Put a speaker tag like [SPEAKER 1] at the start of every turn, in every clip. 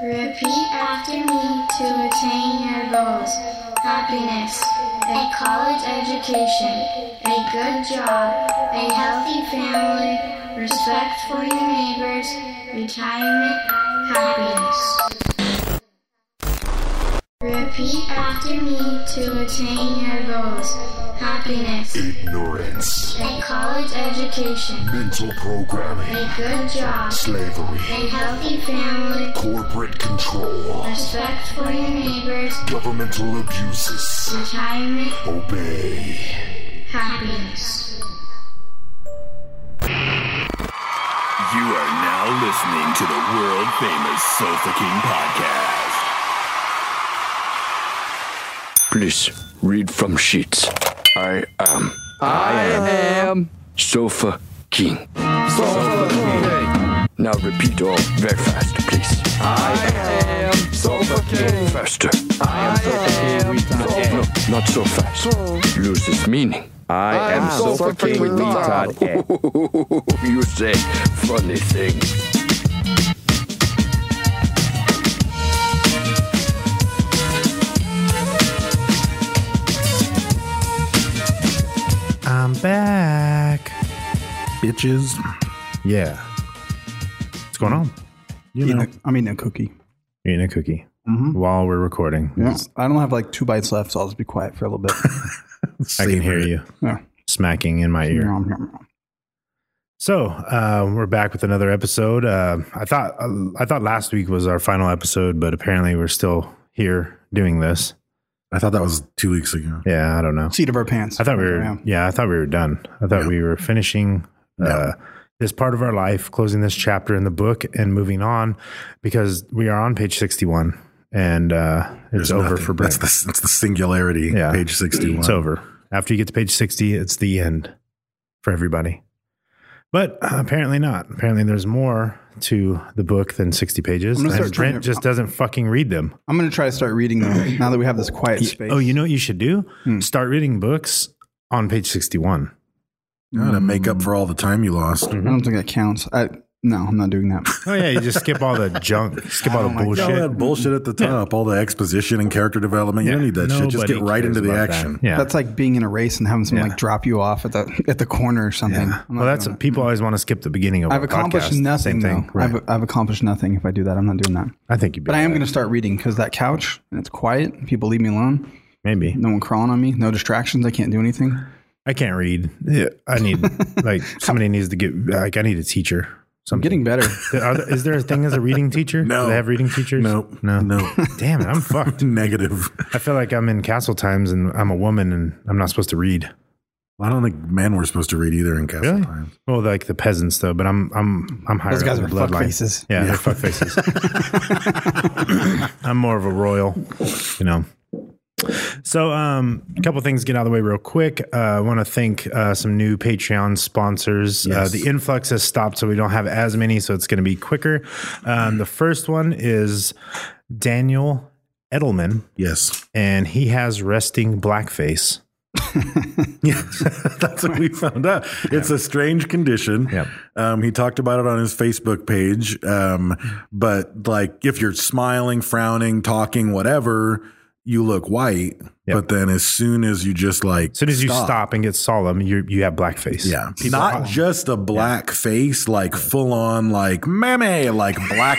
[SPEAKER 1] Repeat after me to attain your goals. Happiness, a college education, a good job, a healthy family, respect for your neighbors, retirement, happiness. Repeat after me to attain your goals. Happiness,
[SPEAKER 2] ignorance,
[SPEAKER 1] a college education,
[SPEAKER 2] mental programming,
[SPEAKER 1] a good job,
[SPEAKER 2] slavery,
[SPEAKER 1] a healthy family,
[SPEAKER 2] corporate control,
[SPEAKER 1] respect for your neighbors,
[SPEAKER 2] governmental abuses.
[SPEAKER 1] retirement,
[SPEAKER 2] Obey.
[SPEAKER 1] happiness.
[SPEAKER 3] You are now listening to the world famous Sofa King podcast.
[SPEAKER 4] Please read from sheets. I am
[SPEAKER 5] am
[SPEAKER 4] Sofa King. Sofa King. Now repeat all very fast, please.
[SPEAKER 5] Sofa King.
[SPEAKER 4] Faster. No, not so fast. Loses meaning.
[SPEAKER 5] I am Sofa King with Todd Egg.
[SPEAKER 4] you say funny things.
[SPEAKER 6] I'm back.
[SPEAKER 7] bitches.
[SPEAKER 6] Yeah. What's going on?
[SPEAKER 7] You know, I'm eating a cookie.
[SPEAKER 6] You're eating a cookie while we're recording.
[SPEAKER 7] Yeah, I don't have like two bites left, so I'll just be quiet for a little bit.
[SPEAKER 6] I can hear you
[SPEAKER 7] Yeah.
[SPEAKER 6] smacking in my ear.
[SPEAKER 7] Nom, nom, nom.
[SPEAKER 6] So uh, we're back with another episode. Uh, I thought I thought last week was our final episode, but apparently we're still here doing this.
[SPEAKER 8] I thought that was two weeks ago.
[SPEAKER 6] Yeah, I don't know.
[SPEAKER 7] Seat of our pants.
[SPEAKER 6] I thought we
[SPEAKER 7] Okay,
[SPEAKER 6] were
[SPEAKER 7] yeah.
[SPEAKER 6] yeah. I thought we were done. I thought we were finishing uh, this part of our life, closing this chapter in the book, and moving on because we are on page sixty-one, and uh, it's
[SPEAKER 8] There's
[SPEAKER 6] over
[SPEAKER 8] nothing.
[SPEAKER 6] for Brent.
[SPEAKER 8] That's the, that's the singularity.
[SPEAKER 6] Yeah.
[SPEAKER 8] Page 61.
[SPEAKER 6] It's over. After you get to page 60, it's the end for everybody. But uh, apparently not. Apparently there's more to the book than 60 pages.
[SPEAKER 7] I'm gonna
[SPEAKER 6] And
[SPEAKER 7] start trying
[SPEAKER 6] Brent
[SPEAKER 7] to-
[SPEAKER 6] just doesn't fucking read them.
[SPEAKER 7] I'm gonna try to start reading them now that we have this quiet space.
[SPEAKER 6] Oh, you know what you should do? Start reading books on page 61.
[SPEAKER 8] Yeah, to make up for all the time you lost.
[SPEAKER 7] I don't think that counts. I no, I'm not doing that.
[SPEAKER 6] Oh, yeah. You just skip all the junk, skip
[SPEAKER 7] Oh
[SPEAKER 6] all the
[SPEAKER 8] All
[SPEAKER 6] bullshit.
[SPEAKER 8] that bullshit at the top, all the exposition and character development. You don't need that shit. Just
[SPEAKER 6] Nobody
[SPEAKER 8] get right
[SPEAKER 6] cares
[SPEAKER 8] into the
[SPEAKER 6] about that.
[SPEAKER 8] action.
[SPEAKER 6] Yeah.
[SPEAKER 7] That's like being in a race and having someone
[SPEAKER 6] Yeah.
[SPEAKER 7] like drop you off at the at the corner or something. I'm not
[SPEAKER 6] well, that's
[SPEAKER 7] doing that.
[SPEAKER 6] people always want to skip the beginning of
[SPEAKER 7] I've
[SPEAKER 6] a
[SPEAKER 7] accomplished
[SPEAKER 6] podcast. Same
[SPEAKER 7] nothing though.
[SPEAKER 6] thing. Right.
[SPEAKER 7] I've, I've accomplished nothing if I do that. I'm not doing that.
[SPEAKER 6] I think you
[SPEAKER 7] But I am going to start reading because that couch and it's quiet. and People leave me alone.
[SPEAKER 6] Maybe.
[SPEAKER 7] No one crawling on me. No distractions. I can't do anything.
[SPEAKER 6] I can't read. Yeah, I need like somebody needs to get like I need a teacher.
[SPEAKER 7] I'm
[SPEAKER 6] Something.
[SPEAKER 7] getting better.
[SPEAKER 6] Are there, is there a thing as a reading teacher?
[SPEAKER 8] No.
[SPEAKER 6] Do they have reading teachers?
[SPEAKER 8] Nope.
[SPEAKER 6] No.
[SPEAKER 8] No.
[SPEAKER 6] Damn it, I'm fucked.
[SPEAKER 8] Negative.
[SPEAKER 6] I feel like I'm in castle times and I'm a woman and I'm not supposed to read.
[SPEAKER 8] I don't think men were supposed to read either in Castle
[SPEAKER 6] Really?
[SPEAKER 8] Times.
[SPEAKER 6] Well, like the peasants though, but I'm I'm I'm higher
[SPEAKER 7] Those guys
[SPEAKER 6] up
[SPEAKER 7] are
[SPEAKER 6] in the bloodline.
[SPEAKER 7] fuck faces.
[SPEAKER 6] Yeah, they're fuck faces. I'm more of a royal, you know. So, um, a couple things to get out of the way real quick. Uh, I want to thank uh, some new Patreon sponsors. Uh,
[SPEAKER 8] Yes.
[SPEAKER 6] the influx has stopped, so we don't have as many, so it's going to be quicker. Um, the first one is Daniel Edelman,
[SPEAKER 8] Yes.
[SPEAKER 6] and he has resting blackface.
[SPEAKER 8] Yeah, that's what we found out. It's a strange condition.
[SPEAKER 6] Yep.
[SPEAKER 8] Um, he talked about it on his Facebook page. Um, but like, if you're smiling, frowning, talking, whatever, you look white. But then, as soon as you just like,
[SPEAKER 6] As soon as you stop and get solemn, you you have blackface.
[SPEAKER 8] yeah, not just a black face, like full on, like meme, like black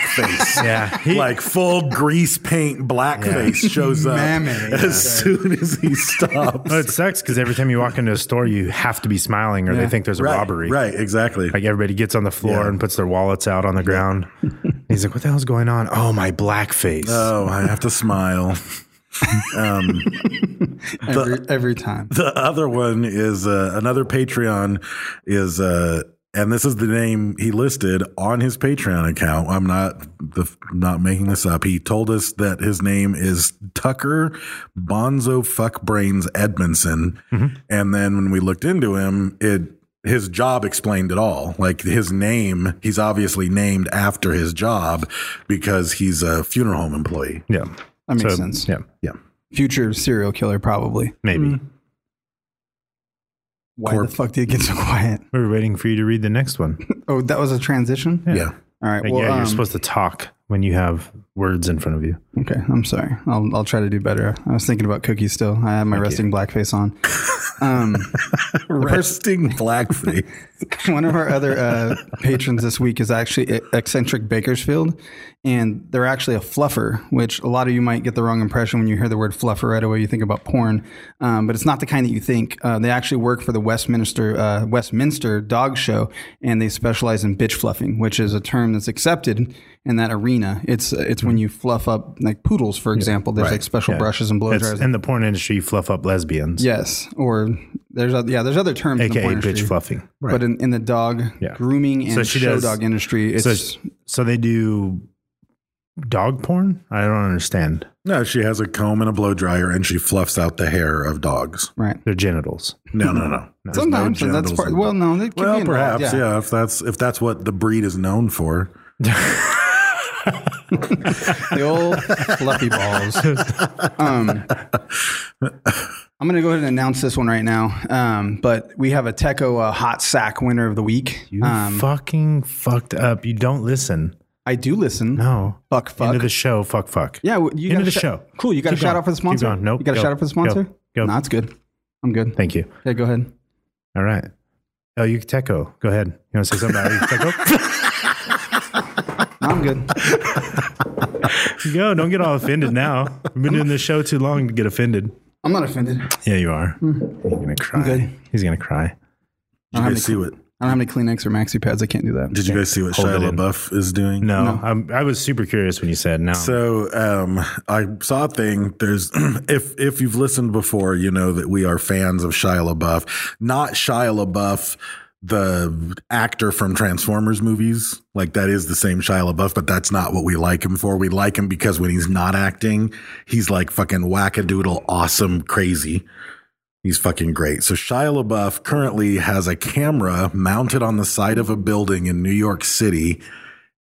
[SPEAKER 8] face.
[SPEAKER 6] Yeah, he-
[SPEAKER 8] like full grease paint black face shows up
[SPEAKER 7] Meme,
[SPEAKER 8] as
[SPEAKER 7] yeah.
[SPEAKER 8] soon as he stops.
[SPEAKER 6] Well, it sucks because every time you walk into a store, you have to be smiling, or they think there's a
[SPEAKER 8] right,
[SPEAKER 6] robbery.
[SPEAKER 8] Right, exactly.
[SPEAKER 6] Like everybody gets on the floor
[SPEAKER 8] Yeah.
[SPEAKER 6] and puts their wallets out on the ground. He's like, "What the hell's going on? Oh, my blackface."
[SPEAKER 8] Oh, I have to smile. um,
[SPEAKER 7] Every, every time.
[SPEAKER 8] the other one is uh, another Patreon is, uh, and this is the name he listed on his Patreon account. I'm not the not making this up. He told us that his name is Tucker Bonzo Fuckbrains Edmondson, and then when we looked into him, it his job explained it all. Like his name, he's obviously named after his job because he's a funeral home employee.
[SPEAKER 6] yeah,
[SPEAKER 7] That makes
[SPEAKER 6] So,
[SPEAKER 7] sense. Hmm.
[SPEAKER 6] Yeah,
[SPEAKER 8] Yeah.
[SPEAKER 7] Future serial killer, probably.
[SPEAKER 6] maybe
[SPEAKER 7] Why
[SPEAKER 8] Corp.
[SPEAKER 7] the fuck did it get so quiet?
[SPEAKER 6] we were waiting for you to read the next one.
[SPEAKER 7] Oh, that was a transition?
[SPEAKER 8] yeah.
[SPEAKER 7] All right.
[SPEAKER 6] Like,
[SPEAKER 7] Well,
[SPEAKER 6] yeah, you're
[SPEAKER 7] um,
[SPEAKER 6] supposed to talk when you have words in front of you.
[SPEAKER 7] Okay, I'm sorry. I'll, I'll try to do better. I was thinking about cookies still. I had my resting blackface on. Um,
[SPEAKER 8] Resting blackface.
[SPEAKER 7] one of our other uh, patrons this week is actually E-, eccentric Bakersfield, and they're actually a fluffer, which a lot of you might get the wrong impression when you hear the word fluffer right away. You think about porn, um, but it's not the kind that you think. Uh, they actually work for the Westminster uh, Westminster Dog Show, and they specialize in bitch fluffing, which is a term that's accepted in that arena. It's it's when you fluff up like poodles, for example. There's like special brushes and blow
[SPEAKER 6] It's
[SPEAKER 7] dryers.
[SPEAKER 6] in the porn industry, you fluff up lesbians,
[SPEAKER 7] Yes, or there's other, yeah, there's other terms, in the
[SPEAKER 6] aka
[SPEAKER 7] porn
[SPEAKER 6] bitch
[SPEAKER 7] industry.
[SPEAKER 6] fluffing.
[SPEAKER 7] But in, in the dog
[SPEAKER 6] Yeah.
[SPEAKER 7] grooming and
[SPEAKER 6] So she
[SPEAKER 7] show
[SPEAKER 6] does-
[SPEAKER 7] dog industry, it's
[SPEAKER 6] So, so they do dog porn. I don't understand
[SPEAKER 8] No, she has a comb and a blow dryer, and she fluffs out the hair of dogs.
[SPEAKER 7] right.
[SPEAKER 6] their genitals.
[SPEAKER 8] No, no, no. There's no
[SPEAKER 7] Sometimes and that's
[SPEAKER 8] genitals
[SPEAKER 7] part.
[SPEAKER 8] in-
[SPEAKER 7] Well, no, they can
[SPEAKER 8] well,
[SPEAKER 7] be involved,
[SPEAKER 8] perhaps, yeah. If that's if that's what the breed is known for,
[SPEAKER 7] the old fluffy balls. Um, I'm going to go ahead and announce this one right now. Um, but we have a Teco uh, hot sack winner of the week.
[SPEAKER 6] You
[SPEAKER 7] Um,
[SPEAKER 6] fucking fucked up. You don't listen.
[SPEAKER 7] I do listen.
[SPEAKER 6] No.
[SPEAKER 7] Fuck, fuck.
[SPEAKER 6] Into the show. Fuck, fuck.
[SPEAKER 7] yeah, well, you
[SPEAKER 6] End
[SPEAKER 7] got
[SPEAKER 6] of the
[SPEAKER 7] a sho-
[SPEAKER 6] show.
[SPEAKER 7] Cool. You got
[SPEAKER 6] Keep
[SPEAKER 7] a shout
[SPEAKER 6] going.
[SPEAKER 7] out for the
[SPEAKER 6] Keep
[SPEAKER 7] sponsor.
[SPEAKER 6] going. Nope,
[SPEAKER 7] You got a
[SPEAKER 6] go.
[SPEAKER 7] shout out for the sponsor.
[SPEAKER 6] Go. Go.
[SPEAKER 7] No, that's good. I'm good.
[SPEAKER 6] Thank you.
[SPEAKER 7] Okay, go ael
[SPEAKER 6] All right. Oh, El Yucateco. Go ahead. You want to say something about El Yucateco?
[SPEAKER 7] I'm good.
[SPEAKER 6] Go. Don't get all offended now. We've been doing this show too long to get offended.
[SPEAKER 7] I'm not offended.
[SPEAKER 6] Yeah, you are. He's going to cry.
[SPEAKER 7] Mm. Okay.
[SPEAKER 6] He's going to cry.
[SPEAKER 8] did you guys see what?
[SPEAKER 7] I don't have any Kleenex or maxi pads. I can't do that.
[SPEAKER 8] Did you guys see what
[SPEAKER 6] Hold it
[SPEAKER 8] Shia
[SPEAKER 6] in.
[SPEAKER 8] LaBeouf is doing?
[SPEAKER 6] No, I'm, I was super curious when you said no.
[SPEAKER 8] So um, I saw a thing. There's if if you've listened before, you know that we are fans of Shia LaBeouf, not Shia LaBeouf, the actor from Transformers movies. Like that is the same Shia LaBeouf, but that's not what we like him for. We like him because when he's not acting, he's like fucking wackadoodle, awesome, crazy. He's fucking great. So Shia LaBeouf currently has a camera mounted on the side of a building in New York City,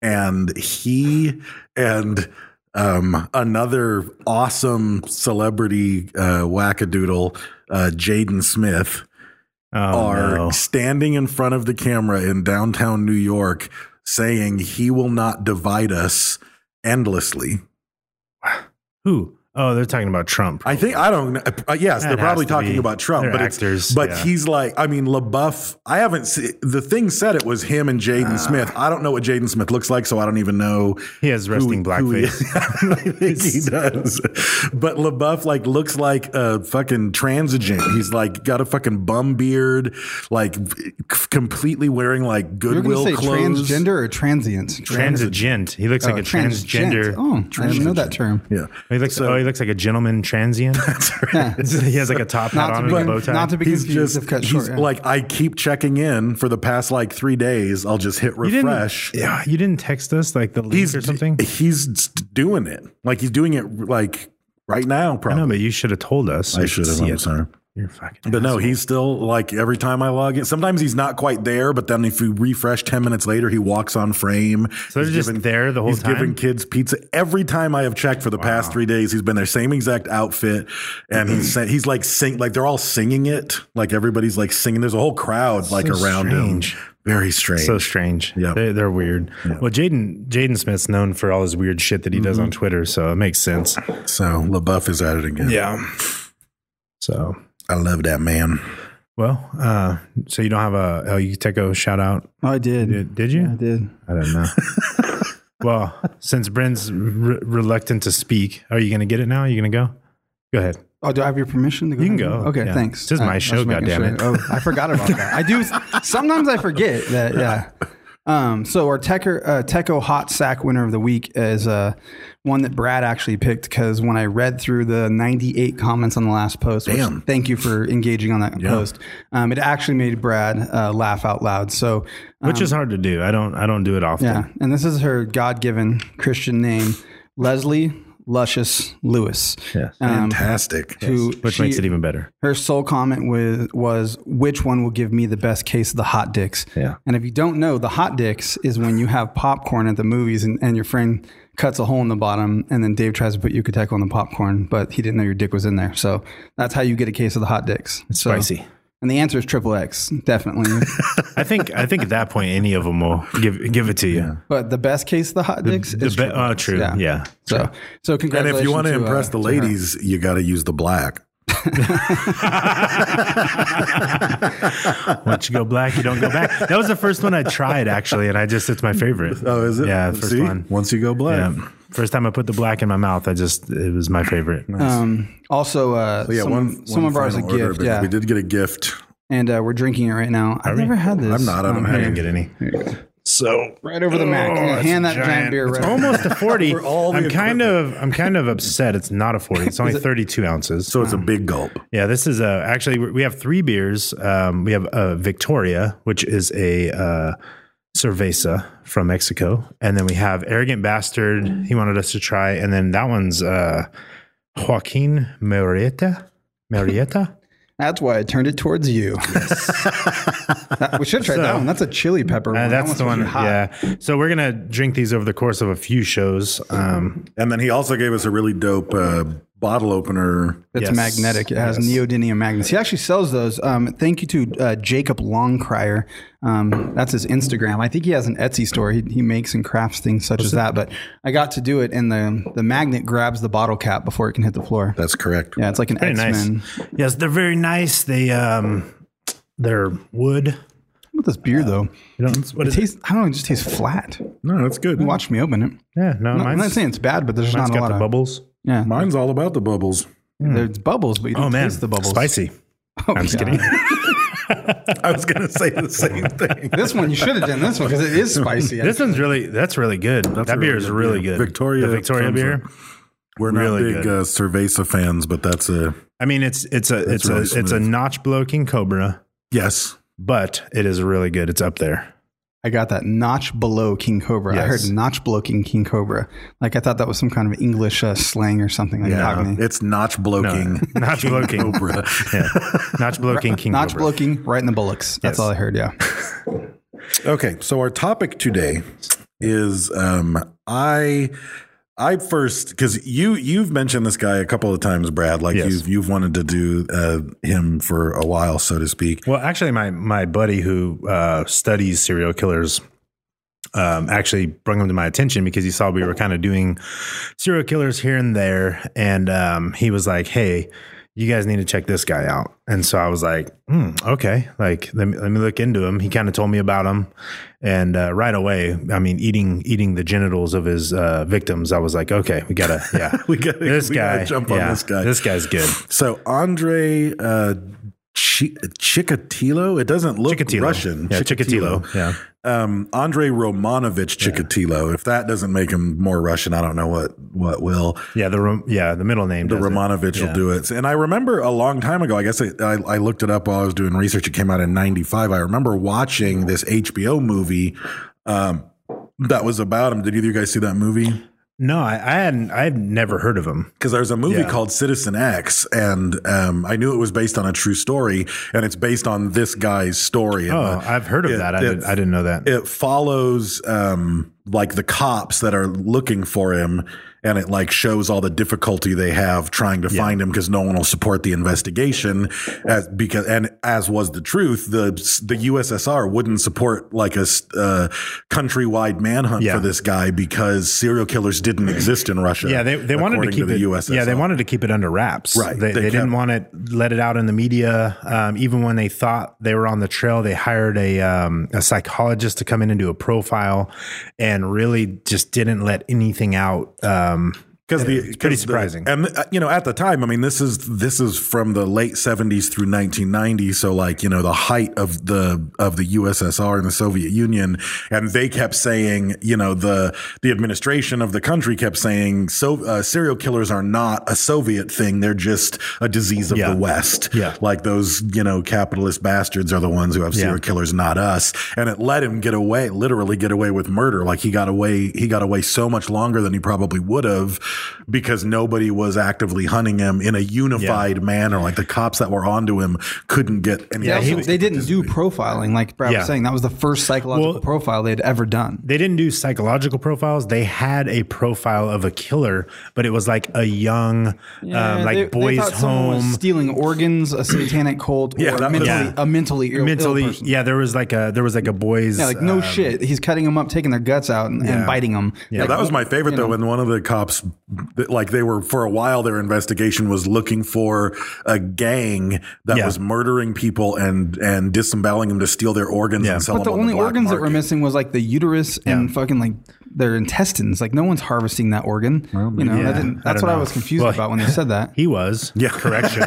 [SPEAKER 8] and he and um, another awesome celebrity uh, wackadoodle, uh, Jaden Smith,
[SPEAKER 6] oh,
[SPEAKER 8] are
[SPEAKER 6] no.
[SPEAKER 8] standing in front of the camera in downtown New York, saying he will not divide us endlessly.
[SPEAKER 6] Who? Oh, they're talking about Trump.
[SPEAKER 8] I think I don't. know. Uh, yes,
[SPEAKER 6] That
[SPEAKER 8] they're probably
[SPEAKER 6] has to
[SPEAKER 8] talking
[SPEAKER 6] be.
[SPEAKER 8] about Trump,
[SPEAKER 6] They're
[SPEAKER 8] but
[SPEAKER 6] actors,
[SPEAKER 8] it's, but
[SPEAKER 6] yeah.
[SPEAKER 8] he's like, I mean, LaBeouf. I haven't. See, the thing said it was him and Jaden
[SPEAKER 6] Ah.
[SPEAKER 8] Smith. I don't know what Jaden Smith looks like, so I don't even know.
[SPEAKER 6] He has resting
[SPEAKER 8] he
[SPEAKER 6] blackface.
[SPEAKER 8] is. I think he does. But LaBeouf like looks like a fucking transigent. He's like got a fucking bum beard, like c- completely wearing like
[SPEAKER 7] You're
[SPEAKER 8] Goodwill
[SPEAKER 7] going to say
[SPEAKER 8] clothes.
[SPEAKER 7] transgender or transient?
[SPEAKER 6] Transagent. He looks like
[SPEAKER 7] Oh,
[SPEAKER 6] a transgender.
[SPEAKER 7] Oh, I didn't know that term.
[SPEAKER 8] Yeah.
[SPEAKER 6] He looks.
[SPEAKER 8] So-
[SPEAKER 6] oh, he looks like a gentleman transient. he has like a top hat
[SPEAKER 7] Not
[SPEAKER 6] on
[SPEAKER 7] to, be,
[SPEAKER 6] and a bow tie.
[SPEAKER 7] not to be
[SPEAKER 8] He's
[SPEAKER 7] confused
[SPEAKER 8] just
[SPEAKER 7] if cut
[SPEAKER 8] he's
[SPEAKER 7] short. yeah.
[SPEAKER 8] like I keep checking in for the past like three days. I'll just hit
[SPEAKER 6] you didn't.
[SPEAKER 8] refresh.
[SPEAKER 6] Yeah, you didn't text us like the link
[SPEAKER 8] he's
[SPEAKER 6] or something.
[SPEAKER 8] He's doing it. Like he's doing it like right now.
[SPEAKER 6] I
[SPEAKER 8] Probably.
[SPEAKER 6] know, but you should have told us. so
[SPEAKER 8] I
[SPEAKER 6] we
[SPEAKER 8] should have.
[SPEAKER 6] see
[SPEAKER 8] I'm
[SPEAKER 6] it.
[SPEAKER 8] sorry.
[SPEAKER 6] You're fucking.
[SPEAKER 8] But no, he's still like every time I log in. Sometimes he's not quite there, but then if you refresh ten minutes later, he walks on frame.
[SPEAKER 6] So they're
[SPEAKER 8] He's
[SPEAKER 6] just there the whole
[SPEAKER 8] he's
[SPEAKER 6] time?
[SPEAKER 8] giving kids pizza every time I have checked for the past three days. He's been there, same exact outfit, and
[SPEAKER 6] Mm-hmm.
[SPEAKER 8] he's sa- he's like sing like they're all singing it. Like everybody's like singing. There's a whole crowd like around
[SPEAKER 6] strange.
[SPEAKER 8] him. Very strange.
[SPEAKER 6] So strange.
[SPEAKER 8] Yeah.
[SPEAKER 6] they, they're weird. Well, Jaden Jaden Smith's known for all his weird shit that he
[SPEAKER 8] Mm-hmm.
[SPEAKER 6] does on Twitter, so it makes sense.
[SPEAKER 8] so LaBeouf is at it again.
[SPEAKER 6] Yeah. So
[SPEAKER 8] I love that man.
[SPEAKER 6] well, uh, so you don't have a El Yucateco shout out?
[SPEAKER 7] oh, I did.
[SPEAKER 6] Did, did you?
[SPEAKER 7] I did.
[SPEAKER 6] I don't know. well, since Bryn's re- reluctant to speak, are you going to get it now? Are you going to go? Go ahead.
[SPEAKER 7] Oh, do I have your permission to go?
[SPEAKER 6] You can
[SPEAKER 7] ahead?
[SPEAKER 6] go,
[SPEAKER 7] Okay,
[SPEAKER 6] yeah.
[SPEAKER 7] thanks.
[SPEAKER 6] This is my
[SPEAKER 7] I was
[SPEAKER 6] show,
[SPEAKER 7] making
[SPEAKER 6] goddammit.
[SPEAKER 7] Oh, I forgot about that. I do. Sometimes I forget that. Yeah. Um, so our Tecker, uh, Techo Hot Sack winner of the week is uh, one that Brad actually picked because when I read through the 98 comments on the last post, which
[SPEAKER 8] Damn.
[SPEAKER 7] thank you for engaging on that post, um, it actually made Brad uh, laugh out loud. So uh,
[SPEAKER 6] Which is hard to do. I don't. I don't do it often.
[SPEAKER 7] Um, yeah, and this is her God-given Christian name, Leslie Luscious Lewis.
[SPEAKER 6] Yes.
[SPEAKER 7] Um,
[SPEAKER 8] Fantastic.
[SPEAKER 7] who
[SPEAKER 6] Which
[SPEAKER 7] she-
[SPEAKER 6] makes it even better.
[SPEAKER 7] her sole comment was, was which one will give me the best case of the hot dicks
[SPEAKER 6] Yeah.
[SPEAKER 7] and if you don't know the hot dicks is when you have popcorn at the movies and, and your friend cuts a hole in the bottom and then dave tries to put yucateco on the popcorn but he didn't know your dick was in there so that's how you get a case of the hot dicks so,
[SPEAKER 6] Spicy.
[SPEAKER 7] And the answer is triple X, definitely.
[SPEAKER 6] I think I think at that point any of them will give give it to you.
[SPEAKER 7] but the best case of the hot dicks
[SPEAKER 6] The
[SPEAKER 7] is
[SPEAKER 6] be-
[SPEAKER 7] triple
[SPEAKER 8] uh,
[SPEAKER 6] oh,
[SPEAKER 7] X,
[SPEAKER 6] true. Yeah.
[SPEAKER 7] So, so
[SPEAKER 8] And
[SPEAKER 7] congratulations.
[SPEAKER 8] if you want to
[SPEAKER 7] uh,
[SPEAKER 8] impress the
[SPEAKER 7] her.
[SPEAKER 8] ladies, you got to use the black.
[SPEAKER 6] Once you go black, you don't go back. That was the first one I tried actually, and I just it's my favorite.
[SPEAKER 8] Oh, is it?
[SPEAKER 6] Yeah, the first
[SPEAKER 8] See?
[SPEAKER 6] one.
[SPEAKER 8] Once you go black.
[SPEAKER 6] Yeah. First time I put the black in my mouth, I just it was my favorite.
[SPEAKER 7] Um, also, uh,
[SPEAKER 8] So yeah,
[SPEAKER 7] some,
[SPEAKER 8] one,
[SPEAKER 7] of- someone brought us a
[SPEAKER 8] final order,
[SPEAKER 7] gift.
[SPEAKER 8] because
[SPEAKER 7] Yeah.
[SPEAKER 8] We did get a gift.
[SPEAKER 7] And uh, we're drinking it right now. I've never had this.
[SPEAKER 8] I'm not. I don't
[SPEAKER 7] Um,
[SPEAKER 8] have
[SPEAKER 6] I didn't
[SPEAKER 8] it.
[SPEAKER 6] get any. So oh,
[SPEAKER 7] Right over the Mac. Yeah, hand that giant, beer right
[SPEAKER 6] almost a forty.
[SPEAKER 8] For all the
[SPEAKER 6] I'm kind of I'm kind of upset. It's not a forty. It's only thirty two ounces.
[SPEAKER 8] So it's
[SPEAKER 7] Hmm.
[SPEAKER 8] a big gulp.
[SPEAKER 6] Yeah, this is a actually we- we have three beers. Um, we have uh, Victoria, which is a uh, cerveza from Mexico, and then we have Arrogant Bastard. He wanted us to try, and then that one's uh, Joaquin Marietta. Marietta.
[SPEAKER 7] That's why I turned it towards you. That- we should try that
[SPEAKER 6] So-
[SPEAKER 7] one. That's a chili pepper
[SPEAKER 6] Uh,
[SPEAKER 7] one. That
[SPEAKER 6] that's the one.
[SPEAKER 7] one's really hot.
[SPEAKER 6] Yeah. So we're gonna drink these over the course of a few shows. Um,
[SPEAKER 8] And then he also gave us a really dope uh, bottle opener.
[SPEAKER 7] That's
[SPEAKER 6] Yes.
[SPEAKER 7] magnetic. It has neodymium magnets. He actually sells those. Um, thank you to uh, Jacob Longcrier. Um, that's his Instagram. I think he has an Etsy store. He, he makes and crafts things such as that. But I got to do it, and the the magnet grabs the bottle cap before it can hit the floor.
[SPEAKER 8] That's correct.
[SPEAKER 7] Yeah, it's like an
[SPEAKER 6] very
[SPEAKER 7] X
[SPEAKER 6] nice.
[SPEAKER 7] Men.
[SPEAKER 6] Yes, they're very nice. They um, they're wood.
[SPEAKER 7] What this beer though?
[SPEAKER 6] You don't, what is it?
[SPEAKER 7] It
[SPEAKER 6] Hmm.
[SPEAKER 7] tastes. I don't know. It just tastes flat.
[SPEAKER 8] No, that's good.
[SPEAKER 7] Watch me open it.
[SPEAKER 6] Yeah, no,
[SPEAKER 7] I'm not- I'm
[SPEAKER 6] mine's,
[SPEAKER 7] not saying it's bad, but there's
[SPEAKER 6] mine's
[SPEAKER 7] not a
[SPEAKER 6] got
[SPEAKER 7] lot
[SPEAKER 6] the
[SPEAKER 7] of
[SPEAKER 6] bubbles.
[SPEAKER 7] Yeah,
[SPEAKER 8] Mine's all about the bubbles.
[SPEAKER 7] there's bubbles, but you don't
[SPEAKER 6] Oh man,
[SPEAKER 7] taste the bubbles.
[SPEAKER 6] spicy.
[SPEAKER 7] Oh, I'm
[SPEAKER 6] just kidding.
[SPEAKER 8] I was going to say the same thing.
[SPEAKER 7] this one you should have done this one because it is spicy.
[SPEAKER 6] This one's really that's really good.
[SPEAKER 8] a
[SPEAKER 6] that beer
[SPEAKER 8] really
[SPEAKER 6] is
[SPEAKER 8] good
[SPEAKER 6] really
[SPEAKER 8] beer.
[SPEAKER 6] good.
[SPEAKER 8] Victoria
[SPEAKER 6] the Victoria
[SPEAKER 8] comes
[SPEAKER 6] beer.
[SPEAKER 8] We're not
[SPEAKER 6] Really
[SPEAKER 8] big
[SPEAKER 6] good.
[SPEAKER 8] uh, Cerveza fans, but that's a
[SPEAKER 6] I mean, it's it's a it's
[SPEAKER 8] really
[SPEAKER 6] a it's a
[SPEAKER 8] smooth.
[SPEAKER 6] notch below King Cobra,
[SPEAKER 8] yes.
[SPEAKER 6] but it is really good. It's up there.
[SPEAKER 7] I got that notch below King Cobra. I
[SPEAKER 6] Yes.
[SPEAKER 7] heard notch below King, King Cobra. Like I thought that was some kind of English uh, slang or something like
[SPEAKER 8] Yeah,
[SPEAKER 7] Cockney.
[SPEAKER 8] it's notch bloking.
[SPEAKER 6] Notch below King
[SPEAKER 8] Cobra.
[SPEAKER 6] Yeah. Notch below King King
[SPEAKER 7] notch
[SPEAKER 6] Cobra.
[SPEAKER 7] below King, right in the bullocks. That's
[SPEAKER 6] Yes.
[SPEAKER 7] all I heard. Yeah,
[SPEAKER 8] Okay, so our topic today is um I I first because you you've mentioned this guy a couple of times, Brad. Like
[SPEAKER 6] Yes.
[SPEAKER 8] you've you've wanted to do uh, him for a while, so to speak.
[SPEAKER 6] Well, actually, my my buddy who uh, studies serial killers um, actually brought him to my attention because he saw we were kind of doing serial killers here and there, and um, he was like, "Hey, you guys need to check this guy out." And so I was like, hmm, "Okay, like let me let me look into him." He kind of told me about him, and uh, right away, I mean, eating eating the genitals of his uh, victims, I was like, "Okay, we gotta, yeah,
[SPEAKER 8] We gotta-
[SPEAKER 6] this
[SPEAKER 8] we
[SPEAKER 6] guy,
[SPEAKER 8] gotta jump on
[SPEAKER 6] yeah,
[SPEAKER 8] this guy."
[SPEAKER 6] This guy's good."
[SPEAKER 8] So Andre uh, Chi Chikatilo, it doesn't look
[SPEAKER 6] Chikatilo.
[SPEAKER 8] Russian.
[SPEAKER 6] yeah, Chikatilo, yeah.
[SPEAKER 8] um, Andre Romanovich Chikatilo. If that doesn't make him more Russian, I don't know what what will.
[SPEAKER 6] Yeah, the Rom- yeah the middle name.
[SPEAKER 8] The
[SPEAKER 6] does it.
[SPEAKER 8] Romanovich will
[SPEAKER 6] Yeah.
[SPEAKER 8] do it. And I remember a long time ago, I guess I, I, I looked it up while I was doing research. It came out in 95. I remember watching this HBO movie um, that was about him. Did either of you guys see that movie?
[SPEAKER 6] No, I, I hadn't. I had never heard of him.
[SPEAKER 8] because there's a movie
[SPEAKER 6] Yeah.
[SPEAKER 8] called Citizen X, and um, I knew it was based on a true story, and it's based on this guy's story. And
[SPEAKER 6] Oh,
[SPEAKER 8] uh,
[SPEAKER 6] I've heard of
[SPEAKER 8] it-
[SPEAKER 6] that. I, did,
[SPEAKER 8] it's-
[SPEAKER 6] I didn't know that.
[SPEAKER 8] it follows um, like the cops that are looking for him, and it like shows all the difficulty they have trying to find him because no one will support the investigation. As because and as was the truth, the the USSR wouldn't support like a s- uh, countrywide manhunt
[SPEAKER 6] Yeah.
[SPEAKER 8] for this guy because serial killers didn't exist in Russia.
[SPEAKER 6] yeah, they, they wanted to
[SPEAKER 8] according
[SPEAKER 6] keep
[SPEAKER 8] the
[SPEAKER 6] it.
[SPEAKER 8] USSR.
[SPEAKER 6] Yeah, they wanted to keep it under wraps.
[SPEAKER 8] Right.
[SPEAKER 6] They,
[SPEAKER 8] They
[SPEAKER 6] they, didn't
[SPEAKER 8] kept-
[SPEAKER 6] want it let it out in the media. Um, even when they thought they were on the trail, they hired a um, a psychologist to come in and do a profile, and really just didn't let anything out. Um,
[SPEAKER 8] because the
[SPEAKER 6] It's pretty
[SPEAKER 8] 'cause the-
[SPEAKER 6] surprising.
[SPEAKER 8] and uh, you know, at the time, I mean, this is this is from the late seventies through nineteen ninety, so like you know, the height of the of the USSR and the Soviet Union, and they kept saying, you know, the the administration of the country kept saying, so uh, serial killers are not a Soviet thing; they're just a disease of
[SPEAKER 6] Yeah.
[SPEAKER 8] the West.
[SPEAKER 6] Yeah.
[SPEAKER 8] like those you know capitalist bastards are the ones who have serial
[SPEAKER 6] Yeah.
[SPEAKER 8] killers, not us. And it let him get away, literally get away with murder. Like he got away, he got away so much longer than he probably would have because nobody was actively hunting him in a unified manner. Like the cops that were onto him couldn't get any.
[SPEAKER 7] Yeah,
[SPEAKER 8] of
[SPEAKER 7] they,
[SPEAKER 8] those to
[SPEAKER 7] didn't do
[SPEAKER 8] participate.
[SPEAKER 7] profiling, like Brad
[SPEAKER 6] Yeah.
[SPEAKER 7] was saying. That was the first psychological
[SPEAKER 6] Well-
[SPEAKER 7] profile they had ever done.
[SPEAKER 6] they didn't do psychological profiles. They had a profile of a killer, but it was like a young, um, like boys' home,
[SPEAKER 7] stealing organs, a satanic cult,
[SPEAKER 8] Yeah,
[SPEAKER 7] or
[SPEAKER 8] that was-
[SPEAKER 7] mentally,
[SPEAKER 6] Yeah.
[SPEAKER 7] a mentally ill,
[SPEAKER 6] mentally.
[SPEAKER 7] ill person.
[SPEAKER 6] yeah, there was like a there was like a boys.
[SPEAKER 7] Yeah, like no
[SPEAKER 6] um,
[SPEAKER 7] shit. He's cutting them up, taking their guts out, and, and biting them.
[SPEAKER 8] Yeah, that was my favorite though. When one of the cops, th- like they were for a while, their investigation was looking for a gang that
[SPEAKER 6] Yeah.
[SPEAKER 8] was murdering people and and disemboweling them to steal their organs
[SPEAKER 6] Yeah.
[SPEAKER 8] and sell
[SPEAKER 7] But the
[SPEAKER 8] them. on
[SPEAKER 7] only
[SPEAKER 8] black
[SPEAKER 7] organs that were
[SPEAKER 8] market.
[SPEAKER 7] missing was like the uterus and
[SPEAKER 6] Yeah.
[SPEAKER 7] fucking like their intestines. Like no one's harvesting that organ. you know,
[SPEAKER 6] yeah,
[SPEAKER 7] that didn't,
[SPEAKER 6] I
[SPEAKER 7] that's
[SPEAKER 6] don't
[SPEAKER 7] what I
[SPEAKER 6] know.
[SPEAKER 7] was confused
[SPEAKER 6] Well,
[SPEAKER 7] about when they said that.
[SPEAKER 6] He was. Yeah. Correction.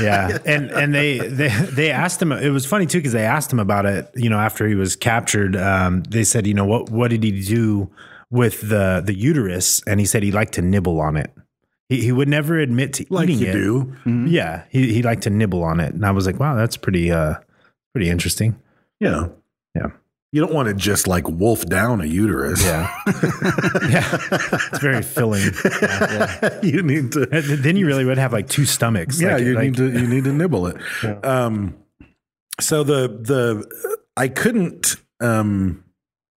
[SPEAKER 6] yeah. And and they they they asked him it was funny too because they asked him about it, you know, after he was captured. Um, they said, you know, what what did he do with the the uterus? And he said he liked to nibble on it. He, he would never admit to
[SPEAKER 8] like
[SPEAKER 6] eating
[SPEAKER 8] you
[SPEAKER 6] it.
[SPEAKER 8] do.
[SPEAKER 6] Yeah. He he liked to nibble on it. And I was like, wow, that's pretty uh pretty interesting.
[SPEAKER 8] Yeah.
[SPEAKER 6] Yeah.
[SPEAKER 8] You don't want to just like wolf down a uterus.
[SPEAKER 6] Yeah. yeah. It's very filling. Yeah.
[SPEAKER 8] you need to
[SPEAKER 6] And Then you really would have like two stomachs.
[SPEAKER 8] Yeah,
[SPEAKER 6] like,
[SPEAKER 8] you
[SPEAKER 6] like-
[SPEAKER 8] need to you need to nibble it. Um, so the the I couldn't um,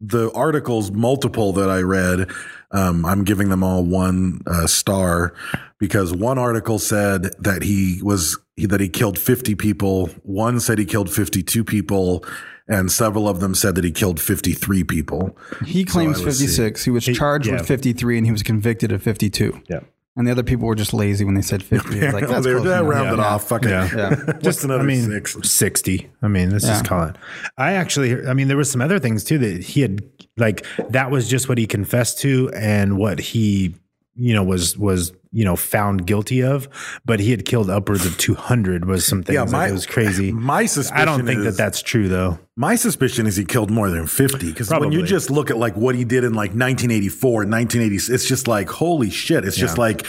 [SPEAKER 8] the articles multiple that I read. Um, I'm giving them all one uh, star because one article said that he was that he killed 50 people. One said he killed 52 people, and several of them said that he killed 53 people.
[SPEAKER 7] He claims
[SPEAKER 8] I was
[SPEAKER 7] 56. He was charged
[SPEAKER 6] yeah.
[SPEAKER 7] with 53 and he was convicted of 52.
[SPEAKER 6] Yeah.
[SPEAKER 7] And the other people were just lazy when they said 50. It's like, that's
[SPEAKER 8] they
[SPEAKER 7] close enough.
[SPEAKER 8] rounded
[SPEAKER 7] Yeah.
[SPEAKER 8] off. Fucking
[SPEAKER 6] Yeah.
[SPEAKER 8] just another
[SPEAKER 6] I mean,
[SPEAKER 8] six.
[SPEAKER 6] 60. I mean, let's just
[SPEAKER 7] Yeah.
[SPEAKER 6] call it. I actually, I mean, there was some other things too that he had, like, that was just what he confessed to and what he, you know, was, was, you know, found guilty of, but he had killed upwards of 200 was some things. Yeah, it was crazy.
[SPEAKER 8] My
[SPEAKER 6] I
[SPEAKER 8] suspicion.
[SPEAKER 6] don't think that
[SPEAKER 8] is-
[SPEAKER 6] that's true though.
[SPEAKER 8] My suspicion is he killed more than 50 because when you
[SPEAKER 6] Probably.
[SPEAKER 8] just look at like what he did in like 1984, 1980, it's just like, holy shit. It's just
[SPEAKER 6] Yeah.
[SPEAKER 8] like,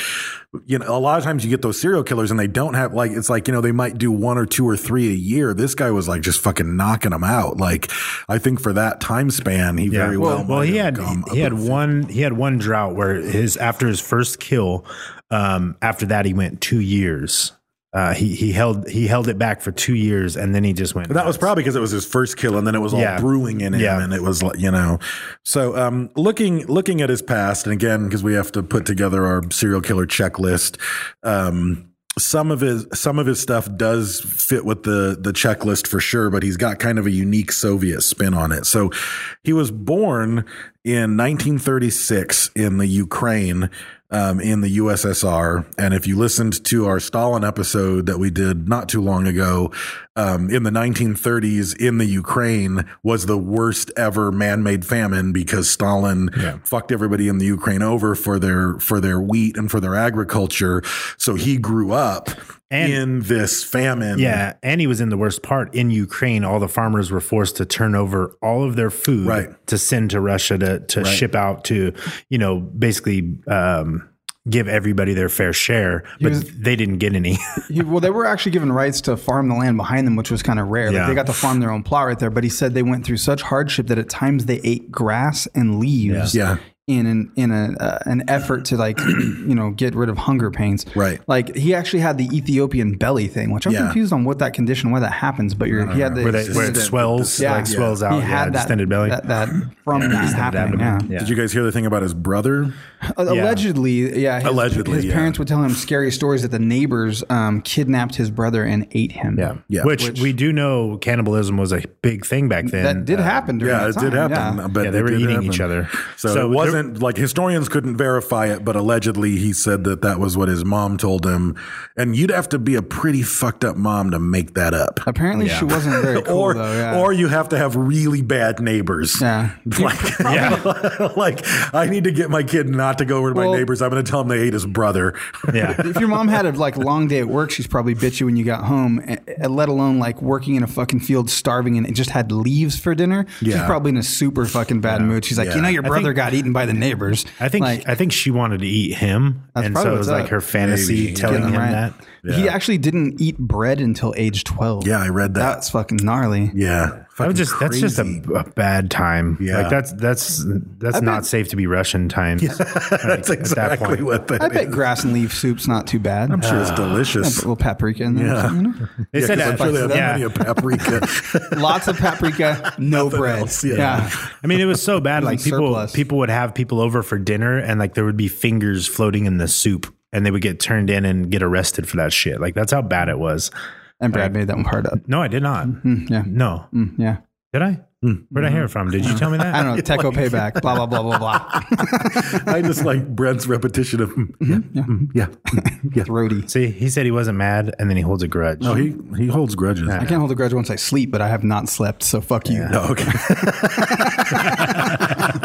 [SPEAKER 8] you know, a lot of times you get those serial killers and they don't have like, it's like, you know, they might do one or two or three a year. This guy was like just fucking knocking them out. Like, I think for that time span, he very
[SPEAKER 6] well,
[SPEAKER 8] well,
[SPEAKER 6] well
[SPEAKER 8] might
[SPEAKER 6] he
[SPEAKER 8] have
[SPEAKER 6] had
[SPEAKER 8] gone
[SPEAKER 6] he had
[SPEAKER 8] above
[SPEAKER 6] one he had one drought where his after his first kill, um, after that he went two years. Uh, he he held he held it back for two years and then he just went.
[SPEAKER 8] But that was
[SPEAKER 6] nuts.
[SPEAKER 8] probably because it was his first kill, and then it was all
[SPEAKER 6] Yeah.
[SPEAKER 8] brewing in him,
[SPEAKER 6] Yeah.
[SPEAKER 8] and it was like you know. So um, looking looking at his past, and again because we have to put together our serial killer checklist. Um, some of his some of his stuff does fit with the the checklist for sure, but he's got kind of a unique Soviet spin on it. So he was born in 1936 in the Ukraine um, in the USSR. And if you listened to our Stalin episode that we did not too long ago, um, in the 1930s in the Ukraine was the worst ever man-made famine because Stalin fucked everybody in the Ukraine over for their for their wheat and for their agriculture. So he grew up
[SPEAKER 6] And-
[SPEAKER 8] in this famine.
[SPEAKER 6] Yeah, and he was in the worst part in Ukraine. All the farmers were forced to turn over all of their food
[SPEAKER 8] Right.
[SPEAKER 6] to send to Russia to to ship out to you know basically um, give everybody their fair share, but
[SPEAKER 7] was-
[SPEAKER 6] they didn't get any.
[SPEAKER 7] He- well, they were actually given rights to farm the land behind them, which was kind of rare.
[SPEAKER 6] Yeah.
[SPEAKER 7] Like they got to farm their own plot right there. But he said they went through such hardship that at times they ate grass and leaves.
[SPEAKER 8] Yeah.
[SPEAKER 7] In an in a uh, an effort to like you know get rid of hunger pains.
[SPEAKER 8] Right.
[SPEAKER 7] Like he actually had the Ethiopian belly thing, which I'm
[SPEAKER 8] Yeah.
[SPEAKER 7] confused on what that condition why that happens. But you're, he had the
[SPEAKER 6] where, they, where it
[SPEAKER 8] Extended-
[SPEAKER 6] swells,
[SPEAKER 7] Yeah.
[SPEAKER 6] like swells out,
[SPEAKER 7] he
[SPEAKER 6] yeah,
[SPEAKER 7] had that
[SPEAKER 6] extended belly.
[SPEAKER 7] that, that from that happening.
[SPEAKER 6] abdomen.
[SPEAKER 7] Yeah.
[SPEAKER 8] Did you guys hear the thing about his brother?
[SPEAKER 7] Uh, Allegedly, yeah. His,
[SPEAKER 8] Allegedly,
[SPEAKER 7] his
[SPEAKER 8] yeah.
[SPEAKER 7] parents would tell him scary stories that the neighbors um, kidnapped his brother and ate him.
[SPEAKER 6] Yeah.
[SPEAKER 8] Yeah.
[SPEAKER 6] Which, we do know cannibalism was a big thing back then.
[SPEAKER 7] that did
[SPEAKER 6] Uh,
[SPEAKER 7] happen during
[SPEAKER 8] Yeah,
[SPEAKER 7] that
[SPEAKER 8] it
[SPEAKER 7] time,
[SPEAKER 8] did happen.
[SPEAKER 7] yeah.
[SPEAKER 8] But
[SPEAKER 6] Yeah, they
[SPEAKER 8] it
[SPEAKER 6] were
[SPEAKER 8] did
[SPEAKER 6] eating
[SPEAKER 8] happen.
[SPEAKER 6] each other.
[SPEAKER 8] So,
[SPEAKER 6] So
[SPEAKER 8] it wasn't like historians couldn't verify it, but allegedly he said that that was what his mom told him. And you'd have to be a pretty fucked up mom to make that up.
[SPEAKER 7] Apparently, she wasn't very cool
[SPEAKER 8] or,
[SPEAKER 7] though. Yeah.
[SPEAKER 8] or you have to have really bad neighbors.
[SPEAKER 7] Yeah.
[SPEAKER 8] Like, like, I need to get my kid not to go over to
[SPEAKER 7] Well-
[SPEAKER 8] my neighbors. I'm going to tell him they ate his brother.
[SPEAKER 6] Yeah.
[SPEAKER 7] if your mom had a like long day at work, she's probably bitchy when you got home. eh, eh, Let alone like working in a fucking field, starving, and just had leaves for dinner. She's
[SPEAKER 8] Yeah.
[SPEAKER 7] probably in a super fucking bad mood. She's like,
[SPEAKER 8] Yeah.
[SPEAKER 7] you know, your
[SPEAKER 6] I
[SPEAKER 7] brother
[SPEAKER 6] think-
[SPEAKER 7] got eaten by the neighbors.
[SPEAKER 6] I think
[SPEAKER 7] Like,
[SPEAKER 6] I think she wanted to eat him,
[SPEAKER 7] That's
[SPEAKER 6] and
[SPEAKER 7] probably
[SPEAKER 6] so it
[SPEAKER 7] what's
[SPEAKER 6] was like
[SPEAKER 7] up.
[SPEAKER 6] her fantasy
[SPEAKER 8] Maybe.
[SPEAKER 6] telling
[SPEAKER 7] Yeah,
[SPEAKER 6] him
[SPEAKER 7] right.
[SPEAKER 6] that.
[SPEAKER 7] He actually didn't eat bread until age twelve.
[SPEAKER 8] Yeah, I read that.
[SPEAKER 7] That's fucking gnarly.
[SPEAKER 8] yeah.
[SPEAKER 6] That
[SPEAKER 8] fucking
[SPEAKER 6] was just that's just a,
[SPEAKER 8] crazy.
[SPEAKER 6] a bad time.
[SPEAKER 8] Yeah.
[SPEAKER 6] Like that's that's that's
[SPEAKER 7] I
[SPEAKER 6] not
[SPEAKER 7] bet-
[SPEAKER 6] safe to be Russian times.
[SPEAKER 8] That's
[SPEAKER 6] Like, at that
[SPEAKER 8] exactly
[SPEAKER 6] point.
[SPEAKER 8] what that
[SPEAKER 7] I bet
[SPEAKER 8] is.
[SPEAKER 7] grass and leaf soup's not too bad.
[SPEAKER 8] I'm sure it's
[SPEAKER 7] Put
[SPEAKER 8] delicious.
[SPEAKER 7] a little paprika in there.
[SPEAKER 8] Yeah.
[SPEAKER 7] you know?
[SPEAKER 6] They said
[SPEAKER 8] 'cause I'm
[SPEAKER 6] that-
[SPEAKER 8] sure they
[SPEAKER 6] yeah.
[SPEAKER 8] have plenty of paprika.
[SPEAKER 7] Lots of paprika, no bread.
[SPEAKER 8] else, yeah.
[SPEAKER 7] yeah.
[SPEAKER 6] I mean, it was so bad.
[SPEAKER 7] It was
[SPEAKER 6] Like
[SPEAKER 7] in
[SPEAKER 6] people,
[SPEAKER 7] surplus.
[SPEAKER 6] people would have people over for dinner, and like there would be fingers floating in the soup, and they would get turned in and get arrested for that shit. Like that's how bad it was.
[SPEAKER 7] And Brad made that one part up.
[SPEAKER 6] No, I did not.
[SPEAKER 7] yeah.
[SPEAKER 6] No,
[SPEAKER 7] Mm, yeah.
[SPEAKER 6] did I? Where'd I hear it from? Did you tell me that?
[SPEAKER 7] Hmm. I don't know. Techo payback. Blah blah blah blah blah.
[SPEAKER 8] I just like Brent's repetition of mm, yeah, mm, yeah, mm, yeah.
[SPEAKER 7] Throaty.
[SPEAKER 6] See, he said he wasn't mad, and then he holds a grudge.
[SPEAKER 8] No, he he holds grudges.
[SPEAKER 7] I can't hold a grudge once I sleep, but I have not slept, so fuck you.
[SPEAKER 8] Oh, okay.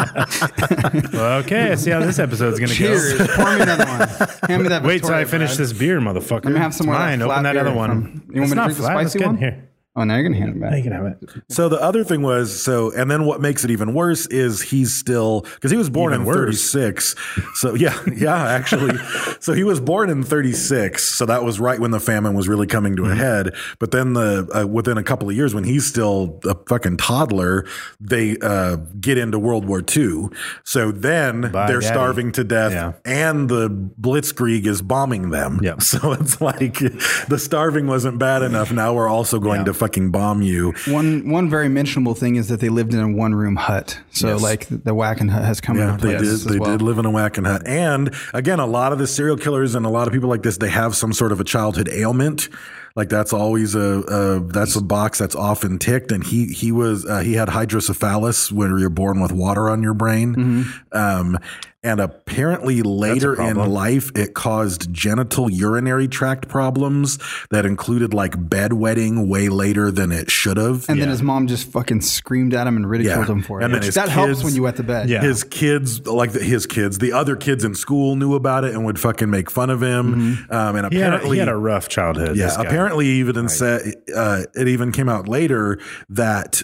[SPEAKER 6] Well, okay, I see how this episode's gonna
[SPEAKER 7] Cheers.
[SPEAKER 6] go.
[SPEAKER 7] Pour me another one. Hand me that.
[SPEAKER 6] Wait till
[SPEAKER 7] Victoria,
[SPEAKER 6] I finish
[SPEAKER 7] Brad.
[SPEAKER 6] this beer, motherfucker.
[SPEAKER 7] Let me have
[SPEAKER 6] It's
[SPEAKER 7] some more of that
[SPEAKER 6] Mine.
[SPEAKER 7] flat
[SPEAKER 6] Open that
[SPEAKER 7] beer
[SPEAKER 6] other
[SPEAKER 7] from-
[SPEAKER 6] one.
[SPEAKER 7] You want me
[SPEAKER 6] It's
[SPEAKER 7] to
[SPEAKER 6] not
[SPEAKER 7] drink the
[SPEAKER 6] flat. It's
[SPEAKER 7] spicy
[SPEAKER 6] good.
[SPEAKER 7] one?
[SPEAKER 6] Here,
[SPEAKER 7] Oh, now you're gonna hand it back.
[SPEAKER 6] you can have it.
[SPEAKER 8] So the other thing was so, and then what makes it even worse is he's still because he was born
[SPEAKER 6] Even
[SPEAKER 8] in
[SPEAKER 6] worse.
[SPEAKER 8] thirty six. So yeah, yeah, actually, so he was born in thirty six. So that was right when the famine was really coming to
[SPEAKER 6] Mm-hmm.
[SPEAKER 8] a head. But then the uh, within a couple of years, when he's still a fucking toddler, they uh, get into World War II. So then
[SPEAKER 6] Bye,
[SPEAKER 8] they're
[SPEAKER 6] Daddy.
[SPEAKER 8] starving to death,
[SPEAKER 6] Yeah.
[SPEAKER 8] and the Blitzkrieg is bombing them.
[SPEAKER 6] Yep.
[SPEAKER 8] So it's like the starving wasn't bad enough. Now we're also going to fucking bomb you.
[SPEAKER 7] One one very mentionable thing is that they lived in a one room hut. So
[SPEAKER 8] Yes.
[SPEAKER 7] like the Wackin hut has come
[SPEAKER 8] Yeah,
[SPEAKER 7] into
[SPEAKER 8] they
[SPEAKER 7] play.
[SPEAKER 8] did. They did live in a whacking hut, and again, a lot of the serial killers and a lot of people like this, they have some sort of a childhood ailment. Like that's always a, a that's a box that's often ticked. And he he was uh, he had hydrocephalus when you're born with water on your brain, um, and apparently later in life it caused genital urinary tract problems that included like bedwetting way later than it should have.
[SPEAKER 7] And then his mom just fucking screamed at him and ridiculed
[SPEAKER 8] Yeah.
[SPEAKER 7] him for it.
[SPEAKER 8] And then
[SPEAKER 7] which
[SPEAKER 8] his
[SPEAKER 7] that helps
[SPEAKER 8] kids-
[SPEAKER 7] when you wet the bed.
[SPEAKER 6] Yeah.
[SPEAKER 8] His kids, like the, his kids, the other kids in school knew about it and would fucking make fun of him. Um, and
[SPEAKER 6] Mm-hmm. He had, a,
[SPEAKER 8] apparently,
[SPEAKER 6] he had a rough childhood.
[SPEAKER 8] yeah,
[SPEAKER 6] this guy.
[SPEAKER 8] apparently, even said uh, it even came out later that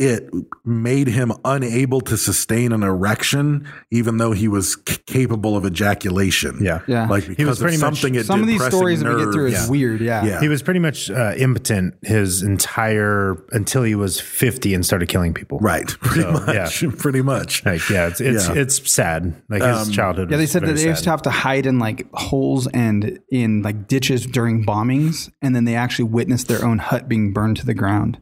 [SPEAKER 8] it made him unable to sustain an erection, even though he was c- capable of ejaculation.
[SPEAKER 6] Yeah.
[SPEAKER 7] Yeah.
[SPEAKER 8] like because
[SPEAKER 6] was
[SPEAKER 8] of
[SPEAKER 6] pretty much-
[SPEAKER 8] something. it
[SPEAKER 7] Some
[SPEAKER 8] did
[SPEAKER 7] of these
[SPEAKER 8] pressing
[SPEAKER 7] stories that we get through is
[SPEAKER 8] nerves.
[SPEAKER 7] weird. Yeah.
[SPEAKER 8] Yeah.
[SPEAKER 6] He was pretty much uh, impotent his entire until he was 50 and started killing people.
[SPEAKER 8] right, pretty
[SPEAKER 6] So,
[SPEAKER 8] much,
[SPEAKER 6] yeah.
[SPEAKER 8] pretty much.
[SPEAKER 6] Like, yeah, it's it's,
[SPEAKER 8] Yeah.
[SPEAKER 6] it's sad. Like his childhood.
[SPEAKER 7] Um, Yeah, they
[SPEAKER 6] was
[SPEAKER 7] said that
[SPEAKER 6] very
[SPEAKER 7] they used to
[SPEAKER 6] sad.
[SPEAKER 7] have to hide in like holes and in like ditches during bombings, and then they actually witnessed their own hut being burned to the ground.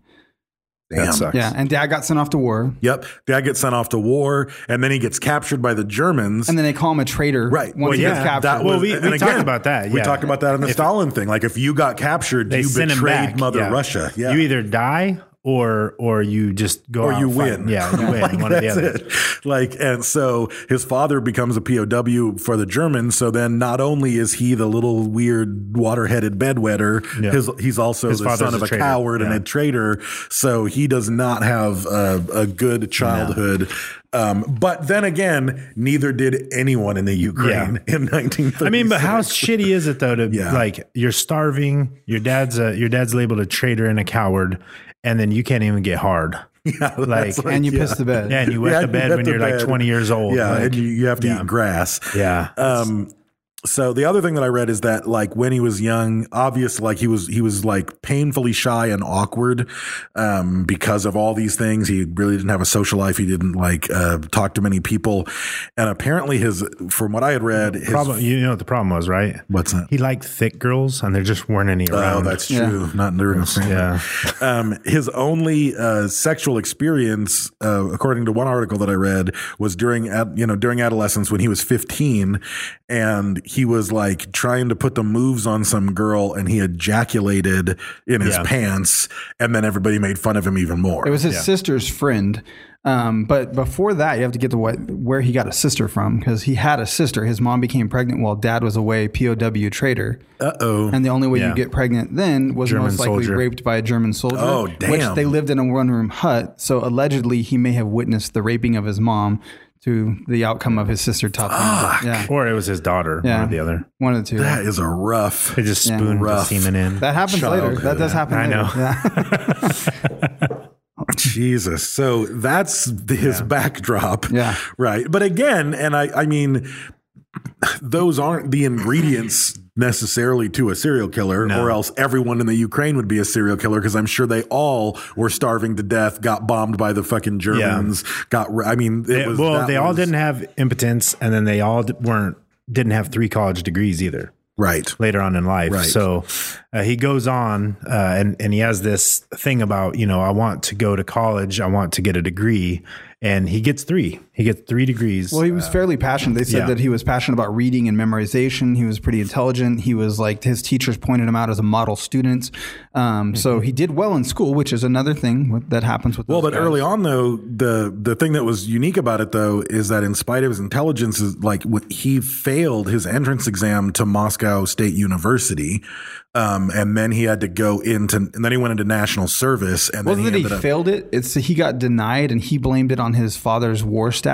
[SPEAKER 8] Damn.
[SPEAKER 6] That sucks.
[SPEAKER 7] Yeah, and dad got sent off to war,
[SPEAKER 8] Yep. Dad gets sent off to war, and then he gets captured by the Germans.
[SPEAKER 7] and then they call him a traitor.
[SPEAKER 8] Right.
[SPEAKER 7] Once he gets captured.
[SPEAKER 8] That was,
[SPEAKER 6] Well, we-
[SPEAKER 8] and
[SPEAKER 6] we talked about that,
[SPEAKER 8] We
[SPEAKER 6] yeah.
[SPEAKER 8] talked about that in the
[SPEAKER 6] If-
[SPEAKER 8] Stalin thing. Like, if you got captured,
[SPEAKER 6] They
[SPEAKER 8] you
[SPEAKER 6] sent him
[SPEAKER 8] betrayed
[SPEAKER 6] back.
[SPEAKER 8] Mother
[SPEAKER 6] yeah.
[SPEAKER 8] Russia. Yeah.
[SPEAKER 6] You either die or or you just go
[SPEAKER 8] or
[SPEAKER 6] out
[SPEAKER 8] you
[SPEAKER 6] fighting.
[SPEAKER 8] win.
[SPEAKER 6] Yeah, you win.
[SPEAKER 8] Like,
[SPEAKER 6] one or the
[SPEAKER 8] that's
[SPEAKER 6] other.
[SPEAKER 8] it. Like, and so his father becomes a POW for the Germans. So then not only is he the little weird water-headed bedwetter,
[SPEAKER 6] Yeah.
[SPEAKER 8] his, he's also
[SPEAKER 6] His
[SPEAKER 8] the
[SPEAKER 6] father's
[SPEAKER 8] son
[SPEAKER 6] a
[SPEAKER 8] of a,
[SPEAKER 6] traitor.
[SPEAKER 8] coward and
[SPEAKER 6] Yeah.
[SPEAKER 8] a traitor. So he does not have a, a good childhood. Um, but then again, neither did anyone in the Ukraine in 1936.
[SPEAKER 6] I mean, but how shitty is it though to
[SPEAKER 8] Yeah.
[SPEAKER 6] like you're starving, your dad's a your dad's labeled a traitor and a coward, and then you can't even get hard. Yeah, like,
[SPEAKER 8] that's like-
[SPEAKER 7] and you
[SPEAKER 8] Yeah.
[SPEAKER 7] piss the bed.
[SPEAKER 6] yeah, and you wet
[SPEAKER 8] Yeah,
[SPEAKER 6] the bed
[SPEAKER 8] wet
[SPEAKER 6] when
[SPEAKER 8] the
[SPEAKER 6] you're like
[SPEAKER 8] bed.
[SPEAKER 6] 20 years old.
[SPEAKER 8] Yeah,
[SPEAKER 6] Like,
[SPEAKER 8] and you, you have to
[SPEAKER 6] yeah.
[SPEAKER 8] eat grass.
[SPEAKER 6] yeah.
[SPEAKER 8] Um, so the other thing that I read is that like when he was young, obviously like he was he was like painfully shy and awkward um, because of all these things. He really didn't have a social life. He didn't like uh, talk to many people, and apparently his from what I had read, his
[SPEAKER 6] problem. You know what the problem was, right?
[SPEAKER 8] What's that?
[SPEAKER 6] He liked thick girls, and there just weren't any
[SPEAKER 8] Oh,
[SPEAKER 6] around.
[SPEAKER 8] that's true. Not during the famine.
[SPEAKER 6] yeah.
[SPEAKER 8] Um, his only uh, sexual experience, uh, according to one article that I read, was during ad, you know during adolescence when he was 15, and he was like trying to put the moves on some girl, and he ejaculated in his
[SPEAKER 6] Yeah.
[SPEAKER 8] pants, and then everybody made fun of him even more.
[SPEAKER 7] It was his sister's friend. Um, but before that, you have to get to what, where he got a sister from because he had a sister. His mom became pregnant while dad was away, POW trader.
[SPEAKER 8] uh oh.
[SPEAKER 7] And the only way
[SPEAKER 6] Yeah.
[SPEAKER 7] you get pregnant then was
[SPEAKER 6] German
[SPEAKER 7] most likely
[SPEAKER 6] soldier.
[SPEAKER 7] raped by a German soldier.
[SPEAKER 8] Oh,
[SPEAKER 7] Which
[SPEAKER 8] damn.
[SPEAKER 7] they lived in a one room hut. So allegedly, he may have witnessed the raping of his mom to the outcome of his sister toppling. out. Yeah.
[SPEAKER 6] Or it was his daughter,
[SPEAKER 7] Yeah.
[SPEAKER 6] one or the other.
[SPEAKER 7] One of the two.
[SPEAKER 8] That
[SPEAKER 7] That,
[SPEAKER 8] is a rough.
[SPEAKER 6] They just spooned the
[SPEAKER 8] Rough.
[SPEAKER 6] semen in.
[SPEAKER 7] happens later.
[SPEAKER 8] Childhood.
[SPEAKER 7] That does happen
[SPEAKER 6] I
[SPEAKER 7] later.
[SPEAKER 6] know.
[SPEAKER 7] Yeah.
[SPEAKER 8] Jesus. So that's the, his backdrop.
[SPEAKER 7] Yeah.
[SPEAKER 8] Right. But again, and I, I mean, those aren't the ingredients necessarily to a serial killer,
[SPEAKER 6] No.
[SPEAKER 8] or else everyone in the Ukraine would be a serial killer because I'm sure they all were starving to death, got bombed by the fucking Germans, got. ra- I mean, it
[SPEAKER 6] They-
[SPEAKER 8] was,
[SPEAKER 6] well,
[SPEAKER 8] that
[SPEAKER 6] they all
[SPEAKER 8] was-
[SPEAKER 6] didn't have impotence, and then they all d- weren't didn't have three college degrees either.
[SPEAKER 8] right.
[SPEAKER 6] later on in life.
[SPEAKER 8] Right.
[SPEAKER 6] So uh, he goes on uh, and and he has this thing about you know I want to go to college, I want to get a degree, and he gets three. He gets three degrees.
[SPEAKER 7] Well, he was fairly passionate. They said
[SPEAKER 6] yeah.
[SPEAKER 7] that he was passionate about reading and memorization. He was pretty intelligent. He was like his teachers pointed him out as a model student. Um, So he did well in school, which is another thing with- that happens with.
[SPEAKER 8] Mm-hmm. Well,
[SPEAKER 7] those
[SPEAKER 8] but early
[SPEAKER 7] guys.
[SPEAKER 8] on though, the the thing that was unique about it though is that in spite of his intelligence, is like wh- he failed his entrance exam to Moscow State University, um, and then he had to go into and then he went into national service, and
[SPEAKER 7] wasn't
[SPEAKER 8] then
[SPEAKER 7] that he
[SPEAKER 8] ended up-
[SPEAKER 7] failed it? It's he got denied, and he blamed it on his father's war status.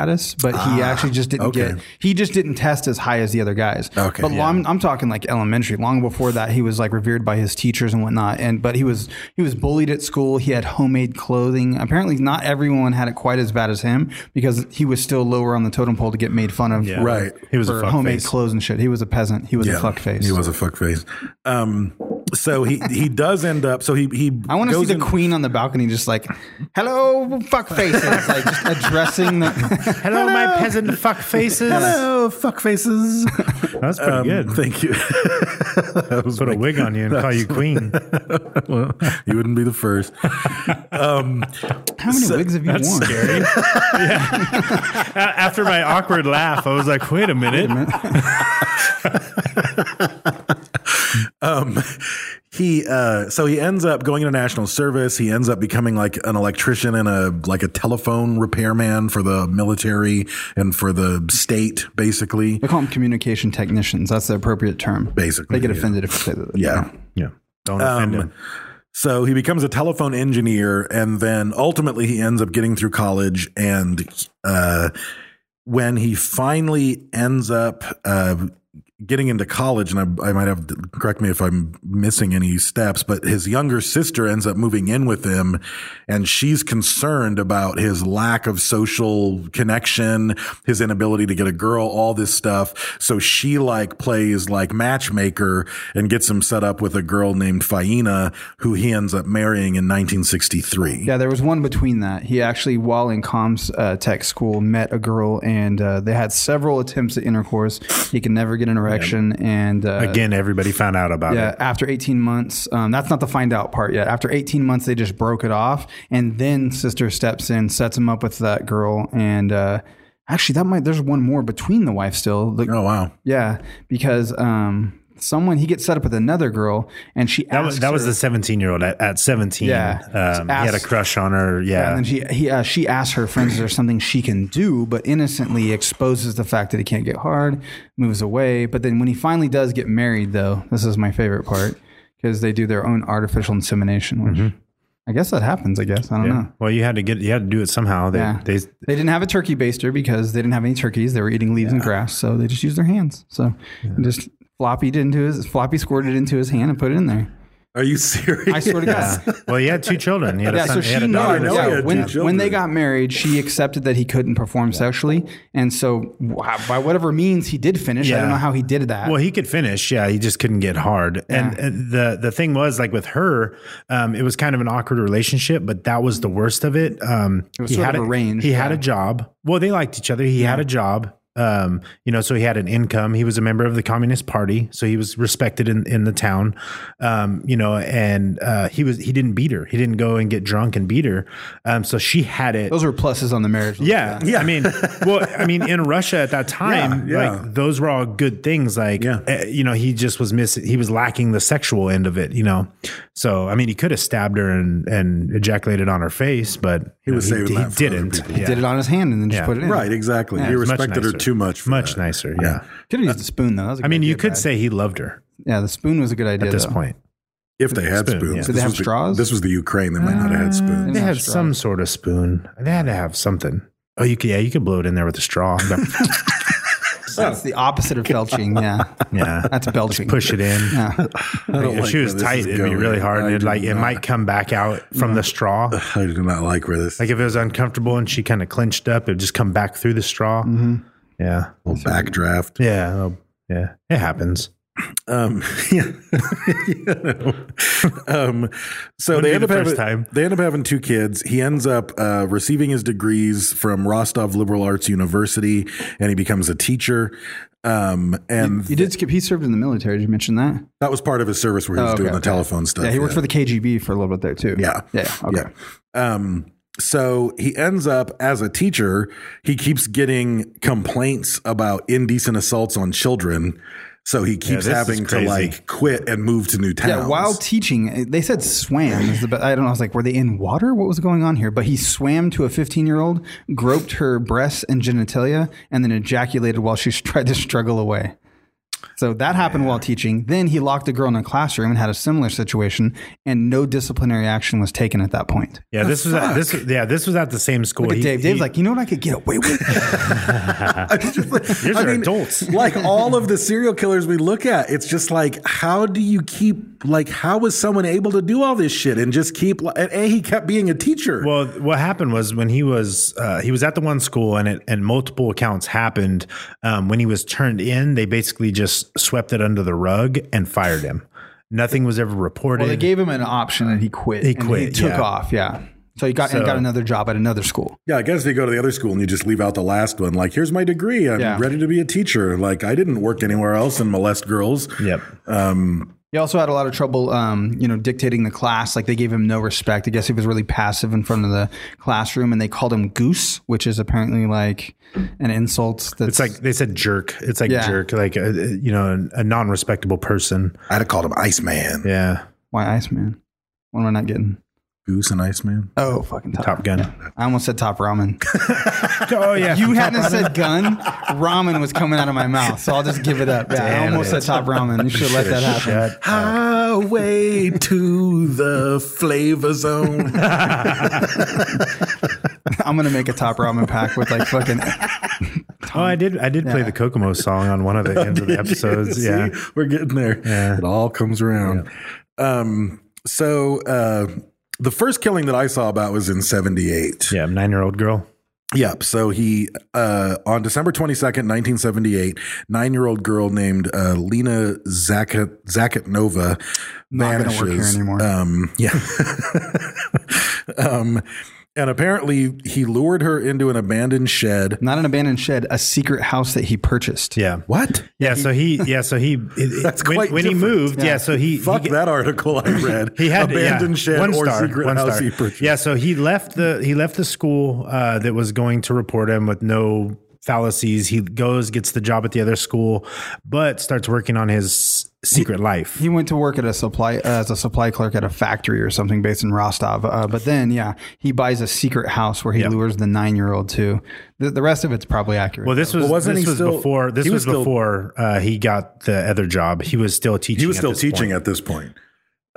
[SPEAKER 7] But he actually just didn't
[SPEAKER 8] Ah, okay.
[SPEAKER 7] get. He just didn't test as high as the other guys.
[SPEAKER 8] Okay,
[SPEAKER 7] but
[SPEAKER 8] yeah.
[SPEAKER 7] long, I'm talking like elementary. Long before that, he was like revered by his teachers and whatnot. And but he was he was bullied at school. He had homemade clothing. Apparently, not everyone had it quite as bad as him because he was still lower on the totem pole to get made fun of.
[SPEAKER 6] Yeah.
[SPEAKER 7] for-
[SPEAKER 8] Right.
[SPEAKER 6] He was a
[SPEAKER 7] for
[SPEAKER 6] fuckface.
[SPEAKER 7] homemade clothes and shit. He was a peasant. He was a fuckface.
[SPEAKER 8] He was a fuckface. Um, so he he does end up. So he he.
[SPEAKER 7] I want to see
[SPEAKER 8] goes
[SPEAKER 7] the
[SPEAKER 8] in-
[SPEAKER 7] queen on the balcony, just like, "Hello, fuck faces," like just addressing the.
[SPEAKER 6] hello, my peasant fuck faces.
[SPEAKER 8] Hello, fuck faces. Um,
[SPEAKER 6] That's pretty good.
[SPEAKER 8] Thank you. That was
[SPEAKER 6] Put a
[SPEAKER 8] my-
[SPEAKER 6] wig on you and call you queen.
[SPEAKER 8] well, you wouldn't be the first.
[SPEAKER 7] How many wigs have you worn?
[SPEAKER 6] A- After my awkward laugh, I was like, "Wait a minute!"
[SPEAKER 8] um, he uh, so he ends up going into national service. He ends up becoming like an electrician and a like a telephone repairman for the military and for the state, basically.
[SPEAKER 7] They call them communication technicians. That's the appropriate term.
[SPEAKER 8] Basically,
[SPEAKER 7] they get
[SPEAKER 8] yeah.
[SPEAKER 7] offended if you say that.
[SPEAKER 8] Yeah.
[SPEAKER 6] Yeah, don't offend him.
[SPEAKER 8] Um, So he becomes a telephone engineer, and then ultimately he ends up getting through college. And uh, when he finally ends up uh, getting into college, and I, I might have correct me if I'm missing any steps, but his younger sister ends up moving in with him, and she's concerned about his lack of social connection, his inability to get a girl, all this stuff. So she like plays like matchmaker and gets him set up with a girl named Faina, who he ends up marrying in 1963.
[SPEAKER 7] Yeah, there was one between that. He actually, while in comms uh, tech school, met a girl, and uh, they had several attempts at intercourse. He could never get an erection, and uh,
[SPEAKER 6] Again, everybody found out about
[SPEAKER 7] Yeah,
[SPEAKER 6] it.
[SPEAKER 7] after 18 months, um, that's not the find out part yet. After 18 months, they just broke it off, and then sister steps in, sets him up with that girl, and uh, actually, that might there's one more between the wife still. The-
[SPEAKER 8] Oh wow.
[SPEAKER 7] Yeah, because um, someone he gets set up with another girl, and she
[SPEAKER 6] That
[SPEAKER 7] asks
[SPEAKER 6] was that was
[SPEAKER 7] her-
[SPEAKER 6] the seventeen year old at, at seventeen.
[SPEAKER 7] Yeah.
[SPEAKER 6] um, he had a
[SPEAKER 7] Asked-
[SPEAKER 6] crush on her. Yeah,
[SPEAKER 7] And then she he, uh, she asks her friends, "Is there something she can do?" But innocently exposes the fact that he can't get hard, moves away. But then when he finally does get married, though, this is my favorite part because they do their own artificial insemination, which
[SPEAKER 6] Mm-hmm.
[SPEAKER 7] I guess that happens. I guess I don't know.
[SPEAKER 6] Well, you had to get you had to do it somehow. They
[SPEAKER 7] Yeah.
[SPEAKER 6] they
[SPEAKER 7] They didn't have a turkey baster because they didn't have any turkeys. They were eating leaves and grass, so they just used their hands. So just floppied into his floppy squirted into his hand and put it in there.
[SPEAKER 8] Are you serious?
[SPEAKER 7] I swear to God.
[SPEAKER 6] well, he had two children. He had
[SPEAKER 7] Yeah,
[SPEAKER 6] a son.
[SPEAKER 7] so
[SPEAKER 6] he had
[SPEAKER 7] she
[SPEAKER 6] a daughter.
[SPEAKER 7] knows.
[SPEAKER 8] and a
[SPEAKER 7] Yeah,
[SPEAKER 8] son.
[SPEAKER 7] when,
[SPEAKER 8] Yeah, two
[SPEAKER 7] when they
[SPEAKER 8] children.
[SPEAKER 7] got married, she accepted that he couldn't perform sexually, and so wow, by whatever means he did finish. I don't
[SPEAKER 6] Yeah.
[SPEAKER 7] know how he did that.
[SPEAKER 6] Well, he could finish. Yeah, he just couldn't get hard. And,
[SPEAKER 7] Yeah.
[SPEAKER 6] and the the thing was, like with her, um, it was kind of an awkward relationship, but that was the worst of it. Um,
[SPEAKER 7] was
[SPEAKER 6] he
[SPEAKER 7] sort
[SPEAKER 6] had
[SPEAKER 7] of
[SPEAKER 6] a-
[SPEAKER 7] arranged,
[SPEAKER 6] He had
[SPEAKER 7] yeah.
[SPEAKER 6] a job. Well, they liked each other. He had a job. Um, you know, so he had an income. He was a member of the Communist Party, so he was respected in in the town. Um, you know, and uh, he was he didn't beat her. He didn't go and get drunk and beat her. Um, so she had it.
[SPEAKER 7] Those were pluses on the marriage. list.
[SPEAKER 6] Yeah, yeah. I mean, well, I mean, in Russia at that time,
[SPEAKER 8] Yeah, yeah.
[SPEAKER 6] like those were all good things. Like,
[SPEAKER 8] Yeah.
[SPEAKER 6] eh, you know, he just was missing. He was lacking the sexual end of it. You know, so I mean, he could have stabbed her and and ejaculated on her face, but you know,
[SPEAKER 8] was saving
[SPEAKER 6] he,
[SPEAKER 8] that for other
[SPEAKER 6] didn't.
[SPEAKER 8] people.
[SPEAKER 6] Yeah.
[SPEAKER 7] Did it on his hand and then just
[SPEAKER 6] Yeah.
[SPEAKER 7] put it in.
[SPEAKER 8] Right, exactly. he
[SPEAKER 6] It's much
[SPEAKER 8] respected her
[SPEAKER 6] nicer.
[SPEAKER 8] too much. For
[SPEAKER 6] Much
[SPEAKER 8] that.
[SPEAKER 6] nicer. Yeah.
[SPEAKER 7] Could have used a spoon though. That was a
[SPEAKER 6] I
[SPEAKER 7] good
[SPEAKER 6] mean, you
[SPEAKER 7] idea,
[SPEAKER 6] could
[SPEAKER 7] Brad.
[SPEAKER 6] say he loved her
[SPEAKER 7] yeah, the spoon was a good idea
[SPEAKER 6] at this
[SPEAKER 7] though.
[SPEAKER 6] point.
[SPEAKER 8] If they had
[SPEAKER 6] Spoon,
[SPEAKER 8] spoons,
[SPEAKER 6] yeah.
[SPEAKER 7] Did they
[SPEAKER 8] This
[SPEAKER 7] have
[SPEAKER 8] was the-
[SPEAKER 7] straws?
[SPEAKER 8] This was the Ukraine. They might not have had spoons.
[SPEAKER 6] They
[SPEAKER 7] have
[SPEAKER 6] had
[SPEAKER 7] straws.
[SPEAKER 6] some sort of spoon. They had to have something. Oh, you could. Yeah, you could blow it in there with a straw.
[SPEAKER 7] That's the opposite of belching. Yeah,
[SPEAKER 6] yeah.
[SPEAKER 7] that's belching.
[SPEAKER 6] Push it in.
[SPEAKER 7] Yeah.
[SPEAKER 8] don't
[SPEAKER 6] if
[SPEAKER 8] like
[SPEAKER 6] she was
[SPEAKER 8] where this
[SPEAKER 6] tight,
[SPEAKER 8] is
[SPEAKER 6] it'd be
[SPEAKER 8] going.
[SPEAKER 6] really hard.
[SPEAKER 8] I
[SPEAKER 6] And it'd
[SPEAKER 8] do
[SPEAKER 6] like it
[SPEAKER 8] not-
[SPEAKER 6] might come back out from the straw.
[SPEAKER 8] I do not like where this
[SPEAKER 6] Like if it was uncomfortable and she kind of clenched up, it'd just come back through the straw. Yeah,
[SPEAKER 8] little backdraft.
[SPEAKER 6] yeah, oh, yeah. It happens.
[SPEAKER 8] Um, yeah. You know. um, so
[SPEAKER 6] Wouldn't
[SPEAKER 8] they
[SPEAKER 6] be
[SPEAKER 8] end
[SPEAKER 6] the
[SPEAKER 8] up having,
[SPEAKER 6] first time.
[SPEAKER 8] they end up having two kids. He ends up uh, receiving his degrees from Rostov Liberal Arts University, and he becomes a teacher. Um, and
[SPEAKER 7] You did skip. He served in the military. Did you mention that?
[SPEAKER 8] that was part of his service where he was
[SPEAKER 7] Oh, okay,
[SPEAKER 8] doing the
[SPEAKER 7] okay.
[SPEAKER 8] telephone stuff.
[SPEAKER 7] yeah, he worked for the KGB for a little bit there too.
[SPEAKER 8] Yeah.
[SPEAKER 7] yeah, okay.
[SPEAKER 8] Yeah. Um, so he ends up as a teacher. He keeps getting complaints about indecent assaults on children. So he keeps
[SPEAKER 6] this is
[SPEAKER 8] having to
[SPEAKER 6] crazy.
[SPEAKER 8] like quit and move to new towns.
[SPEAKER 7] Yeah, while teaching, they said swam is the best. I don't know. I was like, were they in water? What was going on here? But he swam to a 15 year old, groped her breasts and genitalia, and then ejaculated while she tried to struggle away. So that happened while teaching. Then he locked a girl in a classroom and had a similar situation, and no disciplinary action was taken at that point.
[SPEAKER 6] Yeah, this was at, this. Yeah, this was at the same school.
[SPEAKER 7] Look at
[SPEAKER 6] He-
[SPEAKER 7] Dave. Dave's
[SPEAKER 6] he-
[SPEAKER 7] like, you know what I could get away with?
[SPEAKER 6] These are adults.
[SPEAKER 8] like all of the serial killers we look at, it's just like, how do you keep, like, how was someone able to do all this shit and just keep, li- and A, he kept being a teacher.
[SPEAKER 6] Well, what happened was when he was uh, he was at the one school, and it and multiple accounts happened. Um, when he was turned in, they basically just swept it under the rug and fired him. Nothing was ever reported.
[SPEAKER 7] well, they gave him an option, and he quit.
[SPEAKER 6] He
[SPEAKER 7] And He
[SPEAKER 6] quit,
[SPEAKER 7] took
[SPEAKER 6] yeah.
[SPEAKER 7] off. Yeah. So he got and
[SPEAKER 6] So-
[SPEAKER 7] got another job at another school.
[SPEAKER 8] yeah, I guess if you go to the other school and you just leave out the last one, like, here's my degree. I'm
[SPEAKER 7] Yeah.
[SPEAKER 8] ready to be a teacher. Like, I didn't work anywhere else and molest girls.
[SPEAKER 6] Yep.
[SPEAKER 7] He also had a lot of trouble, um, you know, dictating the class. Like they gave him no respect. I guess he was really passive in front of the classroom, and they called him Goose, which is apparently like an insult.
[SPEAKER 6] It's
[SPEAKER 7] That's
[SPEAKER 6] like they said jerk. It's like
[SPEAKER 7] Yeah.
[SPEAKER 6] jerk, like a, you know, a non-respectable person.
[SPEAKER 8] I'd have called him Iceman.
[SPEAKER 6] Yeah.
[SPEAKER 7] why Iceman. What am I not getting?
[SPEAKER 8] Goose and Iceman.
[SPEAKER 7] Oh, fucking top.
[SPEAKER 6] Top Gun.
[SPEAKER 7] I almost said top ramen.
[SPEAKER 6] Oh yeah.
[SPEAKER 7] You hadn't said gun. Ramen was coming out of my mouth, so I'll just give it up. Yeah, I
[SPEAKER 6] Damn
[SPEAKER 7] almost
[SPEAKER 6] it.
[SPEAKER 7] said top ramen. You should let that happen.
[SPEAKER 8] Highway to the flavor zone.
[SPEAKER 7] I'm gonna make a top ramen pack with like fucking.
[SPEAKER 6] oh, I did. I did play the Kokomo song on one of the ends of the episodes.
[SPEAKER 8] See?
[SPEAKER 6] Yeah.
[SPEAKER 8] We're getting there. It all comes around. Um, so uh, the first killing that I saw about was in 78.
[SPEAKER 6] Yeah. Nine-year-old girl.
[SPEAKER 8] Yep. So he, uh, on December 22nd, 1978, nine year old girl named uh, Lena Zakat, Zakatnova
[SPEAKER 7] Not gonna work
[SPEAKER 8] vanishes.
[SPEAKER 7] here anymore.
[SPEAKER 8] Um, yeah. um, and apparently he lured her into an abandoned shed.
[SPEAKER 7] Not an abandoned shed, a secret house that he purchased.
[SPEAKER 6] Yeah.
[SPEAKER 8] What?
[SPEAKER 6] Yeah. So he. Yeah. So he. That's
[SPEAKER 8] quite
[SPEAKER 6] when he
[SPEAKER 8] different.
[SPEAKER 6] moved. Yeah. so he.
[SPEAKER 8] Fuck
[SPEAKER 6] he,
[SPEAKER 8] that article I read.
[SPEAKER 6] He had
[SPEAKER 8] abandoned
[SPEAKER 6] yeah,
[SPEAKER 8] shed
[SPEAKER 6] one
[SPEAKER 8] or
[SPEAKER 6] star,
[SPEAKER 8] secret
[SPEAKER 6] one
[SPEAKER 8] house
[SPEAKER 6] star.
[SPEAKER 8] he purchased.
[SPEAKER 6] Yeah, so he left the he left the school uh, that was going to report him with no fallacies. He goes, gets the job at the other school, but starts working on his secret life.
[SPEAKER 7] He went to work at a supply as a supply clerk at a factory or something based in Rostov. Uh, but then, yeah, he buys a secret house where he lures the nine-year-old to. The, the rest of it's probably accurate.
[SPEAKER 6] well, this was
[SPEAKER 8] wasn't
[SPEAKER 6] this
[SPEAKER 8] he
[SPEAKER 6] was
[SPEAKER 8] still-
[SPEAKER 6] before this
[SPEAKER 8] he was
[SPEAKER 6] was,
[SPEAKER 8] still-
[SPEAKER 6] before uh, he got the other job. He was still teaching.
[SPEAKER 8] he was
[SPEAKER 6] at
[SPEAKER 8] still
[SPEAKER 6] this
[SPEAKER 8] teaching
[SPEAKER 6] point.
[SPEAKER 8] at this point.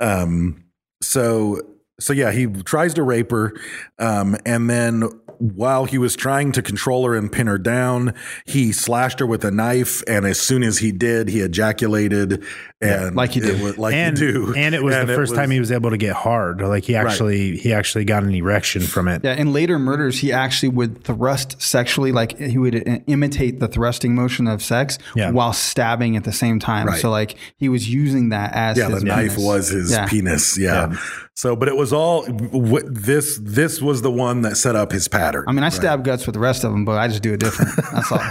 [SPEAKER 8] Um, so so yeah, he tries to rape her, um, and then while he was trying to control her and pin her down, he slashed her with a knife, and as soon as he did, he ejaculated, and
[SPEAKER 7] like you do.
[SPEAKER 8] it was- like
[SPEAKER 6] and
[SPEAKER 8] you do,
[SPEAKER 6] and it was the first time
[SPEAKER 8] was-
[SPEAKER 6] he was able to get hard. Like he actually he actually got an erection from it.
[SPEAKER 7] yeah, in later murders, he actually would thrust sexually, like he would i- imitate the thrusting motion of sex
[SPEAKER 6] Yeah.
[SPEAKER 7] while stabbing at the same time.
[SPEAKER 8] Right.
[SPEAKER 7] So, like he was using that as
[SPEAKER 8] Yeah,
[SPEAKER 7] his
[SPEAKER 8] the knife
[SPEAKER 7] penis.
[SPEAKER 8] was his
[SPEAKER 7] Yeah.
[SPEAKER 8] penis. Yeah. So, but it was all wh- this. This was the one that set up his pattern.
[SPEAKER 7] I mean, I stab guts with the rest of them, but I just do it different. That's all.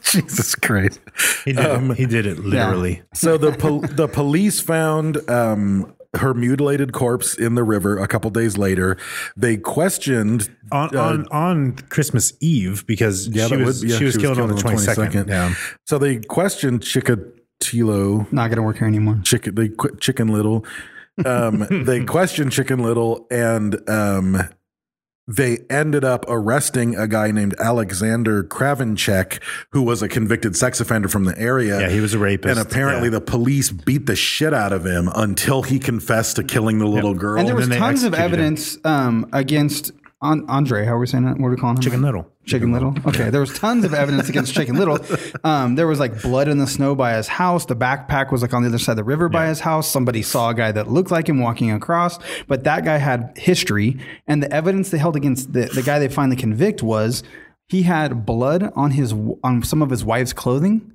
[SPEAKER 8] Jesus Christ.
[SPEAKER 6] He did it. he did it literally.
[SPEAKER 8] So the pol- the police found um, her mutilated corpse in the river a couple days later. They questioned.
[SPEAKER 6] on on, on Christmas Eve because she,
[SPEAKER 8] that
[SPEAKER 6] was,
[SPEAKER 8] would- yeah,
[SPEAKER 6] she was killed on the twenty second.
[SPEAKER 8] So they questioned Chikatilo.
[SPEAKER 7] Not gonna work here anymore.
[SPEAKER 8] Chicken. They qu- Chicken Little. Um, they questioned Chicken Little, and um, they ended up arresting a guy named Alexander Kravinchek, who was a convicted sex offender from the area.
[SPEAKER 6] Yeah, he was a rapist.
[SPEAKER 8] And apparently,
[SPEAKER 6] Yeah.
[SPEAKER 8] the police beat the shit out of him until he confessed to killing the little girl.
[SPEAKER 7] And there was
[SPEAKER 6] Oh, then they
[SPEAKER 7] tons of
[SPEAKER 6] executed him.
[SPEAKER 7] evidence um, against An- Andre. How are we saying that? What are we calling him?
[SPEAKER 6] Chicken Little.
[SPEAKER 7] Chicken Little. Okay, there was tons of evidence against Chicken Little. Um, there was like blood in the snow by his house. The backpack was like on the other side of the river by his house. Somebody saw a guy that looked like him walking across, but that guy had history. And the evidence they held against the, the guy they finally convict was he had blood on his on some of his wife's clothing.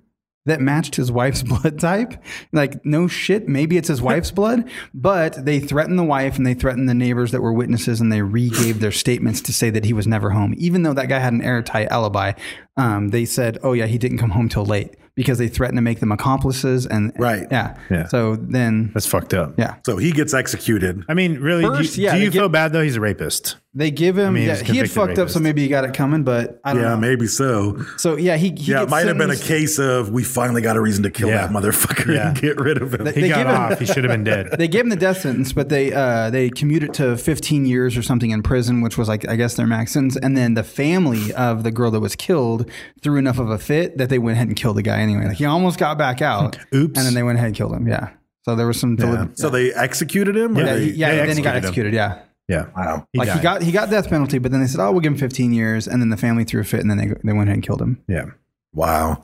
[SPEAKER 7] that matched his wife's blood type. Like, no shit, maybe it's his wife's blood, but they threatened the wife and they threatened the neighbors that were witnesses and they re-gave their statements to say that he was never home. Even though that guy had an airtight alibi, um, they said, oh yeah, he didn't come home till late because they threatened to make them accomplices and
[SPEAKER 8] Right.
[SPEAKER 7] Yeah.
[SPEAKER 6] Yeah.
[SPEAKER 7] So then
[SPEAKER 6] That's fucked up.
[SPEAKER 7] yeah.
[SPEAKER 8] So he gets executed.
[SPEAKER 6] I mean, really,
[SPEAKER 7] First,
[SPEAKER 6] do you,
[SPEAKER 7] yeah,
[SPEAKER 6] do
[SPEAKER 7] they
[SPEAKER 6] you feel
[SPEAKER 7] get-
[SPEAKER 6] bad though? He's a rapist.
[SPEAKER 7] They give him.
[SPEAKER 6] mean, he
[SPEAKER 7] yeah,
[SPEAKER 6] was
[SPEAKER 7] he had
[SPEAKER 6] convicted
[SPEAKER 7] fucked up,
[SPEAKER 6] rapist.
[SPEAKER 7] so maybe he got it coming. But I don't
[SPEAKER 8] Yeah,
[SPEAKER 7] know.
[SPEAKER 8] maybe so.
[SPEAKER 7] So yeah, he, he
[SPEAKER 8] yeah, it
[SPEAKER 7] gets
[SPEAKER 8] might have been a
[SPEAKER 7] sentenced-
[SPEAKER 8] case of we finally got a reason to kill
[SPEAKER 6] Yeah.
[SPEAKER 8] that motherfucker
[SPEAKER 6] Yeah.
[SPEAKER 8] and get rid of him.
[SPEAKER 6] He
[SPEAKER 7] They
[SPEAKER 6] got
[SPEAKER 7] give him-
[SPEAKER 6] off. he should have been dead.
[SPEAKER 7] They gave him the death sentence, but they uh, they commute it to 15 years or something in prison, which was like I guess their max sentence. And then the family of the girl that was killed threw enough of a fit that they went ahead and killed the guy anyway. Like he almost got back out.
[SPEAKER 6] Oops.
[SPEAKER 7] And then they went ahead and killed him. Yeah. So there was some. deli-
[SPEAKER 8] so they executed him. or
[SPEAKER 6] Yeah,
[SPEAKER 7] yeah,
[SPEAKER 8] they-
[SPEAKER 7] yeah,
[SPEAKER 6] they
[SPEAKER 7] then he got
[SPEAKER 6] executed
[SPEAKER 7] executed. Yeah.
[SPEAKER 6] Yeah.
[SPEAKER 8] Wow.
[SPEAKER 6] He
[SPEAKER 7] like
[SPEAKER 6] died.
[SPEAKER 7] he got he got death penalty, but then they said, "Oh, we'll give him 15 years," and then the family threw a fit, and then they they went ahead and killed him.
[SPEAKER 6] Yeah.
[SPEAKER 8] Wow.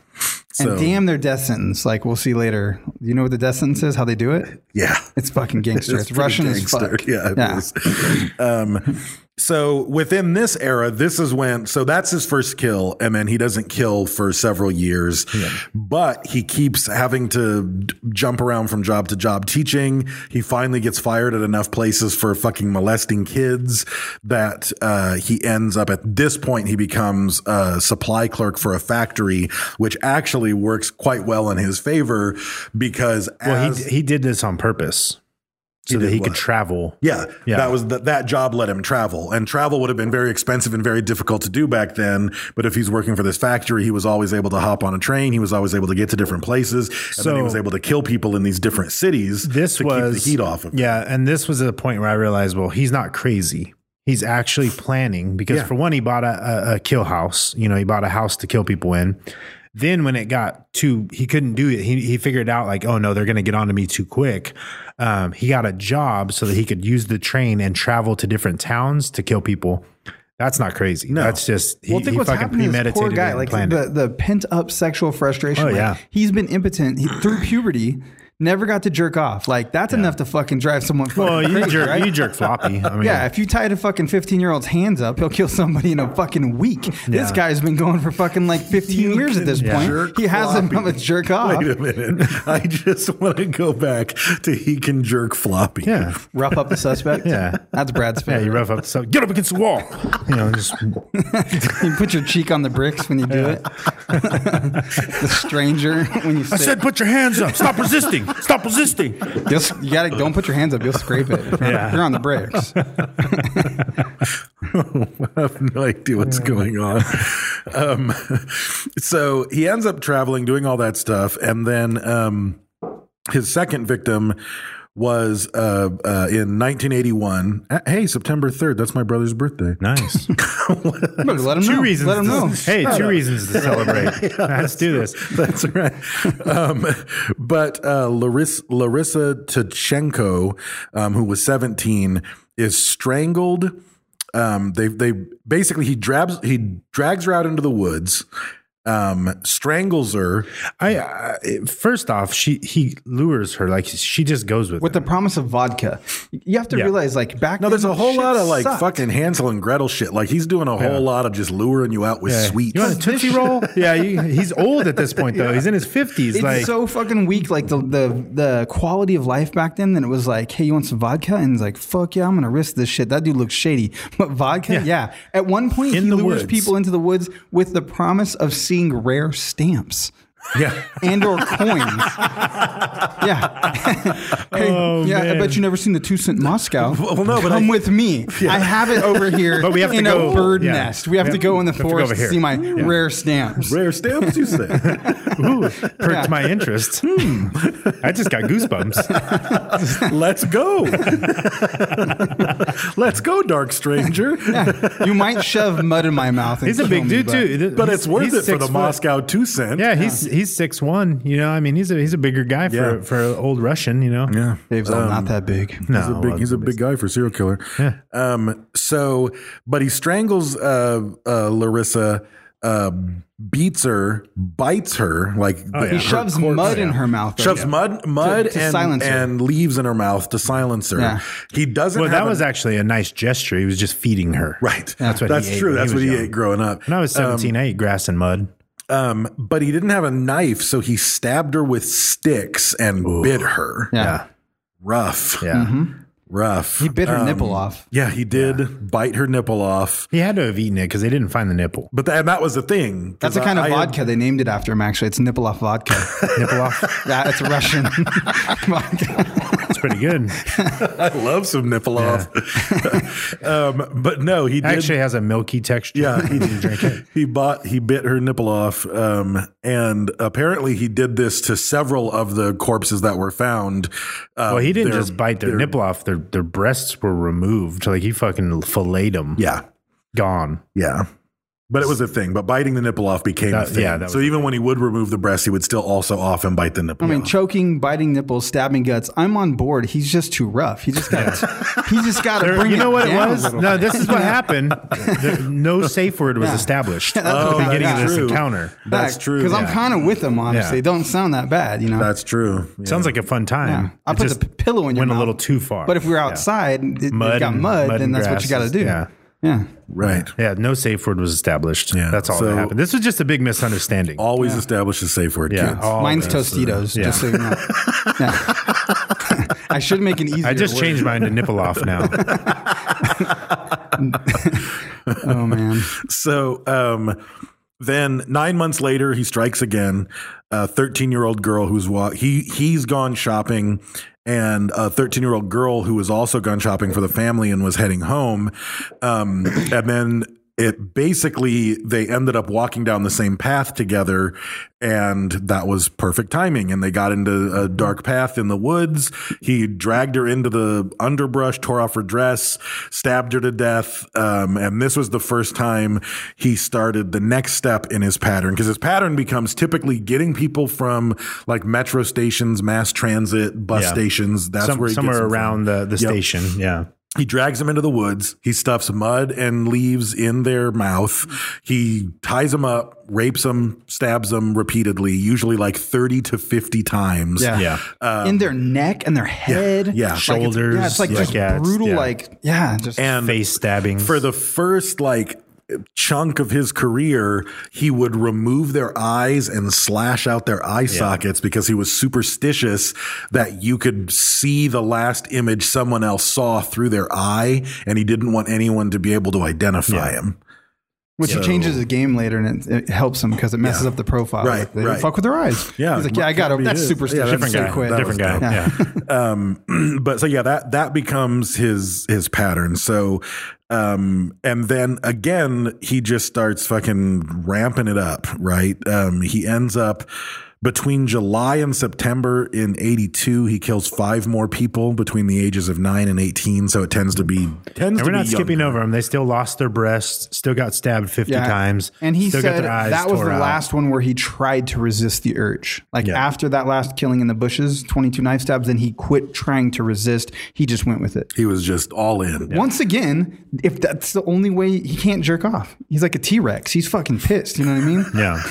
[SPEAKER 8] So
[SPEAKER 7] and damn their death sentence. Like we'll see later. You know what the death sentence is? How they do it?
[SPEAKER 8] yeah.
[SPEAKER 7] It's fucking gangster. it's
[SPEAKER 8] pretty
[SPEAKER 7] Russian
[SPEAKER 8] gangster.
[SPEAKER 7] as fuck.
[SPEAKER 8] Yeah, it
[SPEAKER 7] Yeah.
[SPEAKER 8] is. um, so within this era, this is when. So that's his first kill, and then he doesn't kill for several years, but he keeps having to d- jump around from job to job teaching. He finally gets fired at enough places for fucking molesting kids that uh, he ends up at this point. He becomes a supply clerk for a factory, which actually works quite well in his favor because
[SPEAKER 6] Well,
[SPEAKER 8] as
[SPEAKER 6] he he did this on purpose so that
[SPEAKER 8] did
[SPEAKER 6] he could
[SPEAKER 8] what?
[SPEAKER 6] travel.
[SPEAKER 8] Yeah,
[SPEAKER 6] Yeah.
[SPEAKER 8] that was the, that job let him travel, and travel would have been very expensive and very difficult to do back then. But if he's working for this factory, he was always able to hop on a train. He was always able to get to different places, and then he
[SPEAKER 6] So-
[SPEAKER 8] was able to kill people in these different cities.
[SPEAKER 6] This
[SPEAKER 8] to
[SPEAKER 6] was
[SPEAKER 8] keep the heat off of. him.
[SPEAKER 6] Yeah, and this was a point where I realized, well, he's not crazy. He's actually planning because,
[SPEAKER 8] Yeah.
[SPEAKER 6] for one, he bought a, a, a kill house. You know, he bought a house to kill people in. Then, when it got too, he couldn't do it. He he figured out like, oh no, they're going to get onto me too quick. Um, he got a job so that he could use the train and travel to different towns to kill people. That's not crazy.
[SPEAKER 8] No.
[SPEAKER 6] That's just he,
[SPEAKER 7] Well, think
[SPEAKER 6] he
[SPEAKER 7] what's
[SPEAKER 6] fucking
[SPEAKER 7] happened to this
[SPEAKER 6] premeditated
[SPEAKER 7] poor
[SPEAKER 6] it
[SPEAKER 7] guy.
[SPEAKER 6] and
[SPEAKER 7] Like
[SPEAKER 6] planned it.
[SPEAKER 7] the, the pent up sexual frustration.
[SPEAKER 6] Oh,
[SPEAKER 7] Like,
[SPEAKER 6] yeah.
[SPEAKER 7] he's been impotent he, through puberty. Never got to jerk off. Like that's enough to fucking drive someone. Fucking
[SPEAKER 6] Well, Oh, you
[SPEAKER 7] crazy,
[SPEAKER 6] jerk,
[SPEAKER 7] right?
[SPEAKER 6] you jerk floppy. I mean,
[SPEAKER 7] Yeah, if you tie a fucking 15 year old's hands up, he'll kill somebody in a fucking week. This
[SPEAKER 6] Yeah.
[SPEAKER 7] guy's been going for fucking like 15 years at this
[SPEAKER 8] can
[SPEAKER 7] point.
[SPEAKER 8] jerk
[SPEAKER 7] He has
[SPEAKER 8] floppy.
[SPEAKER 7] enough to jerk off.
[SPEAKER 8] Wait a minute. I just want to go back to he can jerk floppy.
[SPEAKER 6] yeah,
[SPEAKER 7] Rough up the suspect.
[SPEAKER 6] Yeah.
[SPEAKER 7] That's Brad's
[SPEAKER 6] yeah.
[SPEAKER 7] favorite.
[SPEAKER 6] You rough up, so get up against the wall. You know, just
[SPEAKER 7] You put your cheek on the bricks when you do it. the stranger when you sit.
[SPEAKER 6] put your hands up. Stop resisting. Stop resisting.
[SPEAKER 7] You'll s- you gotta don't put your hands up. You'll scrape it. If you're,
[SPEAKER 6] Yeah.
[SPEAKER 7] if you're on the bricks.
[SPEAKER 8] I have no idea what's going on. Um, so he ends up traveling, doing all that stuff, and then um, his second victim was uh, uh, in 1981. Uh, Hey, September 3rd. That's my brother's birthday.
[SPEAKER 6] Nice.
[SPEAKER 7] But let him
[SPEAKER 6] two
[SPEAKER 7] know.
[SPEAKER 6] reasons.
[SPEAKER 7] Let him
[SPEAKER 6] to-
[SPEAKER 7] know.
[SPEAKER 6] Hey, two reasons to celebrate. Let's do this.
[SPEAKER 8] That's right. Um, but uh, Larissa, Larissa Tachenko, um, who was 17, is strangled. Um, they they basically he drabs he drags her out into the woods, um, strangles her.
[SPEAKER 6] I uh, first off, she he lures her like she just goes with.
[SPEAKER 7] With the
[SPEAKER 6] him.
[SPEAKER 7] promise of vodka, you have to
[SPEAKER 6] Yeah.
[SPEAKER 7] realize like back.
[SPEAKER 8] No, there's
[SPEAKER 7] then,
[SPEAKER 8] a whole
[SPEAKER 7] shit
[SPEAKER 8] lot of like
[SPEAKER 7] sucked.
[SPEAKER 8] fucking Hansel and Gretel shit. Like he's doing a whole
[SPEAKER 6] Yeah.
[SPEAKER 8] lot of just luring you out with
[SPEAKER 6] Yeah.
[SPEAKER 8] sweets.
[SPEAKER 6] You want a tootsie roll? Yeah, you, he's old at this point though. He's in his fifties.
[SPEAKER 7] It's
[SPEAKER 6] Like
[SPEAKER 7] so fucking weak. Like the, the the quality of life back then. Then it was like, hey, you want some vodka? And he's like, fuck yeah, I'm gonna risk this shit. That dude looks shady. But vodka, yeah. At one point,
[SPEAKER 6] In
[SPEAKER 7] he
[SPEAKER 6] the
[SPEAKER 7] lures
[SPEAKER 6] woods.
[SPEAKER 7] people into the woods with the promise of seeing rare stamps.
[SPEAKER 6] yeah,
[SPEAKER 7] and or coins. yeah. Hey,
[SPEAKER 6] Oh,
[SPEAKER 7] yeah,
[SPEAKER 6] man.
[SPEAKER 7] I bet you never seen the two cent Moscow.
[SPEAKER 8] Well, no, but
[SPEAKER 7] come
[SPEAKER 8] I-
[SPEAKER 7] with me. I have it over here.
[SPEAKER 6] But we have to
[SPEAKER 7] in
[SPEAKER 6] go-
[SPEAKER 7] a bird
[SPEAKER 6] yeah.
[SPEAKER 7] nest. We have
[SPEAKER 6] We
[SPEAKER 7] to
[SPEAKER 6] have-
[SPEAKER 7] go in the
[SPEAKER 6] we have to go over
[SPEAKER 7] forest to
[SPEAKER 6] here.
[SPEAKER 7] see my rare stamps.
[SPEAKER 8] Rare stamps, you say?
[SPEAKER 6] ooh, perked my interest. Hmm. I just got goosebumps.
[SPEAKER 8] Let's go. Let's go, dark stranger.
[SPEAKER 7] you might shove mud in my mouth. And
[SPEAKER 6] He's a
[SPEAKER 7] kill
[SPEAKER 6] big
[SPEAKER 7] me,
[SPEAKER 6] dude
[SPEAKER 7] but-
[SPEAKER 6] too.
[SPEAKER 8] But
[SPEAKER 6] He's-
[SPEAKER 8] it's worth
[SPEAKER 6] he's
[SPEAKER 8] it for
[SPEAKER 6] six
[SPEAKER 8] the
[SPEAKER 6] foot.
[SPEAKER 8] Moscow two cent.
[SPEAKER 6] Yeah, he's he's six one. You know, I mean, he's a he's a bigger guy
[SPEAKER 8] Yeah.
[SPEAKER 6] for for an old Russian. You know,
[SPEAKER 8] Yeah.
[SPEAKER 7] Dave's like, not that big.
[SPEAKER 6] Um, no,
[SPEAKER 8] He's a big, he's a big guy for serial killer. Um, so, but he strangles uh, uh, Larissa, uh, beats her, bites her, like the-
[SPEAKER 7] He
[SPEAKER 6] yeah.
[SPEAKER 7] shoves
[SPEAKER 8] corpse-
[SPEAKER 7] mud in her mouth. though.
[SPEAKER 8] shoves mud, mud,
[SPEAKER 7] To- to
[SPEAKER 8] and,
[SPEAKER 7] silence her.
[SPEAKER 8] and leaves in her mouth to silence her.
[SPEAKER 7] Yeah.
[SPEAKER 8] He doesn't.
[SPEAKER 6] Well,
[SPEAKER 8] have
[SPEAKER 6] that
[SPEAKER 8] a-
[SPEAKER 6] was actually a nice gesture. He was just feeding her.
[SPEAKER 8] right. Um,
[SPEAKER 6] That's what.
[SPEAKER 8] That's
[SPEAKER 6] he ate
[SPEAKER 8] true.
[SPEAKER 6] when
[SPEAKER 8] That's what
[SPEAKER 6] was
[SPEAKER 8] he
[SPEAKER 6] young.
[SPEAKER 8] ate growing up.
[SPEAKER 6] When I was seventeen, I ate grass and mud.
[SPEAKER 8] Um, but he didn't have a knife, so he stabbed her with sticks and bit her.
[SPEAKER 7] Yeah.
[SPEAKER 8] Rough,
[SPEAKER 6] Yeah.
[SPEAKER 8] rough.
[SPEAKER 7] He bit her
[SPEAKER 8] Um,
[SPEAKER 7] nipple off.
[SPEAKER 8] Yeah, he did bite her nipple off.
[SPEAKER 6] He had to have eaten it because they didn't find the nipple.
[SPEAKER 8] But that, and that was the thing.
[SPEAKER 7] That's the
[SPEAKER 8] 'Cause
[SPEAKER 7] kind of
[SPEAKER 8] I- I had-
[SPEAKER 7] vodka they named it after him, actually. It's nipple off vodka.
[SPEAKER 6] Nipple off.
[SPEAKER 7] yeah, it's Russian vodka.
[SPEAKER 6] It's pretty good.
[SPEAKER 8] I love some nipple off. um, but no, he did.
[SPEAKER 6] Actually, it has a milky texture.
[SPEAKER 8] yeah,
[SPEAKER 6] he didn't drink it.
[SPEAKER 8] He bought. He bit her nipple off, um, and apparently he did this to several of the corpses that were found. Uh,
[SPEAKER 6] Well, he didn't
[SPEAKER 8] their-
[SPEAKER 6] just bite their, nipple off. Their their breasts were removed. Like he fucking filleted them.
[SPEAKER 8] Yeah,
[SPEAKER 6] Gone.
[SPEAKER 8] yeah. But it was a thing. But biting the nipple off became a
[SPEAKER 6] That-
[SPEAKER 8] thing.
[SPEAKER 6] yeah, that
[SPEAKER 8] so
[SPEAKER 6] was
[SPEAKER 8] even when he would remove the breast, he would still also often bite the
[SPEAKER 7] I
[SPEAKER 8] nipple.
[SPEAKER 7] mean,
[SPEAKER 8] off.
[SPEAKER 7] choking, biting nipples, stabbing guts. I'm on board. He's just too rough. He just got. He just got to
[SPEAKER 6] There-
[SPEAKER 7] bring
[SPEAKER 6] you know
[SPEAKER 7] it
[SPEAKER 6] what it
[SPEAKER 7] down a
[SPEAKER 6] was?
[SPEAKER 7] little
[SPEAKER 6] No,
[SPEAKER 7] bit.
[SPEAKER 6] this is what happened. There- no safe word was established at the
[SPEAKER 8] Oh, that's
[SPEAKER 6] beginning of this
[SPEAKER 8] true.
[SPEAKER 6] encounter.
[SPEAKER 8] that's true.
[SPEAKER 7] Because I'm
[SPEAKER 8] Yeah.
[SPEAKER 7] kind of with him, honestly.
[SPEAKER 6] Yeah.
[SPEAKER 7] Don't sound that bad, you know.
[SPEAKER 8] that's true. Yeah.
[SPEAKER 6] Sounds like a fun time.
[SPEAKER 7] Yeah. I
[SPEAKER 6] It
[SPEAKER 7] put
[SPEAKER 6] just
[SPEAKER 7] the p- pillow in your
[SPEAKER 6] Went
[SPEAKER 7] mouth.
[SPEAKER 6] a little too far.
[SPEAKER 7] but if we were
[SPEAKER 6] Yeah.
[SPEAKER 7] outside, it, it
[SPEAKER 6] Mud
[SPEAKER 7] got
[SPEAKER 6] and-
[SPEAKER 7] mud,
[SPEAKER 6] mud
[SPEAKER 7] then
[SPEAKER 6] and
[SPEAKER 7] that's what you got
[SPEAKER 6] grasses.
[SPEAKER 7] to do.
[SPEAKER 6] Yeah.
[SPEAKER 7] Yeah.
[SPEAKER 8] right.
[SPEAKER 6] Yeah, no safe word was established.
[SPEAKER 8] Yeah,
[SPEAKER 6] That's all
[SPEAKER 8] so-
[SPEAKER 6] that happened. This was just a big misunderstanding.
[SPEAKER 8] Always establish a safe word.
[SPEAKER 6] yeah.
[SPEAKER 8] kids.
[SPEAKER 6] all
[SPEAKER 7] Mine's
[SPEAKER 6] this. uh,
[SPEAKER 7] Tostitos,
[SPEAKER 6] yeah.
[SPEAKER 7] just so you know. Yeah. I should make an easier
[SPEAKER 6] I just
[SPEAKER 7] word.
[SPEAKER 6] changed mine to nipple off now.
[SPEAKER 7] Oh, man.
[SPEAKER 8] So um, then nine months later, he strikes again. A thirteen-year-old girl who's wa- he he's gone shopping, and a thirteen-year-old girl who was also gone shopping for the family and was heading home, um, and then. It basically, they ended up walking down the same path together, and that was perfect timing. And they got into a dark path in the woods. He dragged her into the underbrush, tore off her dress, stabbed her to death. Um, and this was the first time he started the next step in his pattern because his pattern becomes typically getting people from like metro stations, mass transit, bus
[SPEAKER 6] Yeah.
[SPEAKER 8] stations. That's
[SPEAKER 6] Some-
[SPEAKER 8] where he
[SPEAKER 6] somewhere
[SPEAKER 8] gets them from.
[SPEAKER 6] around the, the
[SPEAKER 8] Yep.
[SPEAKER 6] station. Yeah.
[SPEAKER 8] He drags them into the woods. He stuffs mud and leaves in their mouth. He ties them up, rapes them, stabs them repeatedly, usually like 30 to 50 times.
[SPEAKER 7] Yeah.
[SPEAKER 6] Yeah.
[SPEAKER 7] in their neck and their head.
[SPEAKER 8] yeah.
[SPEAKER 7] Like it's-
[SPEAKER 6] Um, Shoulders,
[SPEAKER 7] yeah, it's like
[SPEAKER 6] yeah.
[SPEAKER 7] just
[SPEAKER 6] Yeah, it's-
[SPEAKER 7] brutal,
[SPEAKER 6] yeah.
[SPEAKER 7] like, yeah, just.
[SPEAKER 8] And
[SPEAKER 6] Face stabbing.
[SPEAKER 8] Um, for the first like chunk of his career, he would remove their eyes and slash out their eye sockets because he was superstitious that you could see the last image someone else saw through their eye and he didn't want anyone to be able to identify him.
[SPEAKER 7] Which he changes the game later and it, it helps him because it messes up the profile.
[SPEAKER 8] Right,
[SPEAKER 7] Like, they
[SPEAKER 8] right.
[SPEAKER 7] Fuck with their eyes.
[SPEAKER 8] Yeah.
[SPEAKER 7] He's like, yeah, I got him.
[SPEAKER 8] It
[SPEAKER 7] That's
[SPEAKER 8] is.
[SPEAKER 7] superstitious.
[SPEAKER 8] Yeah, that's
[SPEAKER 6] different
[SPEAKER 7] so
[SPEAKER 6] guy.
[SPEAKER 7] quit.
[SPEAKER 8] That was
[SPEAKER 6] different guy.
[SPEAKER 8] dope.
[SPEAKER 6] Yeah.
[SPEAKER 8] um but so yeah that that becomes his his pattern so um and then again he just starts fucking ramping it up right um he ends up between July and September in 82 he kills five more people between the ages of 9 and 18 so it tends to be tends
[SPEAKER 6] And
[SPEAKER 8] to
[SPEAKER 6] we're not
[SPEAKER 8] be
[SPEAKER 6] skipping
[SPEAKER 8] younger.
[SPEAKER 6] over them. They still lost their breasts, still got stabbed 50
[SPEAKER 7] Yeah.
[SPEAKER 6] times.
[SPEAKER 7] And he
[SPEAKER 6] still
[SPEAKER 7] said that was
[SPEAKER 6] tore
[SPEAKER 7] the
[SPEAKER 6] out.
[SPEAKER 7] last one where he tried to resist the urge. Like after that last killing in the bushes, 22 knife stabs, then he quit trying to resist. He just went with it.
[SPEAKER 8] he was just all in
[SPEAKER 7] Once again, if that's the only way, he can't jerk off. He's like a T Rex. He's fucking pissed. You know what I mean?
[SPEAKER 6] Yeah.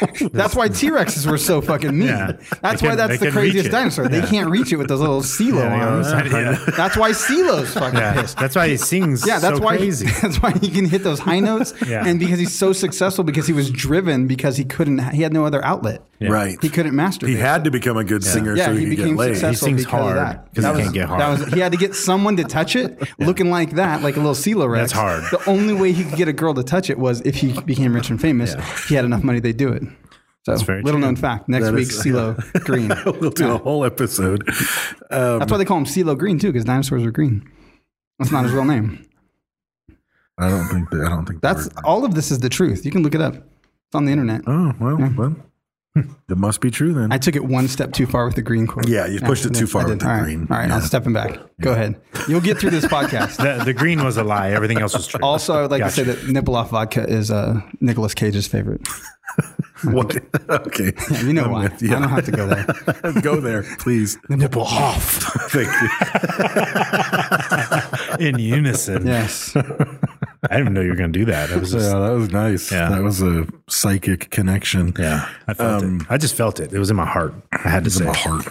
[SPEAKER 7] Yeah. That's why T Rexes were so fucking mean.
[SPEAKER 6] Yeah.
[SPEAKER 7] That's
[SPEAKER 6] They
[SPEAKER 7] why
[SPEAKER 6] can-
[SPEAKER 7] that's
[SPEAKER 6] they can
[SPEAKER 7] the
[SPEAKER 6] reach
[SPEAKER 7] craziest
[SPEAKER 6] it.
[SPEAKER 7] dinosaur. They can't reach it with those little CeeLo
[SPEAKER 6] Yeah, they
[SPEAKER 7] arms.
[SPEAKER 6] almost- yeah.
[SPEAKER 7] That's why CeeLo's fucking
[SPEAKER 6] Yeah.
[SPEAKER 7] pissed.
[SPEAKER 6] That's why he sings
[SPEAKER 7] Yeah, that's
[SPEAKER 6] so
[SPEAKER 7] why
[SPEAKER 6] crazy.
[SPEAKER 7] that's why he can hit those high notes,
[SPEAKER 6] Yeah.
[SPEAKER 7] and because he's so successful, because he was driven, because he couldn't, he had no other outlet.
[SPEAKER 8] right
[SPEAKER 7] He couldn't masturbate.
[SPEAKER 8] he had to become a good singer
[SPEAKER 7] yeah,
[SPEAKER 8] so he,
[SPEAKER 7] he
[SPEAKER 8] could get
[SPEAKER 7] became
[SPEAKER 8] laid
[SPEAKER 7] successful
[SPEAKER 6] He sings
[SPEAKER 7] because
[SPEAKER 6] hard,
[SPEAKER 7] of that.
[SPEAKER 6] 'cause
[SPEAKER 7] That
[SPEAKER 6] he
[SPEAKER 7] was-
[SPEAKER 6] can't get hard.
[SPEAKER 7] that was- he had to get someone to touch it, looking like that, like a little CeeLo
[SPEAKER 6] That's
[SPEAKER 7] Rex.
[SPEAKER 6] hard.
[SPEAKER 7] The only way he could get a girl to touch it was if he became rich and famous. He had enough money, they'd do it. So,
[SPEAKER 6] very
[SPEAKER 7] little
[SPEAKER 6] true.
[SPEAKER 7] known fact: next
[SPEAKER 8] That
[SPEAKER 7] week,
[SPEAKER 8] is-
[SPEAKER 7] CeeLo Green.
[SPEAKER 8] we'll do a whole episode
[SPEAKER 7] That's why they call him CeeLo Green too, because dinosaurs are green. That's not his real name.
[SPEAKER 8] i don't think that i don't think
[SPEAKER 7] That's
[SPEAKER 8] we're-
[SPEAKER 7] all of this is the truth. You can look it up. It's on the internet.
[SPEAKER 8] oh well well it must be true then
[SPEAKER 7] Mm. I took it one step too far with the green quote.
[SPEAKER 8] Yeah, you pushed it too
[SPEAKER 7] I
[SPEAKER 8] far
[SPEAKER 7] did.
[SPEAKER 8] with the
[SPEAKER 7] All right.
[SPEAKER 8] green.
[SPEAKER 7] All right,
[SPEAKER 8] Yeah.
[SPEAKER 7] I'm stepping back. Go ahead. You'll get through this podcast.
[SPEAKER 6] the, the green was a lie. Everything else was true.
[SPEAKER 7] also, I would like
[SPEAKER 6] Gotcha.
[SPEAKER 7] to say that nipple off vodka is uh, Nicolas Cage's favorite.
[SPEAKER 8] What? Okay.
[SPEAKER 7] You know
[SPEAKER 8] I'm
[SPEAKER 7] why?
[SPEAKER 8] with you.
[SPEAKER 7] I don't have to go there.
[SPEAKER 8] Go there, please. Nipple off. Thank you.
[SPEAKER 6] in unison.
[SPEAKER 7] Yes.
[SPEAKER 6] I didn't even know you were going to do that. I was just,
[SPEAKER 8] Yeah, that was nice.
[SPEAKER 6] Yeah.
[SPEAKER 8] That was a psychic connection.
[SPEAKER 6] yeah, I felt it. I just felt it. It was in my heart. I had to
[SPEAKER 8] It's
[SPEAKER 6] say.
[SPEAKER 8] in my heart.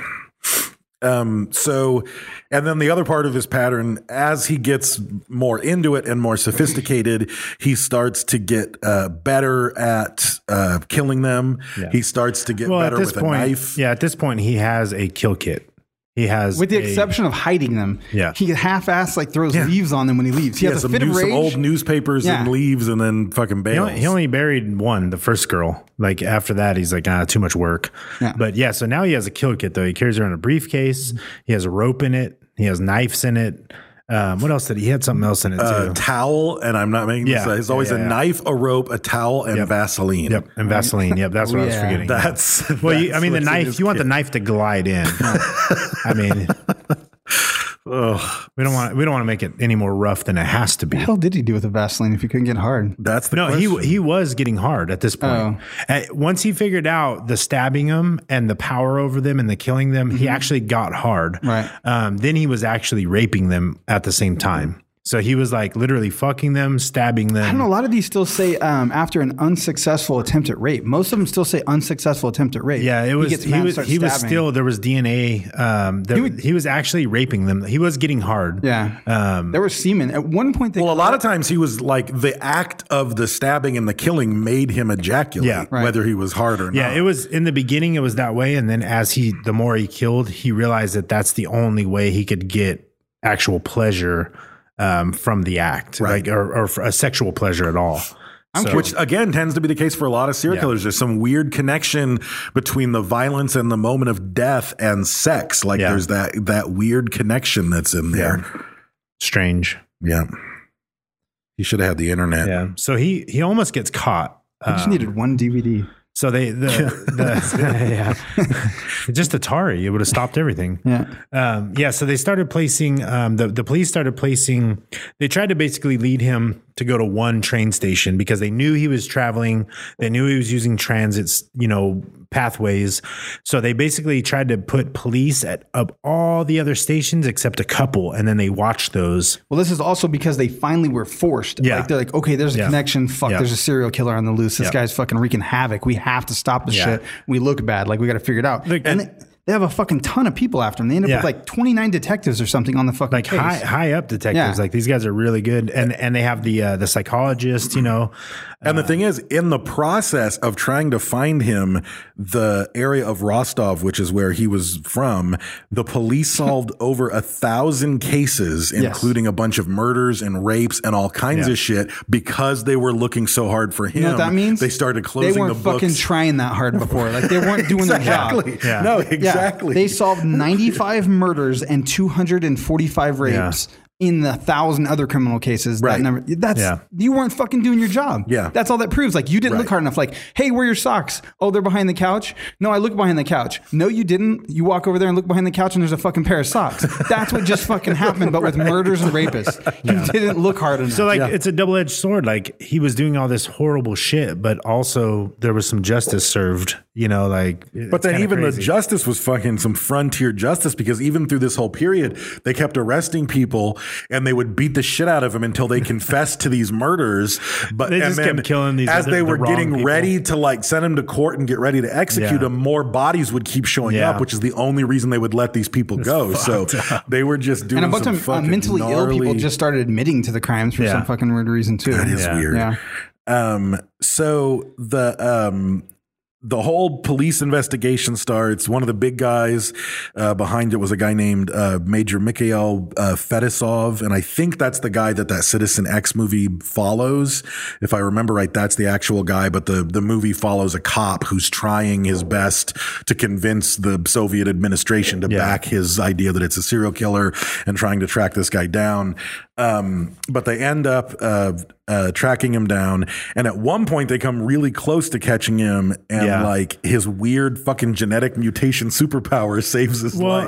[SPEAKER 8] Um, so, and then the other part of his pattern, as he gets more into it and more sophisticated, he starts to get uh, better at uh, killing them. He starts to get
[SPEAKER 6] Well, at
[SPEAKER 8] better
[SPEAKER 6] this
[SPEAKER 8] with
[SPEAKER 6] point,
[SPEAKER 8] a knife.
[SPEAKER 6] yeah, at this point, he has a kill kit. He has,
[SPEAKER 7] With the
[SPEAKER 6] a-
[SPEAKER 7] exception of hiding them.
[SPEAKER 6] Yeah.
[SPEAKER 7] He half-ass like throws
[SPEAKER 8] Yeah.
[SPEAKER 7] leaves on them when he leaves. He,
[SPEAKER 8] He
[SPEAKER 7] has,
[SPEAKER 8] has
[SPEAKER 7] a
[SPEAKER 8] some,
[SPEAKER 7] fit
[SPEAKER 8] new-
[SPEAKER 7] of
[SPEAKER 8] some
[SPEAKER 7] rage.
[SPEAKER 8] old newspapers and
[SPEAKER 7] Yeah.
[SPEAKER 8] leaves and then fucking
[SPEAKER 6] he
[SPEAKER 8] bails.
[SPEAKER 6] only, he only buried one, the first girl. Like after that, he's like, ah, too much work.
[SPEAKER 7] Yeah.
[SPEAKER 6] But yeah, so now he has a kill kit though. He carries around a briefcase. He has a rope in it. He has knives in it. Um, what else did he, he had? Something else in it too.
[SPEAKER 8] a towel, and I'm not making
[SPEAKER 6] Yeah.
[SPEAKER 8] this. up. It's always
[SPEAKER 6] Yeah,
[SPEAKER 8] a
[SPEAKER 6] yeah, yeah.
[SPEAKER 8] knife, a rope, a towel, and
[SPEAKER 6] Yep.
[SPEAKER 8] Vaseline.
[SPEAKER 6] Yep, and Vaseline. Yep, that's what I was
[SPEAKER 7] Yeah.
[SPEAKER 6] forgetting.
[SPEAKER 8] That's
[SPEAKER 6] well, you, I
[SPEAKER 8] that's
[SPEAKER 6] mean, the
[SPEAKER 8] what's in
[SPEAKER 6] knife.
[SPEAKER 8] his
[SPEAKER 6] You want the
[SPEAKER 8] kit.
[SPEAKER 6] knife to glide in. I mean, we don't want we don't want to make it any more rough than it has to be.
[SPEAKER 7] hell did he do with the Vaseline if he couldn't get hard?
[SPEAKER 8] That's the
[SPEAKER 6] No,
[SPEAKER 8] question.
[SPEAKER 6] he he was getting hard at this point.
[SPEAKER 7] Oh.
[SPEAKER 6] Uh, once he figured out the stabbing them and the power over them and the killing them, he actually got hard.
[SPEAKER 7] Mm-hmm. Right.
[SPEAKER 6] Um, then he was actually raping them at the same time. So he was like literally fucking them, stabbing them.
[SPEAKER 7] I don't know. A lot of these still say um, after an unsuccessful attempt at rape. Most of them still say unsuccessful attempt at rape.
[SPEAKER 6] Yeah, it was.
[SPEAKER 7] gets
[SPEAKER 6] He,
[SPEAKER 7] mad and
[SPEAKER 6] was.
[SPEAKER 7] starts
[SPEAKER 6] He was
[SPEAKER 7] stabbing.
[SPEAKER 6] still. There was DNA. Um, that, he,
[SPEAKER 7] He would-
[SPEAKER 6] was actually raping them. He was getting hard.
[SPEAKER 7] Yeah.
[SPEAKER 6] um,
[SPEAKER 7] there was semen. At one point, they
[SPEAKER 8] Well, a lot of times he was like the act of the stabbing and the killing made him ejaculate,
[SPEAKER 6] Yeah,
[SPEAKER 7] right.
[SPEAKER 8] whether he was hard or
[SPEAKER 6] Yeah,
[SPEAKER 8] not.
[SPEAKER 6] it was in the beginning. It was that way, and then as he, the more he killed, he realized that that's the only way he could get actual pleasure um, from the act,
[SPEAKER 8] Right.
[SPEAKER 6] like or, or for a sexual pleasure at all. So-
[SPEAKER 8] Which again tends to be the case for a lot of serial
[SPEAKER 6] Yeah.
[SPEAKER 8] killers. There's some weird connection between the violence and the moment of death and sex. Like
[SPEAKER 6] Yeah.
[SPEAKER 8] there's that that weird connection that's in there.
[SPEAKER 6] strange.
[SPEAKER 8] Yeah. He should have had the internet.
[SPEAKER 6] Yeah. So he he almost gets caught.
[SPEAKER 7] I just
[SPEAKER 6] um,
[SPEAKER 7] needed one DVD.
[SPEAKER 6] So they the, the yeah, just Atari. It would have stopped everything.
[SPEAKER 7] Yeah.
[SPEAKER 6] um, yeah, so they started placing um, the the police started placing. They tried to basically lead him to go to one train station because they knew he was traveling. They knew he was using transits, you know, pathways. So they basically tried to put police at up all the other stations except a couple, and then they watched those.
[SPEAKER 7] Well, this is also because they finally were forced.
[SPEAKER 6] Yeah.
[SPEAKER 7] Like they're like, okay, there's a
[SPEAKER 6] Yeah.
[SPEAKER 7] connection. Fuck,
[SPEAKER 6] Yeah.
[SPEAKER 7] there's a serial killer on the loose. This
[SPEAKER 6] Yeah.
[SPEAKER 7] guy's fucking wreaking havoc. We have to stop this
[SPEAKER 6] Yeah.
[SPEAKER 7] shit. We look bad. Like we got to figure it out.
[SPEAKER 6] Like-
[SPEAKER 7] and they, they have a fucking ton of people after them. They end up
[SPEAKER 6] Yeah.
[SPEAKER 7] with like 29 detectives or something on the fucking
[SPEAKER 6] Like
[SPEAKER 7] case.
[SPEAKER 6] high high up detectives,
[SPEAKER 7] Yeah.
[SPEAKER 6] like these guys are really good, and and they have the uh, the psychologist, you know,
[SPEAKER 8] And the
[SPEAKER 7] Uh.
[SPEAKER 8] thing is, in the process of trying to find him, the area of Rostov, which is where he was from, the police solved over a thousand cases, including a bunch of murders and rapes and all kinds
[SPEAKER 6] Yeah.
[SPEAKER 8] of shit, because they were looking so hard for him.
[SPEAKER 7] You know what that means?
[SPEAKER 8] They started closing
[SPEAKER 7] They weren't
[SPEAKER 8] the books.
[SPEAKER 7] fucking trying that hard before. Like they weren't doing their
[SPEAKER 8] exactly.
[SPEAKER 7] job.
[SPEAKER 6] Yeah.
[SPEAKER 8] No,
[SPEAKER 6] Yeah,
[SPEAKER 7] Yeah.
[SPEAKER 8] exactly.
[SPEAKER 7] They solved 95 murders and 245 rapes. In the thousand other criminal cases,
[SPEAKER 8] Right.
[SPEAKER 7] that number, that's
[SPEAKER 6] Yeah.
[SPEAKER 7] you weren't fucking doing your job.
[SPEAKER 8] Yeah.
[SPEAKER 7] that's all that proves. Like you didn't look
[SPEAKER 8] Right.
[SPEAKER 7] hard enough. Like, hey, where are your socks? Oh, they're behind the couch. No, I looked behind the couch. No, you didn't. You walk over there and look behind the couch, and there's a fucking pair of socks. That's what just fucking happened. But with murders and rapists, you didn't look hard enough.
[SPEAKER 6] So like it's a double edged sword. Like he was doing all this horrible shit, but also there was some justice served. You know, like it-
[SPEAKER 8] But
[SPEAKER 6] it's
[SPEAKER 8] then
[SPEAKER 6] kinda
[SPEAKER 8] even
[SPEAKER 6] crazy.
[SPEAKER 8] the justice was fucking some frontier justice because even through this whole period, they kept arresting people and they would beat the shit out of them until they confessed to these murders. But
[SPEAKER 6] They
[SPEAKER 8] and
[SPEAKER 6] just
[SPEAKER 8] then
[SPEAKER 6] kept killing these
[SPEAKER 8] as
[SPEAKER 6] other-
[SPEAKER 8] they
[SPEAKER 6] the
[SPEAKER 8] were
[SPEAKER 6] wrong
[SPEAKER 8] getting
[SPEAKER 6] people.
[SPEAKER 8] ready to like send them to court and get ready to execute
[SPEAKER 6] Yeah.
[SPEAKER 8] them, more bodies would keep showing
[SPEAKER 6] Yeah.
[SPEAKER 8] up, which is the only reason they would let these people go. So they were just doing
[SPEAKER 7] and a bunch
[SPEAKER 8] some
[SPEAKER 7] of uh,
[SPEAKER 8] fucking
[SPEAKER 7] mentally ill people
[SPEAKER 8] gnarly-
[SPEAKER 7] just started admitting to the crimes for
[SPEAKER 6] Yeah.
[SPEAKER 7] some fucking weird reason too.
[SPEAKER 8] That is
[SPEAKER 6] Yeah.
[SPEAKER 8] weird.
[SPEAKER 7] Yeah.
[SPEAKER 8] Um, so the um, the whole police investigation starts. One of the big guys uh, behind it was a guy named uh, Major Mikhail uh, Fedosov, and I think that's the guy that that Citizen X movie follows. If I remember right, that's the actual guy. But the the movie follows a cop who's trying his best to convince the Soviet administration to
[SPEAKER 6] Yeah.
[SPEAKER 8] back his idea that it's a serial killer and trying to track this guy down. Um, but they end up uh, uh, tracking him down, and at one point they come really close to catching him, and
[SPEAKER 6] Yeah.
[SPEAKER 8] like his weird fucking genetic mutation superpower saves his
[SPEAKER 6] well,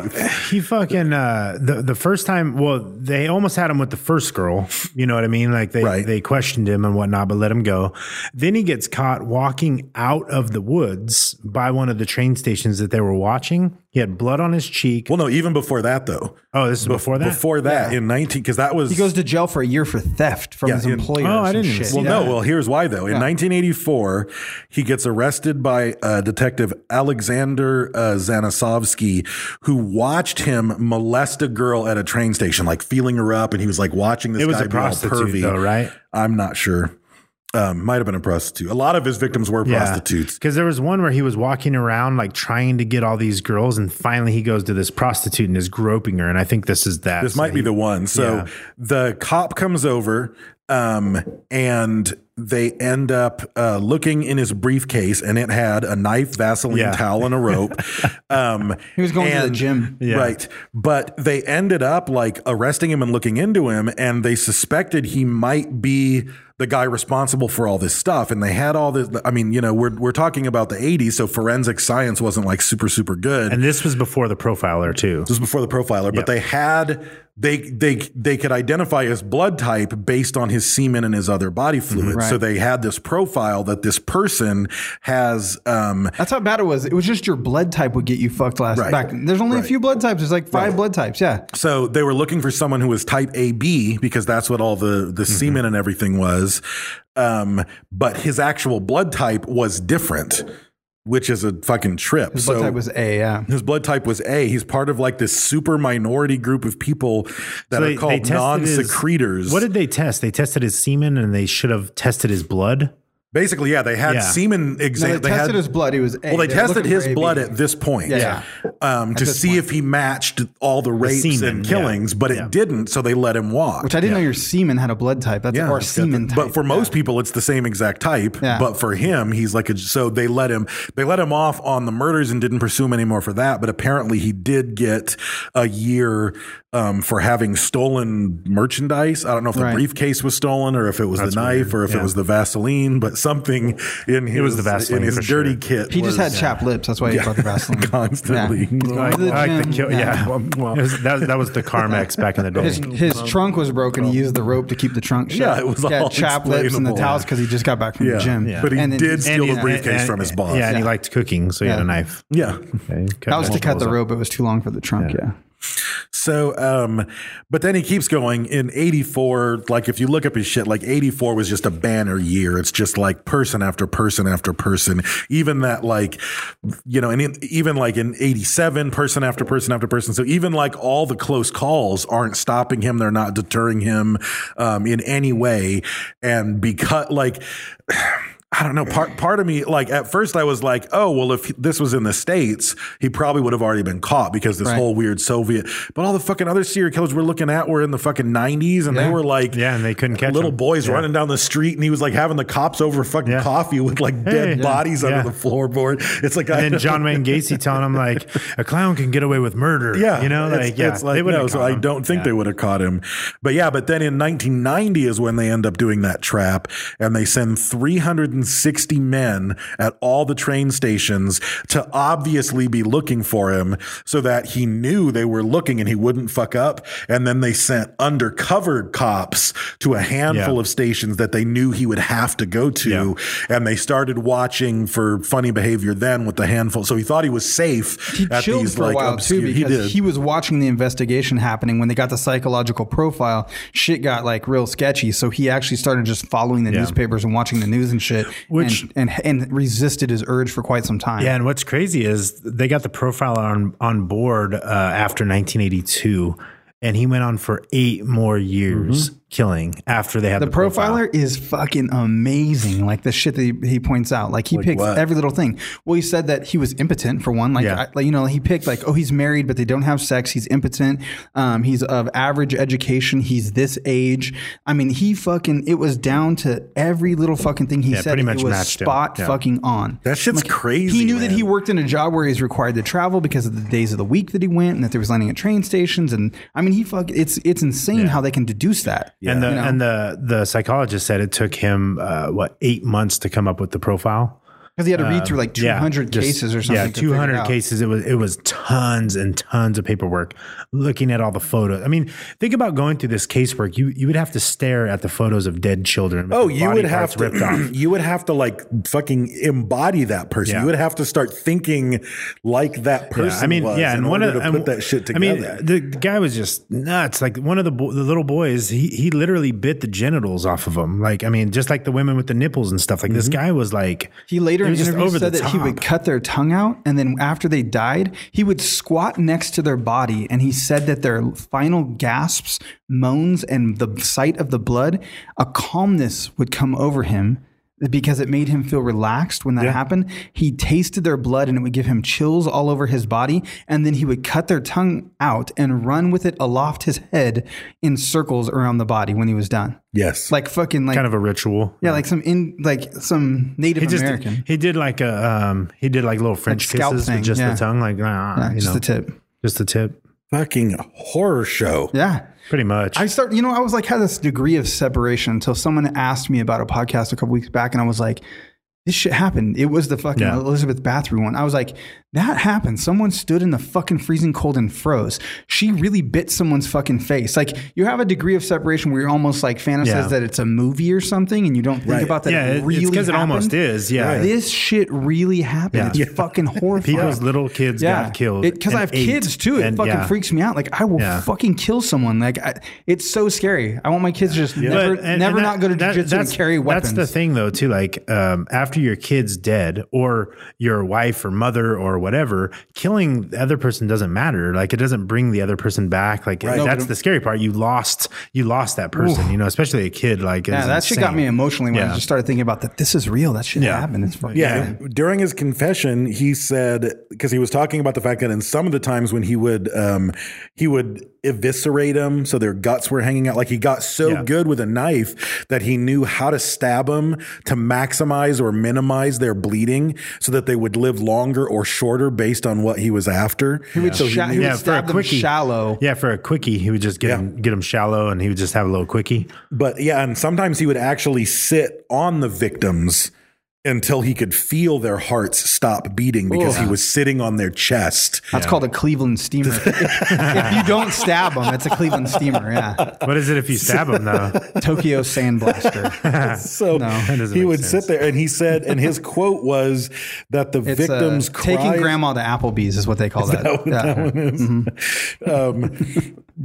[SPEAKER 8] life.
[SPEAKER 6] he fucking uh, the the first time. Well, they almost had him with the first girl. You know what I mean? Like they
[SPEAKER 8] Right.
[SPEAKER 6] they questioned him and whatnot, but let him go. Then he gets caught walking out of the woods by one of the train stations that they were watching. He He had blood on his cheek.
[SPEAKER 8] Well, no, even before that though.
[SPEAKER 6] oh, this is before that.
[SPEAKER 8] Before that, in nineteen, because that was
[SPEAKER 7] He goes to jail for a year for theft from
[SPEAKER 8] Yeah,
[SPEAKER 7] his
[SPEAKER 8] in-
[SPEAKER 7] employer.
[SPEAKER 6] Oh,
[SPEAKER 7] or
[SPEAKER 6] I
[SPEAKER 7] some
[SPEAKER 6] didn't even
[SPEAKER 7] shit.
[SPEAKER 6] see
[SPEAKER 8] Well,
[SPEAKER 7] Yeah.
[SPEAKER 8] no. Well, here's why though. In
[SPEAKER 7] Yeah.
[SPEAKER 8] 1984, he gets arrested by uh, Detective Alexander uh, Zanisovsky, who watched him molest a girl at a train station, like feeling her up, and he was like watching this
[SPEAKER 6] it was
[SPEAKER 8] guy
[SPEAKER 6] a
[SPEAKER 8] be all pervy.
[SPEAKER 6] prostitute, though, right?
[SPEAKER 8] I'm not sure. Um, might have been a prostitute. A lot of his victims were prostitutes.
[SPEAKER 6] Because there was one where he was walking around like trying to get all these girls, and finally he goes to this prostitute and is groping her. And I think this is that.
[SPEAKER 8] This might be the one. So
[SPEAKER 6] Yeah.
[SPEAKER 8] the cop comes over um, and they end up uh, looking in his briefcase, and it had a knife, Vaseline
[SPEAKER 6] Yeah.
[SPEAKER 8] towel, and a rope. Um,
[SPEAKER 7] He was going to the gym.
[SPEAKER 6] Yeah.
[SPEAKER 8] Right. But they ended up like arresting him and looking into him, and they suspected he might be the guy responsible for all this stuff. And they had all this. I mean, you know, we're, we're talking about the 80s, so forensic science wasn't like super, super good.
[SPEAKER 6] And this was before the profiler too.
[SPEAKER 8] This was before the profiler, but they had they they they could identify his blood type based on his semen and his other body fluids. So
[SPEAKER 7] Mm-hmm. Right.
[SPEAKER 8] they had this profile that this person has. Um,
[SPEAKER 7] That's how bad it was. It was just your blood type would get you fucked last
[SPEAKER 8] Right.
[SPEAKER 7] back. There's only a
[SPEAKER 8] Right.
[SPEAKER 7] few blood types. There's like five blood types. Yeah.
[SPEAKER 8] so they were looking for someone who was type AB because that's what all the
[SPEAKER 7] Mm-hmm.
[SPEAKER 8] the semen and everything was. Um, but his actual blood type was different, which is a fucking trip.
[SPEAKER 7] His
[SPEAKER 8] so
[SPEAKER 7] blood type was A. Yeah.
[SPEAKER 8] his blood type was A. He's part of like this super minority group of people that
[SPEAKER 6] So
[SPEAKER 8] are called non
[SPEAKER 6] tested his-
[SPEAKER 8] secretors.
[SPEAKER 6] What did they test? They tested his semen, and they should have tested his blood.
[SPEAKER 8] Basically, yeah, they had
[SPEAKER 6] Yeah.
[SPEAKER 8] semen
[SPEAKER 7] No,
[SPEAKER 8] exam.
[SPEAKER 7] they, tested
[SPEAKER 8] had,
[SPEAKER 7] his blood. He was A.
[SPEAKER 8] Well, they,
[SPEAKER 7] They were
[SPEAKER 8] tested
[SPEAKER 7] looking
[SPEAKER 8] his
[SPEAKER 7] for AB.
[SPEAKER 8] blood at this point,
[SPEAKER 7] Yeah.
[SPEAKER 8] um, to
[SPEAKER 7] this
[SPEAKER 8] see
[SPEAKER 7] point.
[SPEAKER 8] if he matched all the rapes
[SPEAKER 6] semen,
[SPEAKER 8] and
[SPEAKER 6] yeah.
[SPEAKER 8] killings, but
[SPEAKER 6] Yeah.
[SPEAKER 8] it didn't. So they let him walk.
[SPEAKER 7] Which I didn't know your semen had a blood type. That's
[SPEAKER 8] Yeah.
[SPEAKER 7] our semen type.
[SPEAKER 8] But for most people, it's the same exact type.
[SPEAKER 7] Yeah.
[SPEAKER 8] But for him, he's like a, so they let him they let him off on the murders and didn't pursue him anymore for that. But apparently, he did get a year um, for having stolen merchandise. I don't know if the
[SPEAKER 7] Right.
[SPEAKER 8] briefcase was stolen or if it was
[SPEAKER 6] That's
[SPEAKER 8] the knife
[SPEAKER 6] weird.
[SPEAKER 8] or if it
[SPEAKER 6] Yeah.
[SPEAKER 8] was the Vaseline, but something in his
[SPEAKER 6] was the Vaseline
[SPEAKER 8] in his
[SPEAKER 6] for sure.
[SPEAKER 8] dirty kit.
[SPEAKER 7] he just had
[SPEAKER 8] was-
[SPEAKER 7] chapped lips. That's why he brought the Vaseline.
[SPEAKER 8] constantly.
[SPEAKER 7] Yeah. Going to the
[SPEAKER 6] I like the
[SPEAKER 7] gym.
[SPEAKER 6] kill- yeah, It was- that, that was the Carmex back in the day.
[SPEAKER 7] His, his trunk was broken. He used the rope to keep the trunk shut.
[SPEAKER 8] Yeah, it was
[SPEAKER 7] He had
[SPEAKER 8] all
[SPEAKER 7] chapped lips and the
[SPEAKER 8] explainable.
[SPEAKER 7] towels because he just got back from
[SPEAKER 8] Yeah,
[SPEAKER 7] the gym.
[SPEAKER 8] yeah. But he
[SPEAKER 7] And then
[SPEAKER 8] did
[SPEAKER 7] just-
[SPEAKER 8] steal
[SPEAKER 6] And he-
[SPEAKER 8] the briefcase
[SPEAKER 6] and-
[SPEAKER 8] from his boss.
[SPEAKER 6] Yeah, and he
[SPEAKER 7] Yeah.
[SPEAKER 6] liked cooking, so he had
[SPEAKER 7] Yeah.
[SPEAKER 6] a knife.
[SPEAKER 8] Yeah.
[SPEAKER 6] Okay, cut
[SPEAKER 7] That was to cut
[SPEAKER 6] multiples
[SPEAKER 7] the
[SPEAKER 6] up.
[SPEAKER 7] rope. It was too long for the trunk. Yeah.
[SPEAKER 8] So, um, but then he keeps going in 84. Like, if you look up his shit, like 84 was just a banner year. It's just like person after person after person. Even that, like, you know, and in, even like in 87, person after person after person. So, even like all the close calls aren't stopping him. They're not deterring him um, in any way. And because, like, I don't know. Part part of me, like at first, I was like, "Oh, well, if this was in the states, he probably would have already been caught because this
[SPEAKER 7] Right.
[SPEAKER 8] whole weird Soviet." But all the fucking other serial killers we're looking at were in the fucking nineties, and they
[SPEAKER 7] Yeah.
[SPEAKER 8] were like,
[SPEAKER 6] Yeah, and they couldn't catch
[SPEAKER 8] little
[SPEAKER 6] him.
[SPEAKER 8] boys
[SPEAKER 6] Yeah.
[SPEAKER 8] running down the street, and he was like having the cops over fucking
[SPEAKER 6] Yeah.
[SPEAKER 8] coffee with like dead
[SPEAKER 6] Hey. Yeah.
[SPEAKER 8] bodies
[SPEAKER 6] Yeah.
[SPEAKER 8] under the floorboard. It's like, I
[SPEAKER 6] And then
[SPEAKER 8] don't-
[SPEAKER 6] John Wayne Gacy telling him like a clown can get away with murder.
[SPEAKER 8] Yeah,
[SPEAKER 6] you know,
[SPEAKER 8] it's-
[SPEAKER 6] like yeah,
[SPEAKER 8] it's like,
[SPEAKER 6] wouldn't
[SPEAKER 8] no,
[SPEAKER 6] have
[SPEAKER 8] so
[SPEAKER 6] caught
[SPEAKER 8] I
[SPEAKER 6] him.
[SPEAKER 8] don't think
[SPEAKER 6] Yeah.
[SPEAKER 8] they would have caught him. But yeah, but then in 1990 is when they end up doing that trap, and they send 360 men at all the train stations to obviously be looking for him, so that he knew they were looking and he wouldn't fuck up. And then they sent undercover cops to a handful
[SPEAKER 6] Yeah.
[SPEAKER 8] of stations that they knew he would have to go to, and they started watching for funny behavior then with the handful. So he thought he was safe
[SPEAKER 7] He chilled for a while too
[SPEAKER 8] obscure-
[SPEAKER 7] because
[SPEAKER 8] he
[SPEAKER 7] he,
[SPEAKER 8] did.
[SPEAKER 7] was watching the investigation happening. When they got the psychological profile, shit got like real sketchy. So he actually started just following the newspapers and watching the news and shit,
[SPEAKER 6] Which-
[SPEAKER 7] and, and and resisted his urge for quite some time.
[SPEAKER 6] Yeah, and what's crazy is they got the profile on on board uh, after 1982, and he went on for eight more years
[SPEAKER 8] Mm-hmm.
[SPEAKER 6] killing after they had the,
[SPEAKER 7] The profiler is fucking amazing. Like the shit that he, he points out. Like he picks
[SPEAKER 8] what?
[SPEAKER 7] every little thing. Well, he said that he was impotent for one. Like,
[SPEAKER 6] Yeah.
[SPEAKER 7] I, like you know, he picked like, oh, he's married, but they don't have sex. He's impotent. Um, he's of average education. He's this age. I mean, he fucking. It was down to every little fucking thing he
[SPEAKER 6] Yeah,
[SPEAKER 7] said.
[SPEAKER 6] pretty much
[SPEAKER 7] it was
[SPEAKER 6] matched him.
[SPEAKER 7] spot
[SPEAKER 6] Yeah.
[SPEAKER 7] fucking on.
[SPEAKER 8] That shit's crazy,
[SPEAKER 7] He knew that
[SPEAKER 8] man.
[SPEAKER 7] he worked in a job where he's required to travel because of the days of the week that he went, and that there was landing at train stations. And I mean, he fuck. It's it's insane how they can deduce that.
[SPEAKER 6] And the
[SPEAKER 7] You know?
[SPEAKER 6] and the the psychologist said it took him uh, what eight months to come up with the profile.
[SPEAKER 7] Because he had to read through like
[SPEAKER 6] Yeah,
[SPEAKER 7] 200
[SPEAKER 6] just-
[SPEAKER 7] cases or something.
[SPEAKER 6] Yeah,
[SPEAKER 7] to figure
[SPEAKER 6] two
[SPEAKER 7] it
[SPEAKER 6] hundred
[SPEAKER 7] out.
[SPEAKER 6] cases. It was it was tons and tons of paperwork. Looking at all the photos. I mean, think about going through this casework. You you would have to stare at the photos of dead children. with
[SPEAKER 8] Oh,
[SPEAKER 6] their
[SPEAKER 8] you
[SPEAKER 6] body
[SPEAKER 8] would have
[SPEAKER 6] parts
[SPEAKER 8] to.
[SPEAKER 6] ripped off.
[SPEAKER 8] You would have to like fucking embody that person.
[SPEAKER 6] Yeah.
[SPEAKER 8] You would have to start thinking like that
[SPEAKER 6] Yeah,
[SPEAKER 8] person.
[SPEAKER 6] I mean,
[SPEAKER 8] was
[SPEAKER 6] yeah,
[SPEAKER 8] in
[SPEAKER 6] and one
[SPEAKER 8] order
[SPEAKER 6] of
[SPEAKER 8] to
[SPEAKER 6] and-
[SPEAKER 8] put that shit together.
[SPEAKER 6] I mean, the guy was just nuts. Like one of the bo- the little boys, he he literally bit the genitals off of him. Like I mean, just like the women with the nipples and stuff. Like this
[SPEAKER 8] Mm-hmm.
[SPEAKER 6] guy was like
[SPEAKER 7] He later
[SPEAKER 6] it
[SPEAKER 7] in
[SPEAKER 6] was just
[SPEAKER 7] interviews
[SPEAKER 6] over
[SPEAKER 7] said
[SPEAKER 6] the
[SPEAKER 7] that he
[SPEAKER 6] top.
[SPEAKER 7] would cut their tongue out, and then after they died, he would squat next to their body, and he said that their final gasps, moans, and the sight of the blood, a calmness would come over him because it made him feel relaxed when that happened. He tasted their blood, and it would give him chills all over his body, and then he would cut their tongue out and run with it aloft his head in circles around the body when he was done,
[SPEAKER 8] yes,
[SPEAKER 7] like fucking like.
[SPEAKER 6] kind of a ritual.
[SPEAKER 7] yeah, like some in like some Native
[SPEAKER 6] He just
[SPEAKER 7] American.
[SPEAKER 6] he did like a um he did like little French
[SPEAKER 7] scalp
[SPEAKER 6] kisses
[SPEAKER 7] thing,
[SPEAKER 6] with just
[SPEAKER 7] yeah.
[SPEAKER 6] the tongue, like ah,
[SPEAKER 7] Yeah,
[SPEAKER 6] you
[SPEAKER 7] just
[SPEAKER 6] know,
[SPEAKER 7] the tip.
[SPEAKER 6] just the tip,
[SPEAKER 8] fucking horror show.
[SPEAKER 7] Yeah.
[SPEAKER 6] pretty much.
[SPEAKER 7] I start, you know, I was like, had this degree of separation until someone asked me about a podcast a couple weeks back, and I was like, this shit happened. It was the fucking
[SPEAKER 6] Yeah.
[SPEAKER 7] Elizabeth Bathory one. I was like, that happened. Someone stood in the fucking freezing cold and froze. She really bit someone's fucking face. Like, you have a degree of separation where you're almost like fantasize
[SPEAKER 6] Yeah.
[SPEAKER 7] that it's a movie or something, and you don't think
[SPEAKER 8] Right.
[SPEAKER 7] about that.
[SPEAKER 6] yeah,
[SPEAKER 7] it
[SPEAKER 6] it,
[SPEAKER 7] really
[SPEAKER 6] because it
[SPEAKER 7] happened.
[SPEAKER 6] almost is. Yeah,
[SPEAKER 7] This shit really happened.
[SPEAKER 6] Yeah.
[SPEAKER 7] It's
[SPEAKER 6] Yeah.
[SPEAKER 7] fucking horrifying.
[SPEAKER 6] people's little kids got killed
[SPEAKER 7] Because I
[SPEAKER 6] and
[SPEAKER 7] have
[SPEAKER 6] ate,
[SPEAKER 7] kids too. It
[SPEAKER 6] and-
[SPEAKER 7] fucking
[SPEAKER 6] yeah.
[SPEAKER 7] freaks me out. Like I will
[SPEAKER 6] Yeah.
[SPEAKER 7] fucking kill someone. Like I, it's so scary. I want my kids to just never,
[SPEAKER 6] But- and-
[SPEAKER 7] never
[SPEAKER 6] and that-
[SPEAKER 7] not go to
[SPEAKER 6] that-
[SPEAKER 7] jujitsu and
[SPEAKER 6] that's-
[SPEAKER 7] carry weapons.
[SPEAKER 6] That's the thing, though, too. Like um, after your kid's dead, or your wife or mother or whatever, killing the other person doesn't matter. Like it doesn't bring the other person back. Like
[SPEAKER 7] No,
[SPEAKER 6] that's
[SPEAKER 7] but-
[SPEAKER 6] the scary part. You lost, you lost that person. You know, especially a kid. Like
[SPEAKER 7] Yeah,
[SPEAKER 6] it's
[SPEAKER 7] that shit got me
[SPEAKER 6] insane.
[SPEAKER 7] emotionally when I
[SPEAKER 6] Yeah.
[SPEAKER 7] just started thinking about that. This is real. That shit
[SPEAKER 6] Yeah.
[SPEAKER 7] happened. It's fucking
[SPEAKER 8] Yeah. During his confession, he said because he was talking about the fact that in some of the times when he would um, he would eviscerate them, so their guts were hanging out. Like he got so
[SPEAKER 6] Yeah.
[SPEAKER 8] good with a knife that he knew how to stab them to maximize or minimize their bleeding, so that they would live longer or shorter based on what he was after. He would
[SPEAKER 7] sha- he would
[SPEAKER 6] Yeah, for a
[SPEAKER 7] stab them
[SPEAKER 6] quickie.
[SPEAKER 7] shallow.
[SPEAKER 6] Yeah, for a quickie, he would just get
[SPEAKER 8] Yeah.
[SPEAKER 6] him, get him shallow, and he would just have a little quickie.
[SPEAKER 8] But yeah, and sometimes he would actually sit on the victims until he could feel their hearts stop beating because he was sitting on their chest.
[SPEAKER 7] That's called a Cleveland steamer. if if you don't stab them, it's a Cleveland steamer. Yeah,
[SPEAKER 6] What is it if you stab him though?
[SPEAKER 7] Tokyo sandblaster.
[SPEAKER 8] So
[SPEAKER 6] doesn't
[SPEAKER 8] he
[SPEAKER 6] make
[SPEAKER 8] would
[SPEAKER 6] sense.
[SPEAKER 8] sit there and he said, and his quote was that the
[SPEAKER 7] It's uh,
[SPEAKER 8] victims cried.
[SPEAKER 7] taking grandma to Applebee's is what they call that. Yeah.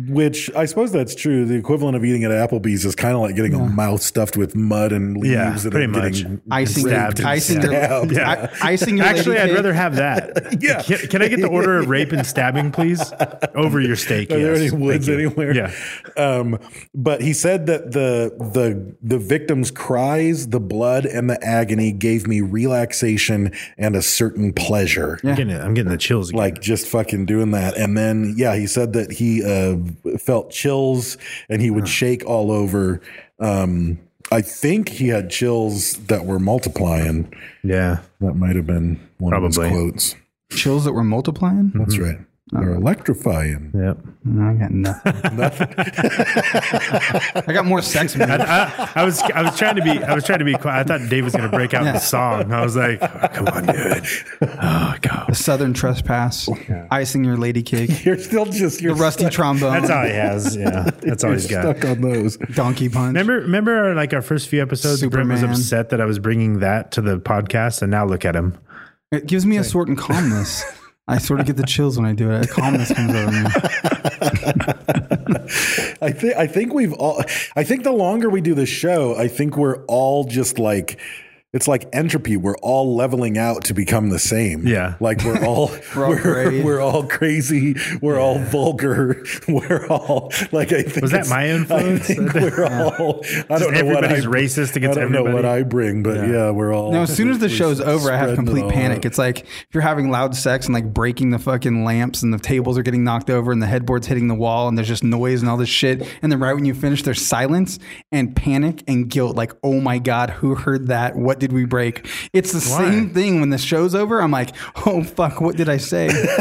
[SPEAKER 8] which I suppose that's true. The equivalent of eating at Applebee's is kind of like getting a mouth stuffed with mud and leaves
[SPEAKER 6] Yeah,
[SPEAKER 8] that
[SPEAKER 6] pretty
[SPEAKER 8] are
[SPEAKER 6] much.
[SPEAKER 8] getting
[SPEAKER 7] icing,
[SPEAKER 6] Stabbed and
[SPEAKER 7] icing, your,
[SPEAKER 8] stabbed.
[SPEAKER 6] Yeah.
[SPEAKER 7] I, icing your
[SPEAKER 6] Actually,
[SPEAKER 7] lady
[SPEAKER 6] I'd
[SPEAKER 7] cake.
[SPEAKER 6] rather have that.
[SPEAKER 8] Yeah.
[SPEAKER 6] Can, can I get the order of rape and stabbing, please, over your steak?
[SPEAKER 8] Are there
[SPEAKER 6] yes.
[SPEAKER 8] any woods
[SPEAKER 6] Thank you.
[SPEAKER 8] anywhere?
[SPEAKER 6] Yeah.
[SPEAKER 8] Um, but he said that the the the victim's cries, the blood, and the agony gave me relaxation and a certain pleasure.
[SPEAKER 6] I'm getting, it. I'm getting the chills. Again.
[SPEAKER 8] Like just fucking doing that. And then yeah, he said that he uh, felt chills and he would shake all over. Um, I think he had chills that were multiplying.
[SPEAKER 6] yeah,
[SPEAKER 8] That might have been one of
[SPEAKER 6] Probably. Hmm.
[SPEAKER 8] his quotes.
[SPEAKER 7] chills that were multiplying.
[SPEAKER 8] That's right. They're electrifying.
[SPEAKER 6] yeah.
[SPEAKER 7] No, I got nothing. I got more sex. Man.
[SPEAKER 6] I, I was, I was trying to be, I was trying to be quiet. I thought Dave was going to break out in the song. I was like, oh, come on, dude. Oh, go.
[SPEAKER 7] The Southern trespass, icing your lady cake,
[SPEAKER 8] You're still just you're
[SPEAKER 7] the rusty trombone,
[SPEAKER 6] That's all he has. Yeah, that's all he's got.
[SPEAKER 8] stuck on those.
[SPEAKER 7] donkey punch.
[SPEAKER 6] Remember, remember, our, like our first few episodes, Brent was
[SPEAKER 7] Superman.
[SPEAKER 6] upset that I was bringing that to the podcast, and now look at him.
[SPEAKER 7] It gives me a sort of calmness. I sort of get the chills when I do it. A calmness comes over me.
[SPEAKER 8] I think I think we've all I think the longer we do this show, I think we're all just like it's like entropy. We're all leveling out to become the same.
[SPEAKER 6] Yeah.
[SPEAKER 8] Like we're all
[SPEAKER 7] We're all
[SPEAKER 8] we're,
[SPEAKER 7] gray.
[SPEAKER 8] we're, all crazy. We're all vulgar. We're all like I think
[SPEAKER 6] Was that
[SPEAKER 8] it's-
[SPEAKER 6] my influence?
[SPEAKER 8] I think we're all I don't know what I,
[SPEAKER 6] everybody's racist against
[SPEAKER 8] I don't know what
[SPEAKER 6] everybody.
[SPEAKER 8] I bring, but yeah, we're all
[SPEAKER 7] No, as soon as the
[SPEAKER 8] we're
[SPEAKER 7] show's over, I have
[SPEAKER 8] spreading it
[SPEAKER 7] complete
[SPEAKER 8] all
[SPEAKER 7] panic.
[SPEAKER 8] out.
[SPEAKER 7] It's like if you're having loud sex and like breaking the fucking lamps and the tables are getting knocked over and the headboard's hitting the wall and there's just noise and all this shit. And then right when you finish, there's silence and panic and guilt. Like, oh my God, who heard that? What did we break? It's the
[SPEAKER 6] Why?
[SPEAKER 7] same thing when the show's over. I'm like, oh fuck, what did I say? this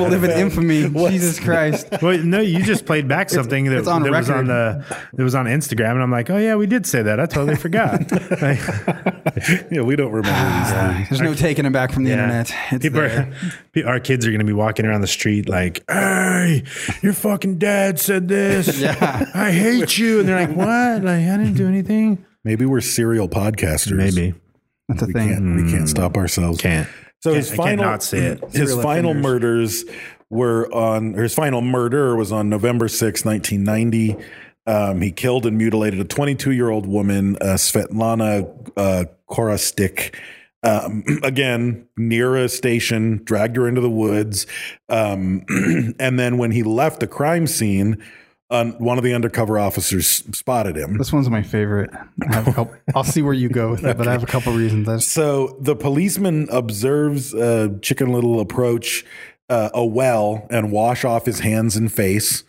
[SPEAKER 7] will live in infamy. Jesus Christ.
[SPEAKER 6] Well, no, you just played back something that,
[SPEAKER 7] it's on
[SPEAKER 6] that was
[SPEAKER 7] record.
[SPEAKER 6] on the that was on Instagram, and I'm like, oh yeah, we did say that. I totally forgot. Like, Ah,
[SPEAKER 8] yeah, we don't remember these things.
[SPEAKER 7] There's no taking it back from the
[SPEAKER 6] yeah.
[SPEAKER 7] internet. It's
[SPEAKER 6] People
[SPEAKER 7] there.
[SPEAKER 6] are, pe- our kids are going to be walking around the street like, hey, your fucking dad said this.
[SPEAKER 7] Yeah.
[SPEAKER 6] I hate you, and they're like, what? Like, I didn't do anything.
[SPEAKER 8] Maybe we're serial podcasters.
[SPEAKER 6] Maybe Hmm.
[SPEAKER 7] That's a
[SPEAKER 8] we
[SPEAKER 7] thing.
[SPEAKER 8] can't, we can't stop ourselves.
[SPEAKER 6] can't.
[SPEAKER 8] So
[SPEAKER 6] Can't-
[SPEAKER 8] his
[SPEAKER 6] I
[SPEAKER 8] final
[SPEAKER 6] cannot see it.
[SPEAKER 8] His
[SPEAKER 7] Serial
[SPEAKER 8] final
[SPEAKER 7] offenders.
[SPEAKER 8] murders were on or his final murder was on November sixth, 1990. Um, he killed and mutilated a 22 year old woman, uh, Svetlana uh, Korostik. Um, again, near a station, dragged her into the woods. Um, and then when he left the crime scene, um, one of the undercover officers spotted him.
[SPEAKER 7] This one's my favorite. I have a couple, I'll see where you go with it, but I have a couple reasons. I just-
[SPEAKER 8] So the policeman observes uh, Chicken Little approach uh, a well and wash off his hands and face.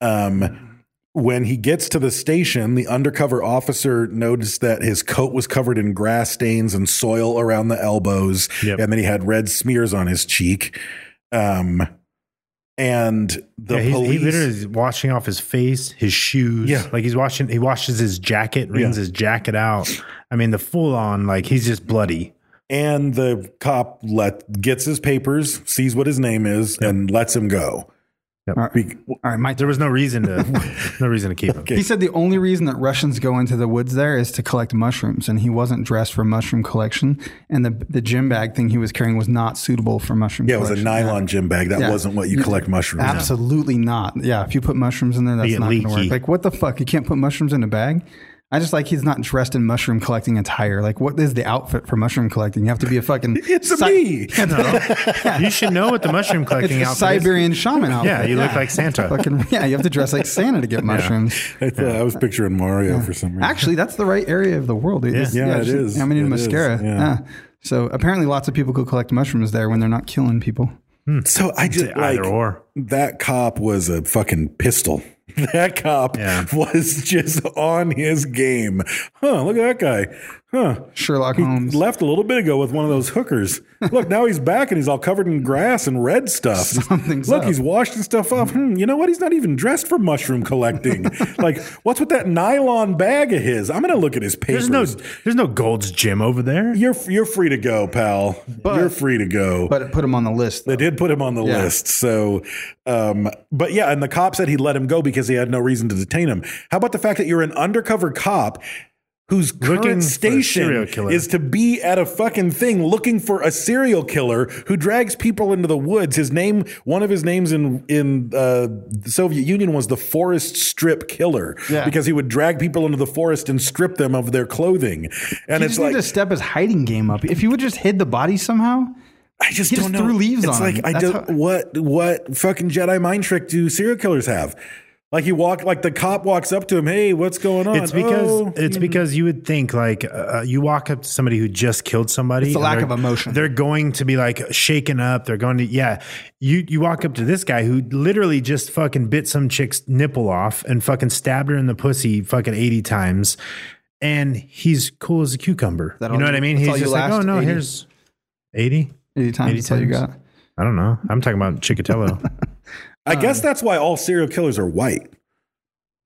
[SPEAKER 8] Um, when he gets to the station, the undercover officer noticed that his coat was covered in grass stains and soil around the elbows,
[SPEAKER 6] Yep.
[SPEAKER 8] and then he had red smears on his cheek. Um, and the
[SPEAKER 6] Yeah, he's,
[SPEAKER 8] police,
[SPEAKER 6] he literally is washing off his face, his shoes.
[SPEAKER 8] Yeah.
[SPEAKER 6] like he's washing. He washes his jacket, wrings
[SPEAKER 8] Yeah.
[SPEAKER 6] his jacket out. I mean, the full on like he's just bloody.
[SPEAKER 8] and the cop let gets his papers, sees what his name is, and lets him go. Be-
[SPEAKER 7] all right, my
[SPEAKER 6] There was no reason to no reason to keep him.
[SPEAKER 7] He said the only reason that Russians go into the woods there is to collect mushrooms, and he wasn't dressed for mushroom collection. And the the gym bag thing he was carrying was not suitable for mushroom.
[SPEAKER 8] Yeah, it was a
[SPEAKER 7] collection.
[SPEAKER 8] nylon gym bag. That
[SPEAKER 7] Yeah.
[SPEAKER 8] wasn't what you collect mushrooms. in.
[SPEAKER 7] Absolutely not. Yeah, if you put mushrooms in there, that's
[SPEAKER 6] get
[SPEAKER 7] not going to
[SPEAKER 6] leaky.
[SPEAKER 7] work. Like, what the fuck? You can't put mushrooms in a bag. I just like he's not dressed in mushroom collecting attire. Like, what is the outfit for mushroom collecting? You have to be a fucking.
[SPEAKER 8] It's a
[SPEAKER 7] Cy-
[SPEAKER 8] bee.
[SPEAKER 6] You should know what the mushroom
[SPEAKER 7] It's
[SPEAKER 6] collecting
[SPEAKER 7] the
[SPEAKER 6] outfit is.
[SPEAKER 7] Siberian shaman outfit.
[SPEAKER 6] Yeah, you look like Santa.
[SPEAKER 7] Fucking, yeah, you have to dress like Santa to get mushrooms.
[SPEAKER 8] I, thought- I was picturing Mario for some reason.
[SPEAKER 7] Actually, that's the right area of the world. It is-
[SPEAKER 8] Yeah, it
[SPEAKER 7] just-
[SPEAKER 8] is.
[SPEAKER 7] I mean, in
[SPEAKER 8] It
[SPEAKER 7] mascara.
[SPEAKER 8] is, yeah.
[SPEAKER 7] Yeah. So apparently, lots of people go collect mushrooms there when they're not killing people.
[SPEAKER 8] so I just like
[SPEAKER 6] Either or.
[SPEAKER 8] that cop was a fucking pistol. That cop
[SPEAKER 6] Yeah.
[SPEAKER 8] was just on his game. Huh? Look at that guy. Huh?
[SPEAKER 7] Sherlock
[SPEAKER 8] He
[SPEAKER 7] Holmes.
[SPEAKER 8] left a little bit ago with one of those hookers. Look, now he's back and he's all covered in grass and red stuff.
[SPEAKER 7] Something's
[SPEAKER 8] Look,
[SPEAKER 7] up.
[SPEAKER 8] he's washing stuff off. Hmm, you know what? He's not even dressed for mushroom collecting. like, what's with that nylon bag of his? I'm gonna look at his papers.
[SPEAKER 6] There's no there's no Gold's Gym over there.
[SPEAKER 8] You're you're free to go, pal. you're free to go.
[SPEAKER 7] but it put him on the list.
[SPEAKER 8] they did put him on the
[SPEAKER 7] Yeah.
[SPEAKER 8] list. So, um, but yeah, and the cop said he let him go because he had no reason to detain him. How about the fact that you're an undercover cop whose current
[SPEAKER 6] Looking for a serial
[SPEAKER 8] station
[SPEAKER 6] killer.
[SPEAKER 8] is to be at a fucking thing looking for a serial killer who drags people into the woods? His name, one of his names in in uh, the Soviet Union was the Forest Strip Killer
[SPEAKER 7] Yeah.
[SPEAKER 8] because he would drag people into the forest and strip them of their clothing. And
[SPEAKER 7] he
[SPEAKER 8] it's
[SPEAKER 7] just
[SPEAKER 8] like
[SPEAKER 7] needed to step his hiding game up. If he would just hid the body somehow,
[SPEAKER 8] I just
[SPEAKER 7] He
[SPEAKER 8] don't
[SPEAKER 7] just
[SPEAKER 8] know.
[SPEAKER 7] threw leaves
[SPEAKER 8] it's
[SPEAKER 7] on
[SPEAKER 8] like
[SPEAKER 7] him.
[SPEAKER 8] I
[SPEAKER 7] That's
[SPEAKER 8] don't
[SPEAKER 7] how-
[SPEAKER 8] what what fucking Jedi mind trick do serial killers have? Like he walk like the cop walks up to him, hey, what's going on?
[SPEAKER 6] It's because
[SPEAKER 8] "Oh."
[SPEAKER 6] it's because you would think like uh, you walk up to somebody who just killed somebody.
[SPEAKER 7] It's the
[SPEAKER 6] and
[SPEAKER 7] lack
[SPEAKER 6] they're-
[SPEAKER 7] of emotion.
[SPEAKER 6] They're going to be like shaken up. They're going to yeah. You you walk up to this guy who literally just fucking bit some chick's nipple off and fucking stabbed her in the pussy fucking eighty times, and he's cool as a cucumber.
[SPEAKER 7] that
[SPEAKER 6] you
[SPEAKER 7] all
[SPEAKER 6] know
[SPEAKER 7] you-
[SPEAKER 6] what I mean?
[SPEAKER 7] that's
[SPEAKER 6] He's
[SPEAKER 7] all you
[SPEAKER 6] just like, oh
[SPEAKER 7] last
[SPEAKER 6] no,
[SPEAKER 7] 80?
[SPEAKER 6] here's eighty.
[SPEAKER 7] 80 times
[SPEAKER 6] 80
[SPEAKER 7] that's all you
[SPEAKER 6] times.
[SPEAKER 7] got.
[SPEAKER 6] I don't know. I'm talking about Chicatello.
[SPEAKER 8] I
[SPEAKER 6] um,
[SPEAKER 8] guess that's why all serial killers are white.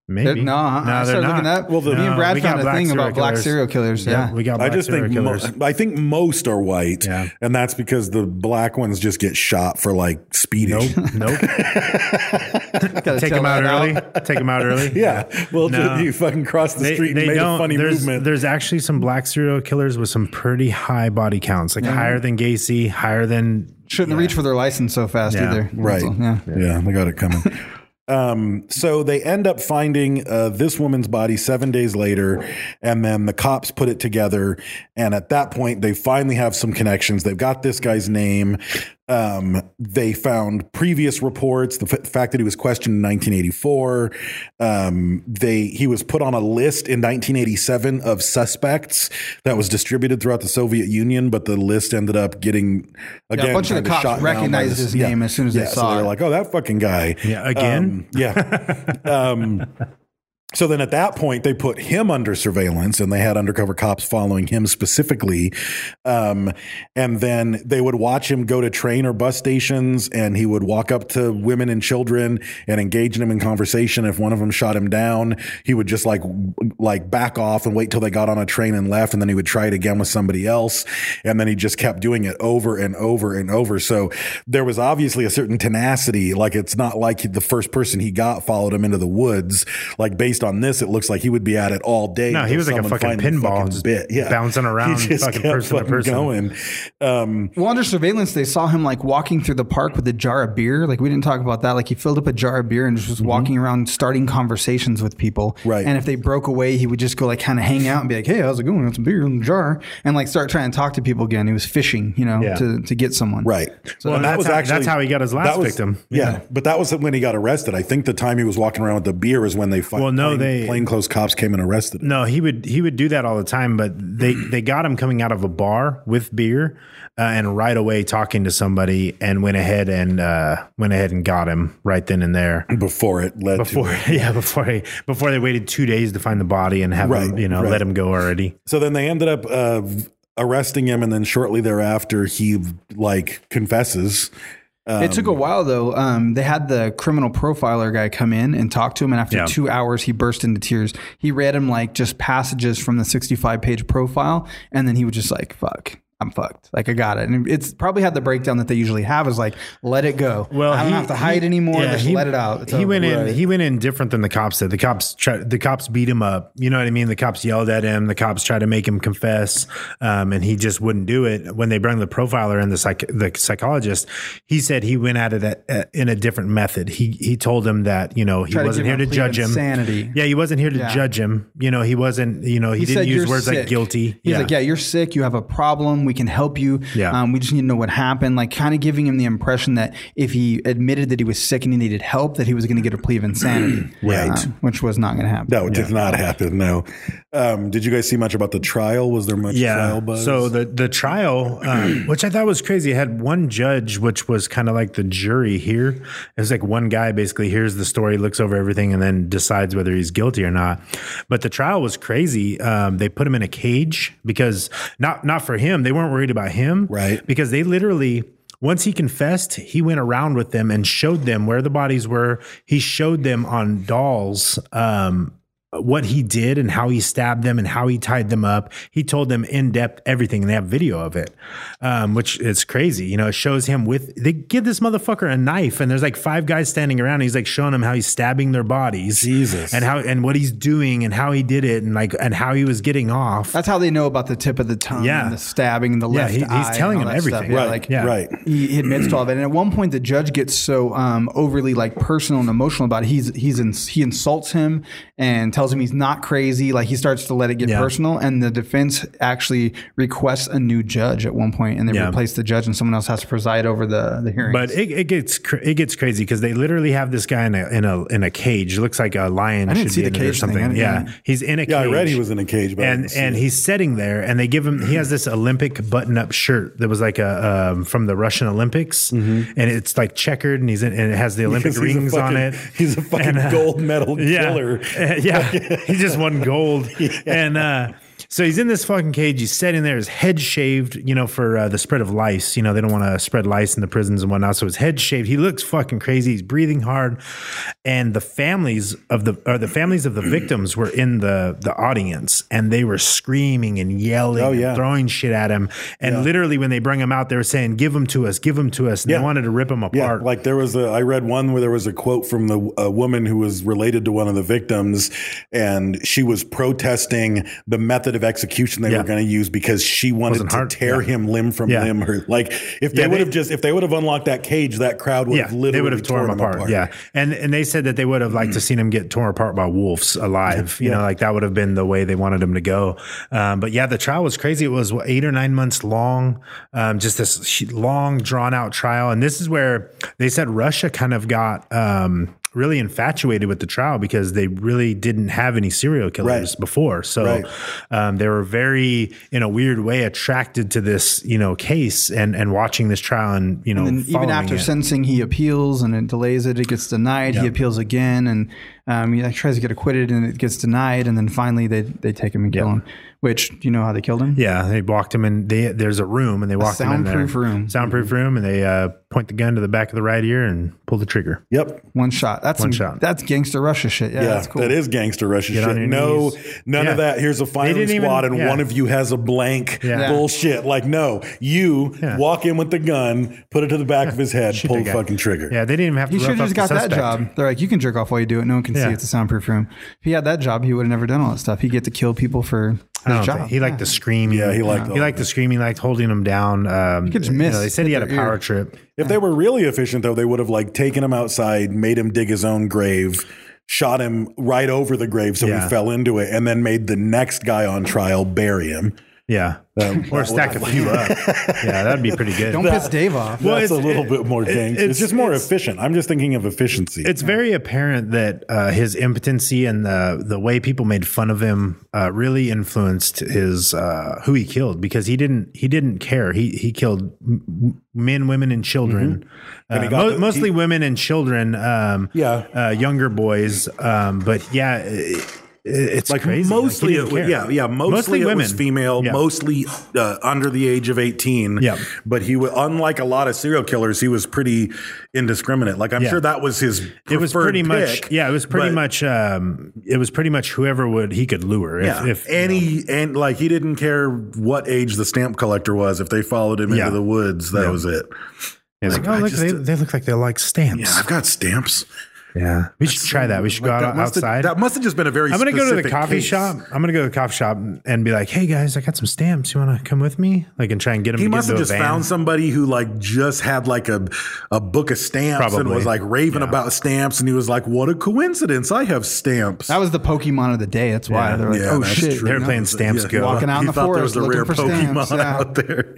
[SPEAKER 6] Maybe
[SPEAKER 7] No, uh-uh. I started looking up. Well, the- me and Brad
[SPEAKER 6] we got
[SPEAKER 7] found a
[SPEAKER 6] black
[SPEAKER 7] thing about
[SPEAKER 6] serial
[SPEAKER 7] black
[SPEAKER 6] killers.
[SPEAKER 7] serial killers, yeah.
[SPEAKER 6] we got.
[SPEAKER 8] I
[SPEAKER 6] Black
[SPEAKER 8] just think
[SPEAKER 6] serial
[SPEAKER 8] mo-
[SPEAKER 6] killers.
[SPEAKER 8] I think most are white,
[SPEAKER 6] Yeah.
[SPEAKER 8] and that's because the black ones just get shot for like speeding.
[SPEAKER 6] Nope.
[SPEAKER 7] Gotta
[SPEAKER 6] Take
[SPEAKER 7] tell
[SPEAKER 6] them out
[SPEAKER 7] that
[SPEAKER 6] early. Take them out early.
[SPEAKER 8] yeah, well,
[SPEAKER 6] No.
[SPEAKER 8] you fucking crossed the street and made a funny
[SPEAKER 6] there's,
[SPEAKER 8] movement.
[SPEAKER 6] There's actually some black serial killers with some pretty high body counts, like higher than Gacy, higher than.
[SPEAKER 7] Shouldn't reach for their license so fast
[SPEAKER 6] Yeah.
[SPEAKER 7] either.
[SPEAKER 8] Right.
[SPEAKER 7] That's all, Yeah.
[SPEAKER 8] Yeah, they got it coming. um, so they end up finding uh, this woman's body seven days later, and then the cops put it together. And at that point, they finally have some connections. They've got this guy's name. Um, they found previous reports, the f- fact that he was questioned in 1984. Um, they he was put on a list in 1987 of suspects that was distributed throughout the Soviet Union, but the list ended up getting again
[SPEAKER 7] bunch of the
[SPEAKER 8] kinda
[SPEAKER 7] cops
[SPEAKER 8] shot down by
[SPEAKER 7] recognized
[SPEAKER 8] the-
[SPEAKER 7] his name as soon as they
[SPEAKER 8] yeah,
[SPEAKER 7] saw
[SPEAKER 8] so they're
[SPEAKER 7] it.
[SPEAKER 8] like, oh, that fucking guy.
[SPEAKER 6] Yeah, again?
[SPEAKER 8] Um, yeah. um, So then at that point, they put him under surveillance and they had undercover cops following him specifically. Um, and then they would watch him go to train or bus stations and he would walk up to women and children and engage them in conversation. If one of them shot him down, he would just like, like back off and wait till they got on a train and left. And then he would try it again with somebody else. And then he just kept doing it over and over and over. So there was obviously a certain tenacity. Like it's not like he- the first person he got followed him into the woods. Like based on this, it looks like he would be at it all day.
[SPEAKER 6] No, he
[SPEAKER 8] until
[SPEAKER 6] was like a
[SPEAKER 8] someone
[SPEAKER 6] fucking
[SPEAKER 8] finally
[SPEAKER 6] pinball,
[SPEAKER 8] fucking
[SPEAKER 6] just bouncing around
[SPEAKER 8] He just
[SPEAKER 6] fucking
[SPEAKER 8] kept
[SPEAKER 6] person to
[SPEAKER 8] fucking
[SPEAKER 6] person.
[SPEAKER 8] Going. Um,
[SPEAKER 7] Well, under surveillance, they saw him like walking through the park with a jar of beer. Like we didn't talk about that. Like he filled up a jar of beer and just was walking around, starting conversations with people.
[SPEAKER 8] Mm-hmm. Right.
[SPEAKER 7] And if they broke away, he would just go like kind of hang out and be like, "Hey, how's it going? Got some beer in the jar," and like start trying to talk to people again. He was fishing, you know,
[SPEAKER 6] Yeah.
[SPEAKER 7] to to get someone.
[SPEAKER 8] right.
[SPEAKER 6] Well, that's how- that's how he got his last
[SPEAKER 8] that was-
[SPEAKER 6] victim.
[SPEAKER 8] Yeah,
[SPEAKER 6] Yeah.
[SPEAKER 8] but that was when he got arrested. I think the time he was walking around with the beer is when they fi-
[SPEAKER 6] Well, no,
[SPEAKER 8] plain,
[SPEAKER 6] they-
[SPEAKER 8] plainclothes cops came and arrested him.
[SPEAKER 6] No, he would he would do that all the time, but they they got him coming out of a bar with beer uh, and right away talking to somebody and went ahead and uh, went ahead and got him right then and there.
[SPEAKER 8] before it led to.
[SPEAKER 6] Before yeah, before he, before they waited two days to find the body and have him,
[SPEAKER 8] Right,
[SPEAKER 6] you know
[SPEAKER 8] right.
[SPEAKER 6] let him go already.
[SPEAKER 8] So then they ended up uh, arresting him, and then shortly thereafter he like confesses.
[SPEAKER 7] it took a while though. Um, they had the criminal profiler guy come in and talk to him, and after
[SPEAKER 6] Yeah.
[SPEAKER 7] two hours, he burst into tears. He read him like just passages from the sixty-five page profile, and then he was just like, "Fuck." I'm fucked. Like I got it, and it's probably had the breakdown that they usually have is like, let it go. I don't
[SPEAKER 6] he-
[SPEAKER 7] have to hide
[SPEAKER 6] he-
[SPEAKER 7] anymore.
[SPEAKER 6] yeah,
[SPEAKER 7] just
[SPEAKER 6] he-
[SPEAKER 7] let it out. It's
[SPEAKER 6] he
[SPEAKER 7] over.
[SPEAKER 6] went in.
[SPEAKER 7] Right.
[SPEAKER 6] He went in different than the cops did. The cops tried. The cops beat him up. You know what I mean? The cops yelled at him. The cops tried to make him confess, um, and he just wouldn't do it. When they bring the profiler and the psych, the psychologist, he said he went at it at, at- uh, in a different method. He he told him that you know he
[SPEAKER 7] Tried to
[SPEAKER 6] wasn't
[SPEAKER 7] give
[SPEAKER 6] here
[SPEAKER 7] him
[SPEAKER 6] to
[SPEAKER 7] a plea
[SPEAKER 6] judge
[SPEAKER 7] of
[SPEAKER 6] him.
[SPEAKER 7] insanity.
[SPEAKER 6] Yeah, he wasn't here to
[SPEAKER 7] Yeah.
[SPEAKER 6] judge him. You know, he wasn't. You know, he, didn't use
[SPEAKER 7] "You're
[SPEAKER 6] words like
[SPEAKER 7] sick."
[SPEAKER 6] guilty.
[SPEAKER 7] He's like, yeah, you're sick. You have a problem. We can help you.
[SPEAKER 6] Yeah.
[SPEAKER 7] Um, we just need to know what happened. Like, kind of giving him the impression that if he admitted that he was sick and he needed help, that he was going to get a plea of insanity. Um,
[SPEAKER 8] Right.
[SPEAKER 7] which was not going to happen.
[SPEAKER 8] No, it did not happen. No. Um, did you guys see much about the trial? Was there much trial buzz?
[SPEAKER 6] So the the trial, um, which I thought was crazy, had one judge, which was kind of like the jury here. It was like one guy basically hears the story, looks over everything, and then decides whether he's guilty or not. But the trial was crazy. Um, they put him in a cage because not not for him. They weren't worried about him,
[SPEAKER 8] Right.
[SPEAKER 6] Because they literally. Once he confessed, he went around with them and showed them where the bodies were. He showed them on dolls um, what he did and how he stabbed them and how he tied them up. He told them in depth everything, and they have video of it, um, which is crazy. You know, it shows him with they give this motherfucker a knife, and there's like five guys standing around. And he's like showing them how he's stabbing their bodies,
[SPEAKER 8] Jesus.
[SPEAKER 6] and how and what he's doing and how he did it, and like and how he was getting off.
[SPEAKER 7] That's how they know about the tip of the tongue,
[SPEAKER 6] Yeah.
[SPEAKER 7] and the stabbing, and the
[SPEAKER 6] Yeah,
[SPEAKER 7] left
[SPEAKER 6] he- he's
[SPEAKER 7] eye and
[SPEAKER 6] telling
[SPEAKER 7] all
[SPEAKER 6] him
[SPEAKER 7] that stuff.
[SPEAKER 6] everything.
[SPEAKER 7] Yeah,
[SPEAKER 8] right,
[SPEAKER 7] like-
[SPEAKER 6] yeah.
[SPEAKER 8] right.
[SPEAKER 7] he he admits to all of it. And at one point, the judge gets so um, overly like personal and emotional about it. He's he's ins- he insults him and tells him he's not crazy. Like he starts to let it get
[SPEAKER 6] Yeah.
[SPEAKER 7] personal. And the defense actually requests a new judge at one point, and they
[SPEAKER 6] Yeah.
[SPEAKER 7] replace the judge, and someone else has to preside over the the hearing.
[SPEAKER 6] But it, it gets cr- it gets crazy because they literally have this guy in a in a in a cage. It looks like a lion.
[SPEAKER 7] didn't
[SPEAKER 6] should
[SPEAKER 7] see
[SPEAKER 6] be in
[SPEAKER 7] the
[SPEAKER 6] it or
[SPEAKER 7] cage thing. I
[SPEAKER 6] something.
[SPEAKER 7] didn't-
[SPEAKER 6] Yeah, he's in a cage.
[SPEAKER 8] Yeah, I read he was in a cage, but I
[SPEAKER 6] and
[SPEAKER 8] didn't see
[SPEAKER 6] and
[SPEAKER 8] it.
[SPEAKER 6] he's sitting there, and they give him. He
[SPEAKER 7] Hmm.
[SPEAKER 6] has this Olympic button up shirt that was like a um, from the Russian Olympics, and it's like checkered, and he's in, and it has the Olympic
[SPEAKER 8] Mm-hmm. Because he's a
[SPEAKER 6] rings on
[SPEAKER 8] fucking-
[SPEAKER 6] it.
[SPEAKER 8] He's a fucking
[SPEAKER 6] And, uh,
[SPEAKER 8] gold medal
[SPEAKER 6] yeah.
[SPEAKER 8] killer.
[SPEAKER 6] Uh, yeah. he just won gold. And uh, so he's in this fucking cage. He's sitting there, his head shaved, you know, for uh, the spread of lice. You know, they don't want to spread lice in the prisons and whatnot. So his head shaved. He looks fucking crazy. He's breathing hard. And the families of the or the families of the victims were in the the audience and they were screaming and yelling
[SPEAKER 8] Oh,
[SPEAKER 6] and
[SPEAKER 8] yeah.
[SPEAKER 6] throwing shit at him. And literally when they bring him out, they were saying, Give him to us, give him to us. And
[SPEAKER 8] Yeah.
[SPEAKER 6] they wanted to rip him
[SPEAKER 8] Yeah,
[SPEAKER 6] apart.
[SPEAKER 8] like there was a. I read one where there was a quote from the a woman who was related to one of the victims, and she was protesting the method of execution they
[SPEAKER 6] Yeah.
[SPEAKER 8] were going to use because she wanted
[SPEAKER 6] Wasn't
[SPEAKER 8] to
[SPEAKER 6] hard-
[SPEAKER 8] tear
[SPEAKER 6] yeah.
[SPEAKER 8] him limb from
[SPEAKER 6] Yeah.
[SPEAKER 8] limb. Or like if they
[SPEAKER 6] Yeah,
[SPEAKER 8] would
[SPEAKER 6] they-
[SPEAKER 8] have just if they would have unlocked that cage, that crowd would
[SPEAKER 6] yeah,
[SPEAKER 8] have literally
[SPEAKER 6] they would have torn him apart. Yeah, and and they said that they would have liked to seen him get torn apart by wolves alive. You know, like that would have been the way they wanted him to go. Um, but yeah, the trial was crazy. It was what, eight or nine months long, um, just this sh- long drawn out trial. And this is where they said Russia kind of got. Um, Really infatuated with the trial because they really didn't have any serial killers
[SPEAKER 8] Right.
[SPEAKER 6] before, so
[SPEAKER 8] Right.
[SPEAKER 6] um, they were very, in a weird way, attracted to this, you know, case and and watching this trial and you know,
[SPEAKER 7] and even
[SPEAKER 6] following
[SPEAKER 7] after
[SPEAKER 6] it.
[SPEAKER 7] sentencing, he appeals and it delays it. It gets denied. He appeals again, and Um, he like, tries to get acquitted and it gets denied, and then finally they they take him and kill
[SPEAKER 6] Yeah.
[SPEAKER 7] him. Which do you know how they killed him?
[SPEAKER 6] Yeah, they walked him in. They, there's a room, and they walked him in there.
[SPEAKER 7] soundproof room.
[SPEAKER 6] Soundproof room, and they uh, point the gun to the back of the right ear and pull the trigger.
[SPEAKER 8] Yep.
[SPEAKER 7] One shot. That's
[SPEAKER 6] One
[SPEAKER 7] some-
[SPEAKER 6] shot.
[SPEAKER 7] That's gangster Russia shit. Yeah,
[SPEAKER 8] Yeah,
[SPEAKER 7] that's cool.
[SPEAKER 8] that is gangster Russian
[SPEAKER 6] Get on
[SPEAKER 8] shit.
[SPEAKER 6] your
[SPEAKER 8] No,
[SPEAKER 6] knees.
[SPEAKER 8] none
[SPEAKER 6] Yeah.
[SPEAKER 8] of that. Here's a firing
[SPEAKER 6] didn't even-
[SPEAKER 8] squad, and
[SPEAKER 6] yeah.
[SPEAKER 8] one of you has a blank
[SPEAKER 6] Yeah.
[SPEAKER 8] bullshit. Like, no, you
[SPEAKER 6] Yeah.
[SPEAKER 8] walk in with the gun, put it to the back of his head,
[SPEAKER 6] Shoot
[SPEAKER 8] pull
[SPEAKER 6] that
[SPEAKER 8] the
[SPEAKER 6] guy.
[SPEAKER 8] fucking trigger.
[SPEAKER 6] Yeah, they didn't even have to.
[SPEAKER 7] He should
[SPEAKER 6] rough
[SPEAKER 7] have just
[SPEAKER 6] up
[SPEAKER 7] got
[SPEAKER 6] the
[SPEAKER 7] that
[SPEAKER 6] suspect.
[SPEAKER 7] job. They're like, you can jerk off while you do it. No one can
[SPEAKER 6] Yeah.
[SPEAKER 7] see. It's a soundproof room. If he had that job, he would have never done all that stuff. He'd get to kill people for his
[SPEAKER 6] I don't
[SPEAKER 7] job.
[SPEAKER 6] think- he liked the screaming.
[SPEAKER 8] Yeah, he liked
[SPEAKER 6] He
[SPEAKER 8] all
[SPEAKER 6] liked the screaming. Liked holding him down. Um,
[SPEAKER 7] could just
[SPEAKER 6] you know,
[SPEAKER 7] miss,
[SPEAKER 6] they said he
[SPEAKER 7] hit
[SPEAKER 6] had a
[SPEAKER 7] their ear.
[SPEAKER 6] power trip.
[SPEAKER 8] If they were really efficient, though, they would have like taken him outside, made him dig his own grave, shot him right over the grave so
[SPEAKER 6] Yeah.
[SPEAKER 8] he fell into it, and then made the next guy on trial bury him.
[SPEAKER 6] Yeah, or stack a few up. Yeah, that'd be pretty good.
[SPEAKER 7] Don't piss Dave off.
[SPEAKER 6] Well,
[SPEAKER 8] That's a
[SPEAKER 6] it's-
[SPEAKER 8] little
[SPEAKER 6] it-
[SPEAKER 8] bit more
[SPEAKER 6] it-
[SPEAKER 8] dangerous. It's,
[SPEAKER 6] it's-
[SPEAKER 8] just more
[SPEAKER 6] it's-
[SPEAKER 8] efficient. I'm just thinking of efficiency.
[SPEAKER 6] It's very apparent that uh, his impotency and the the way people made fun of him uh, really influenced his uh, who he killed because he didn't he didn't care. He he killed m- men, women, and children.
[SPEAKER 8] Mm-hmm. he
[SPEAKER 6] Uh,
[SPEAKER 8] got
[SPEAKER 6] mo-
[SPEAKER 8] the-
[SPEAKER 6] mostly
[SPEAKER 8] he-
[SPEAKER 6] women and children. Um,
[SPEAKER 8] Yeah.
[SPEAKER 6] uh, younger boys. Um, but yeah. It, it's
[SPEAKER 8] like
[SPEAKER 6] crazy. Like, he
[SPEAKER 8] mostly
[SPEAKER 6] didn't
[SPEAKER 8] it was,
[SPEAKER 6] care.
[SPEAKER 8] yeah yeah mostly, it was female
[SPEAKER 6] Yeah.
[SPEAKER 8] mostly uh, under the age of 18
[SPEAKER 6] Yeah.
[SPEAKER 8] but he was unlike a lot of serial killers he was pretty indiscriminate like i'm
[SPEAKER 6] Yeah.
[SPEAKER 8] sure that was his
[SPEAKER 6] it was
[SPEAKER 8] preferred
[SPEAKER 6] pretty much
[SPEAKER 8] pick,
[SPEAKER 6] yeah it was pretty
[SPEAKER 8] but-
[SPEAKER 6] much um it was pretty much whoever would he could lure if,
[SPEAKER 8] yeah,
[SPEAKER 6] if
[SPEAKER 8] and he and like he didn't care what age the stamp collector was. If they followed him
[SPEAKER 6] Yeah.
[SPEAKER 8] into the woods, that
[SPEAKER 6] Yeah.
[SPEAKER 8] was it.
[SPEAKER 6] It's
[SPEAKER 8] Like,
[SPEAKER 6] like, oh,
[SPEAKER 8] I
[SPEAKER 6] look,
[SPEAKER 8] just-
[SPEAKER 6] they, they look like they like
[SPEAKER 8] Yeah,
[SPEAKER 6] stamps.
[SPEAKER 8] I've got stamps.
[SPEAKER 6] Yeah, we should try that. We should go
[SPEAKER 8] Like,
[SPEAKER 6] out,
[SPEAKER 8] that must have-
[SPEAKER 6] Uh, outside.
[SPEAKER 8] That must have just been a very.
[SPEAKER 6] I'm gonna go to the
[SPEAKER 8] specific
[SPEAKER 6] coffee
[SPEAKER 8] case.
[SPEAKER 6] shop. I'm gonna go to the coffee shop and be like, "Hey guys, I got some stamps. You want to come with me? Like, and try and get them."
[SPEAKER 8] He
[SPEAKER 6] to get
[SPEAKER 8] must have
[SPEAKER 6] into a
[SPEAKER 8] just
[SPEAKER 6] van.
[SPEAKER 8] found somebody who like just had like a a book of stamps and
[SPEAKER 6] Probably.
[SPEAKER 8] was like raving
[SPEAKER 6] Yeah.
[SPEAKER 8] about stamps, and he was like, "What a coincidence! I have stamps."
[SPEAKER 7] That was the Pokemon of the day. That's why
[SPEAKER 6] Yeah.
[SPEAKER 7] they're like,
[SPEAKER 8] Yeah,
[SPEAKER 7] oh
[SPEAKER 8] that's
[SPEAKER 7] shit.
[SPEAKER 8] true.
[SPEAKER 6] They were playing
[SPEAKER 8] Yeah.
[SPEAKER 6] Stamps Go.
[SPEAKER 7] Walking out in
[SPEAKER 8] He
[SPEAKER 7] the
[SPEAKER 8] thought
[SPEAKER 7] forest
[SPEAKER 8] there was a
[SPEAKER 7] looking
[SPEAKER 8] rare
[SPEAKER 7] for
[SPEAKER 8] Pokemon
[SPEAKER 7] stamps, yeah.
[SPEAKER 8] out there.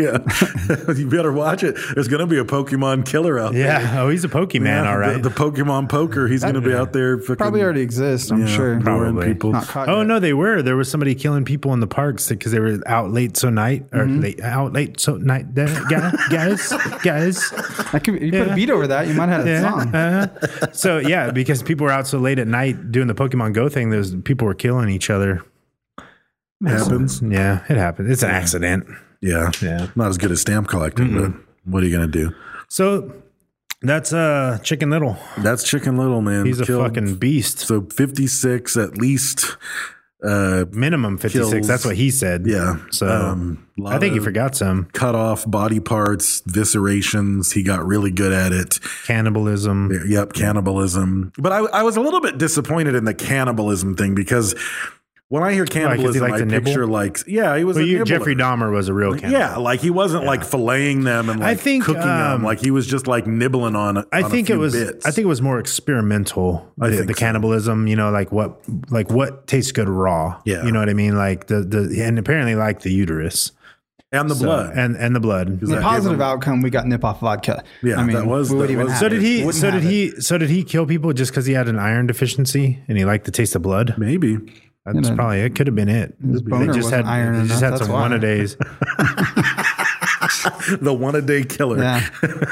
[SPEAKER 8] Yeah, you better watch it. There's gonna be a Pokemon killer out there.
[SPEAKER 6] Yeah. Oh, he's a Pokemon.
[SPEAKER 8] Yeah,
[SPEAKER 6] all right.
[SPEAKER 8] The, the Pokemon poker. He's gonna be out there. Fucking,
[SPEAKER 7] Probably already exist, I'm
[SPEAKER 8] yeah,
[SPEAKER 7] sure.
[SPEAKER 8] luring
[SPEAKER 6] Probably.
[SPEAKER 8] people.
[SPEAKER 7] Not caught
[SPEAKER 6] oh
[SPEAKER 7] yet.
[SPEAKER 6] no, they were. There was somebody killing people in the parks because they were out late so night or
[SPEAKER 8] Mm-hmm.
[SPEAKER 6] late out late so night. Guys, guys, guys.
[SPEAKER 7] I could, you put a beat over that, you might have had a song.
[SPEAKER 6] Yeah. uh-huh. So yeah, because people were out so late at night doing the Pokemon Go thing, those people were killing each other.
[SPEAKER 8] happens.
[SPEAKER 6] Yeah, it happened. It's an accident.
[SPEAKER 8] Yeah,
[SPEAKER 6] Yeah.
[SPEAKER 8] Not as good as stamp collecting, but
[SPEAKER 6] Mm-hmm.
[SPEAKER 8] what are you gonna do?
[SPEAKER 6] So that's uh Chicken Little.
[SPEAKER 8] That's Chicken Little, man.
[SPEAKER 6] He's a
[SPEAKER 8] Killed-
[SPEAKER 6] fucking beast.
[SPEAKER 8] So 56 at least. Uh,
[SPEAKER 6] Minimum fifty six.
[SPEAKER 8] kills.
[SPEAKER 6] That's what he said.
[SPEAKER 8] Yeah.
[SPEAKER 6] So
[SPEAKER 8] Um, lot
[SPEAKER 6] I think he
[SPEAKER 8] of-
[SPEAKER 6] forgot some
[SPEAKER 8] cut off body parts, viscerations. He got really good at it.
[SPEAKER 6] cannibalism.
[SPEAKER 8] Yep, cannibalism. But I, I was a little bit disappointed in the cannibalism thing because when I hear cannibalism,
[SPEAKER 6] like
[SPEAKER 8] I
[SPEAKER 6] to nibble?
[SPEAKER 8] picture like, yeah, he was
[SPEAKER 6] Well,
[SPEAKER 8] a
[SPEAKER 6] you,
[SPEAKER 8] nibbler.
[SPEAKER 6] Jeffrey Dahmer was a real cannibal.
[SPEAKER 8] Yeah, like he wasn't like filleting them and
[SPEAKER 6] I
[SPEAKER 8] like
[SPEAKER 6] think,
[SPEAKER 8] cooking
[SPEAKER 6] um,
[SPEAKER 8] them. Like he was just like nibbling on.
[SPEAKER 6] I
[SPEAKER 8] on a
[SPEAKER 6] think it
[SPEAKER 8] few
[SPEAKER 6] was.
[SPEAKER 8] Bits.
[SPEAKER 6] I think it was more experimental.
[SPEAKER 8] I
[SPEAKER 6] the,
[SPEAKER 8] think
[SPEAKER 6] the
[SPEAKER 8] so.
[SPEAKER 6] cannibalism, you know, like what, like what tastes good raw.
[SPEAKER 8] Yeah.
[SPEAKER 6] you know what I mean. Like the the and apparently like the uterus,
[SPEAKER 8] and the
[SPEAKER 6] So-
[SPEAKER 8] blood.
[SPEAKER 6] and and the blood.
[SPEAKER 8] that
[SPEAKER 7] The
[SPEAKER 8] give
[SPEAKER 7] positive
[SPEAKER 8] him-
[SPEAKER 7] outcome, we got nip off vodka.
[SPEAKER 8] Yeah,
[SPEAKER 7] I mean,
[SPEAKER 8] that was-
[SPEAKER 7] we wouldn't
[SPEAKER 8] that
[SPEAKER 7] even
[SPEAKER 8] was-
[SPEAKER 7] have
[SPEAKER 6] So did
[SPEAKER 7] it.
[SPEAKER 6] he?
[SPEAKER 7] Wouldn't
[SPEAKER 6] so did
[SPEAKER 7] have it.
[SPEAKER 6] he? So did he kill people just because he had an iron deficiency and he liked the taste of blood?
[SPEAKER 8] maybe
[SPEAKER 6] That's
[SPEAKER 7] know,
[SPEAKER 6] probably it. Could have been it.
[SPEAKER 7] his
[SPEAKER 6] they
[SPEAKER 7] boner
[SPEAKER 6] just had
[SPEAKER 7] wasn't iron
[SPEAKER 6] they just
[SPEAKER 7] enough,
[SPEAKER 6] had
[SPEAKER 7] that's
[SPEAKER 6] some
[SPEAKER 7] why.
[SPEAKER 6] one a days.
[SPEAKER 8] the one a day killer.
[SPEAKER 7] Yeah.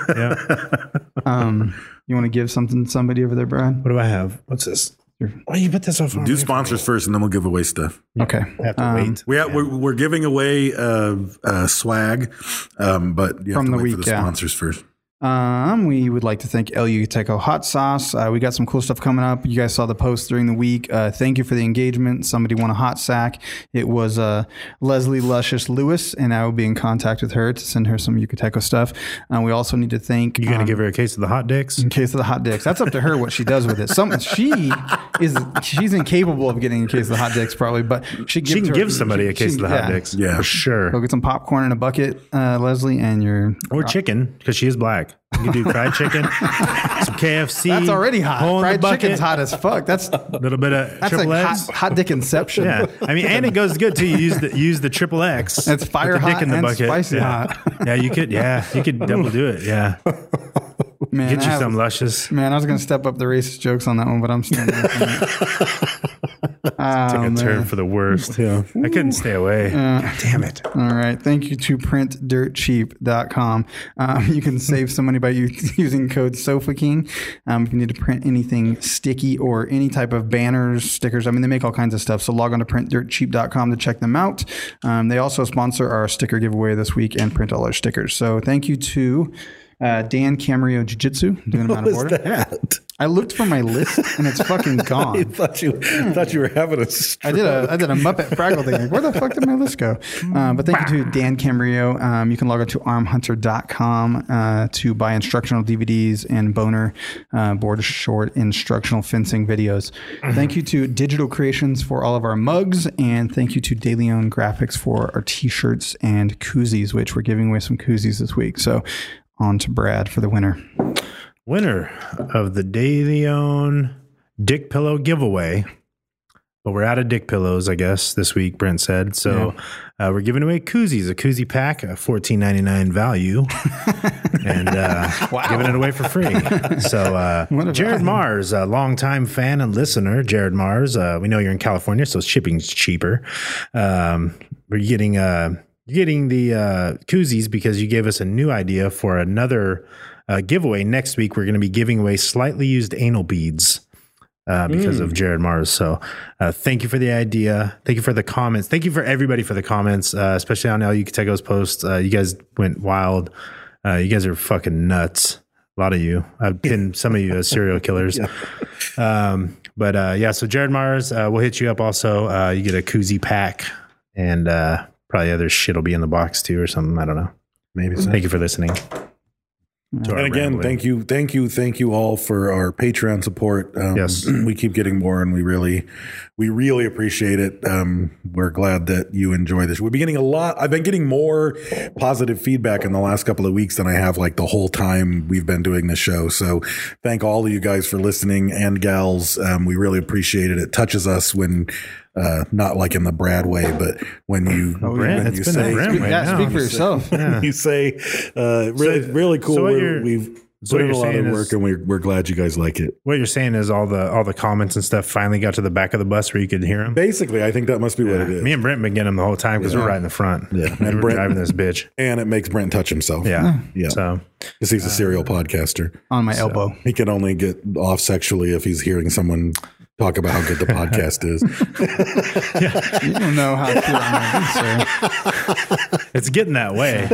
[SPEAKER 6] yeah.
[SPEAKER 7] Um, you want to give something to somebody over there, Brian?
[SPEAKER 6] What do I have? What's this? Why you put this off?
[SPEAKER 8] Do sponsors first, and then we'll give away stuff.
[SPEAKER 7] Okay.
[SPEAKER 6] Have to
[SPEAKER 7] Um,
[SPEAKER 6] wait.
[SPEAKER 8] We have, we're, we're giving away uh, uh, swag, um, but you have
[SPEAKER 7] From
[SPEAKER 8] to
[SPEAKER 7] the
[SPEAKER 8] wait for
[SPEAKER 7] week,
[SPEAKER 8] the
[SPEAKER 7] yeah.
[SPEAKER 8] sponsors first.
[SPEAKER 7] Um, we would like to thank El Yucateco Hot Sauce. Uh, we got some cool stuff coming up. You guys saw the post during the week. Uh, thank you for the engagement. Somebody won a hot sack. It was uh, Leslie Luscious Lewis, and I will be in contact with her to send her some Yucateco stuff. Uh, we also need to thank
[SPEAKER 6] You gonna
[SPEAKER 7] um,
[SPEAKER 6] give her a case of the hot dicks?
[SPEAKER 7] in case of the hot dicks. That's up to her what she does with it. Some she is she's incapable of getting a case of the hot dicks probably, but she gives
[SPEAKER 6] She can
[SPEAKER 7] her-
[SPEAKER 6] give somebody a
[SPEAKER 7] she-
[SPEAKER 6] case
[SPEAKER 7] she-
[SPEAKER 6] of the hot
[SPEAKER 7] yeah.
[SPEAKER 6] dicks.
[SPEAKER 8] Yeah.
[SPEAKER 6] for sure.
[SPEAKER 7] Go get some popcorn in a bucket, uh, Leslie, and your
[SPEAKER 6] Or chicken, because she is black. You can do fried chicken, some KFC.
[SPEAKER 7] that's already hot.
[SPEAKER 6] hole in the
[SPEAKER 7] Fried
[SPEAKER 6] bucket,
[SPEAKER 7] chicken's hot as fuck. That's
[SPEAKER 6] A little bit of
[SPEAKER 7] That's
[SPEAKER 6] triple
[SPEAKER 7] like hot,
[SPEAKER 6] X.
[SPEAKER 7] hot dick inception.
[SPEAKER 6] Yeah, I mean, and it goes good too. You use the use the triple X.
[SPEAKER 7] That's
[SPEAKER 6] with
[SPEAKER 7] fire
[SPEAKER 6] the
[SPEAKER 7] hot and spicy
[SPEAKER 6] yeah.
[SPEAKER 7] hot.
[SPEAKER 6] yeah, you could. Yeah, you could double do it. Yeah,
[SPEAKER 7] man,
[SPEAKER 6] get
[SPEAKER 7] I
[SPEAKER 6] you
[SPEAKER 7] have-
[SPEAKER 6] some luscious.
[SPEAKER 7] Man, I was gonna step up the racist jokes on that one, but I'm standing. up on it.
[SPEAKER 6] Took a
[SPEAKER 7] man.
[SPEAKER 6] turn for the worst.
[SPEAKER 8] Yeah. Uh.
[SPEAKER 6] I couldn't stay away. God damn it.
[SPEAKER 7] All right. Thank you to printdirtcheap.com. Um, you can save some money by u- using code SOFAKING. Um, if you need to print anything sticky or any type of banners, stickers, I mean, they make all kinds of stuff. So log on to printdirtcheap.com to check them out. Um, they also sponsor our sticker giveaway this week and print all our stickers. So thank you to uh, Dan Camarillo Jiu Jitsu. Doing them out of
[SPEAKER 8] What
[SPEAKER 7] order.
[SPEAKER 8] was that?
[SPEAKER 7] I looked for my list and it's fucking
[SPEAKER 8] I
[SPEAKER 7] gone.
[SPEAKER 8] thought you thought you were having a
[SPEAKER 7] I
[SPEAKER 8] stroke.
[SPEAKER 7] did a I did a Muppet Fraggle thing. Like, where the fuck did my list go? Um, but thank you to Dan Camarillo. Um, you can log on to armhunter.com uh, to buy instructional DVDs and boner uh, board short instructional fencing videos.
[SPEAKER 6] Mm-hmm.
[SPEAKER 7] Thank you to Digital Creations for all of our mugs, and thank you to Daily Own Graphics for our T-shirts and koozies, which we're giving away some koozies this week. So on to Brad for the winner.
[SPEAKER 6] Winner of the Daily Own Dick Pillow giveaway. But we're out of dick pillows, I guess, this week, Brent said. So uh, we're giving away koozies, a koozie pack, a fourteen ninety nine value, and uh, giving it away for free. So uh, Jared Mars, a longtime fan and listener, Jared Mars, uh, we know you're in California, so shipping's cheaper. Um, we're getting uh, you're getting the uh, koozies because you gave us a new idea for another uh, giveaway next week. We're going to be giving away slightly used anal beads uh, because of Jared Mars. So uh, thank you for the idea. Thank you for the comments. Thank you for everybody for the comments, uh, especially on El Yucateco's post. Uh, you guys went wild. Uh, you guys are fucking nuts. A lot of you. I've been some of you as serial killers. um, but uh, yeah, so Jared Mars, uh, we'll hit you up also. Uh, you get a koozie pack and uh, probably other shit will be in the box too or something. I don't know.
[SPEAKER 8] Maybe so.
[SPEAKER 6] Thank you for listening.
[SPEAKER 8] And again, thank you, thank you, thank you all for our Patreon support. Um,
[SPEAKER 6] Yes.
[SPEAKER 8] we keep getting more, and we really, we really appreciate it. Um, we're glad that you enjoy this. We've been getting a lot. I've been getting more positive feedback in the last couple of weeks than I have like the whole time we've been doing this show. So, thank all of you guys for listening and gals. Um, we really appreciate it. It touches us when. Uh, not like in the Brad way, but when you,
[SPEAKER 6] Brent,
[SPEAKER 8] when
[SPEAKER 6] it's
[SPEAKER 8] you
[SPEAKER 6] been the
[SPEAKER 8] say,
[SPEAKER 6] Brent way.
[SPEAKER 8] yeah,
[SPEAKER 7] Yeah,
[SPEAKER 6] now.
[SPEAKER 7] speak for yourself.
[SPEAKER 8] you say uh, really,
[SPEAKER 6] So-
[SPEAKER 8] really cool.
[SPEAKER 6] so what
[SPEAKER 8] We're-
[SPEAKER 6] you're-
[SPEAKER 8] we've
[SPEAKER 6] so what
[SPEAKER 8] put in a
[SPEAKER 6] you're
[SPEAKER 8] lot of
[SPEAKER 6] saying is-
[SPEAKER 8] work, and we're we're glad you guys like it.
[SPEAKER 6] What you're saying is all the all the comments and stuff finally got to the back of the bus where you could hear them.
[SPEAKER 8] Basically, I think that must be what it is.
[SPEAKER 6] Me and Brent been getting them the whole time because we're right in the front.
[SPEAKER 8] Yeah.
[SPEAKER 6] we
[SPEAKER 8] And
[SPEAKER 6] were
[SPEAKER 8] Brent-
[SPEAKER 6] driving this bitch.
[SPEAKER 8] and it makes Brent touch himself.
[SPEAKER 6] Yeah, Uh,
[SPEAKER 8] yeah,
[SPEAKER 6] So
[SPEAKER 8] because he's a serial podcaster.
[SPEAKER 7] On my elbow.
[SPEAKER 8] He can only get off sexually if he's hearing someone talk about how good the podcast is.
[SPEAKER 7] You don't know how to feel on my sir.
[SPEAKER 6] it's getting that way.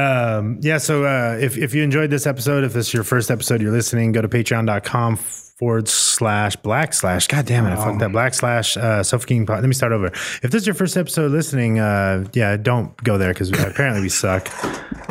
[SPEAKER 6] um, yeah. So uh, if if you enjoyed this episode, if this is your first episode you're listening, go to patreon.com forward slash black slash. God damn it, I fucked that black slash uh, suffocating pot. Let me start over. If this is your first episode listening, uh, yeah, don't go there because apparently we suck.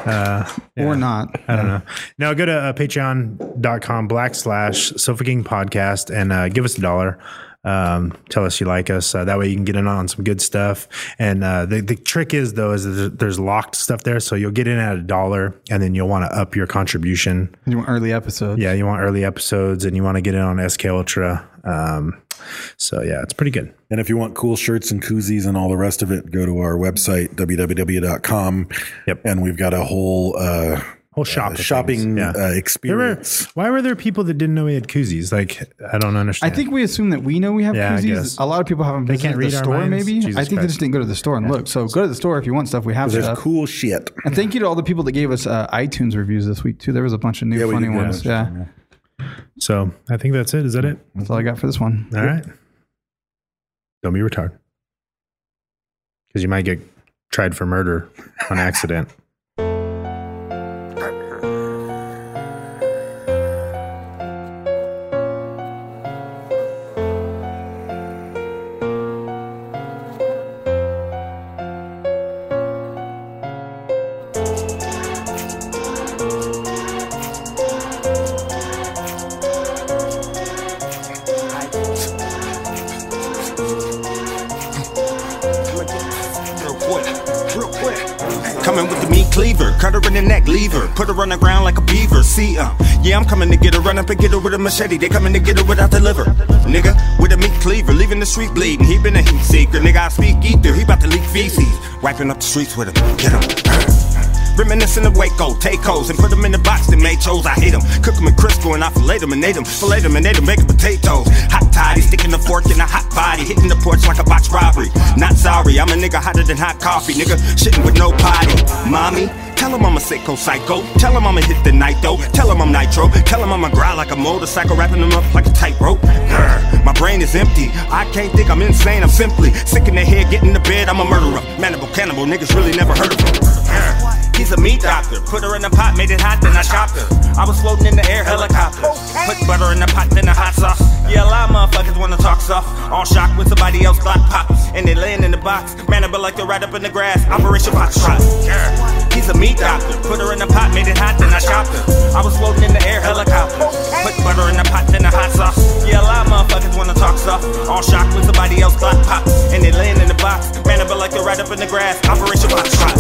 [SPEAKER 6] Uh, yeah.
[SPEAKER 7] Or not.
[SPEAKER 6] I don't know. Now go to uh, patreon.com black slash Sofa King podcast and uh, give us a dollar. Um, tell us you like us. Uh, that way you can get in on some good stuff. And uh, the, the trick is, though, is there's, there's locked stuff there. So you'll get in at a dollar and then you'll want to up your contribution.
[SPEAKER 7] You want early episodes.
[SPEAKER 6] Yeah, you want early episodes and you want to get in on SK Ultra. Um, so yeah, it's pretty good.
[SPEAKER 8] and if you want cool shirts and koozies and all the rest of it, go to our website, www.com.
[SPEAKER 6] Yep.
[SPEAKER 8] And we've got a whole uh,
[SPEAKER 6] Whole shop.
[SPEAKER 8] uh,
[SPEAKER 6] of
[SPEAKER 8] shopping
[SPEAKER 6] things. Yeah.
[SPEAKER 8] uh,
[SPEAKER 6] There were,
[SPEAKER 8] experience.
[SPEAKER 6] why were there people that didn't know we had koozies? Like, I don't
[SPEAKER 7] I
[SPEAKER 6] understand.
[SPEAKER 7] think we assume that we know we have
[SPEAKER 6] Yeah, I
[SPEAKER 7] koozies.
[SPEAKER 6] guess.
[SPEAKER 7] A lot of people haven't visited
[SPEAKER 6] can't
[SPEAKER 7] the
[SPEAKER 6] read our
[SPEAKER 7] store,
[SPEAKER 6] minds?
[SPEAKER 7] maybe.
[SPEAKER 6] Jesus
[SPEAKER 7] I think they
[SPEAKER 6] Christ.
[SPEAKER 7] just didn't go to the store and look. So go to the store if you want stuff. We have
[SPEAKER 8] There's
[SPEAKER 7] stuff.
[SPEAKER 8] cool shit.
[SPEAKER 7] And thank you to all the people that gave us uh, iTunes reviews this week too. There was a bunch of new
[SPEAKER 8] Yeah, we
[SPEAKER 7] funny
[SPEAKER 8] did get
[SPEAKER 7] ones.
[SPEAKER 8] those.
[SPEAKER 7] Yeah.
[SPEAKER 6] so I think that's it. Is that it?
[SPEAKER 7] that's all I got for this one.
[SPEAKER 6] All right. Don't be retarded. Because you might get tried for murder on accident.
[SPEAKER 9] Coming with the meat cleaver, cut her in the neck, leave her, put her on the ground like a beaver. See, um, yeah, I'm coming to get her, run up and get her with a machete. They coming to get her without the liver. Nigga, with a meat cleaver, leaving the street bleeding. He been a heat seeker, nigga, I speak ether. He about to leak feces, wiping up the streets with him. Get him. Reminiscing of Waco, take hoes and put them in the box that made chose. I hate them, cook them and crisp Castro and I fillet them and ate them. Fillet them and ate them, baked potatoes. Hot toddy, sticking a fork in a hot body. Hitting the porch like a box robbery. Not sorry, I'm a nigga hotter than hot coffee. Nigga, shitting with no potty. Mommy, Tell him I'm a sicko psycho. Tell him I'ma hit the night though. Tell him I'm nitro. Tell him I'ma grind like a motorcycle, wrapping him up like a tightrope. Grr, My brain is empty. I can't think I'm insane. I'm simply sick in the head, get in the bed. I'm a murderer. Manable cannibal, niggas really never heard of him. Grr, He's a meat doctor. Put her in a pot, made it hot, then I chopped her. I was floating in the air helicopter. Put butter in the pot, then the hot sauce. Yeah, a lot of motherfuckers wanna talk soft. On shock when somebody else Glock pop. And they laying in the box. Manable like they're right up in the grass. Operation Foxtrot. Grr. He's a meat doctor. Put her in the pot, made it hot, then I chopped her. I was floating in the air helicopter. Put butter in the pot, then the hot sauce. Yeah, a lot of motherfuckers wanna talk soft. All shocked when somebody else Glock pop. And they laying in the box. Man, but like they're right up in the grass. Operation Pop Trot.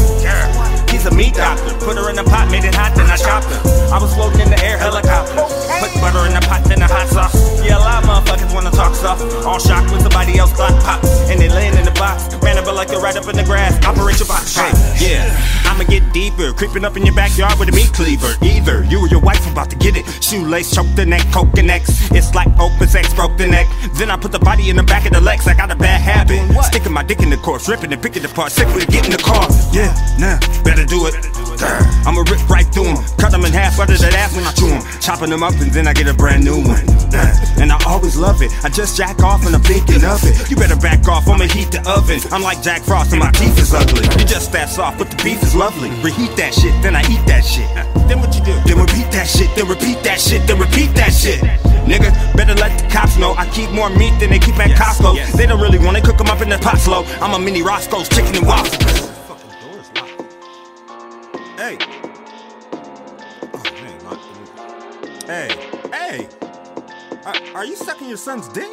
[SPEAKER 9] He's a meat doctor. Put her in the pot, made it hot, then I chopped her. I was floating in the air helicopter. Put butter in the pot, then the hot sauce. Yeah, a lot of motherfuckers wanna talk soft. All shocked when somebody else Glock pop. And they laying in the box. Man, but like they're right up in the grass. Operation Pop Trot. Yeah, I'ma get get deeper. Creeping up in your backyard with a meat cleaver. Either you or your wife about to get it. Shoelace, choke the neck, coke the neck. It's like open sex, broke the neck. Then I put the body in the back of the legs. I got a bad habit. Sticking my dick in the corpse, ripping and picking apart. Sick with it, get in the car. Yeah, nah, better do it. Grr. I'ma rip right through him. Cut him in half, butter that ass when I chew him. Chopping him up and then I get a brand new one. Grr. And I always love it. I just jack off and I'm thinking of it. You better back off, I'ma heat the oven. I'm like Jack Frost and my teeth is ugly. You just that soft, but the beef is lovely. Reheat that shit, then I eat that shit. Then what you do? Then repeat that shit, then repeat that shit, then repeat that shit. Nigga, better let the cops know I keep more meat than they keep at Costco. They don't really wanna cook 'em up in the pot slow. I'm a mini Roscoe's chicken and waffles. Hey. Oh, man, my- Hey, hey. Are, are you sucking your son's dick?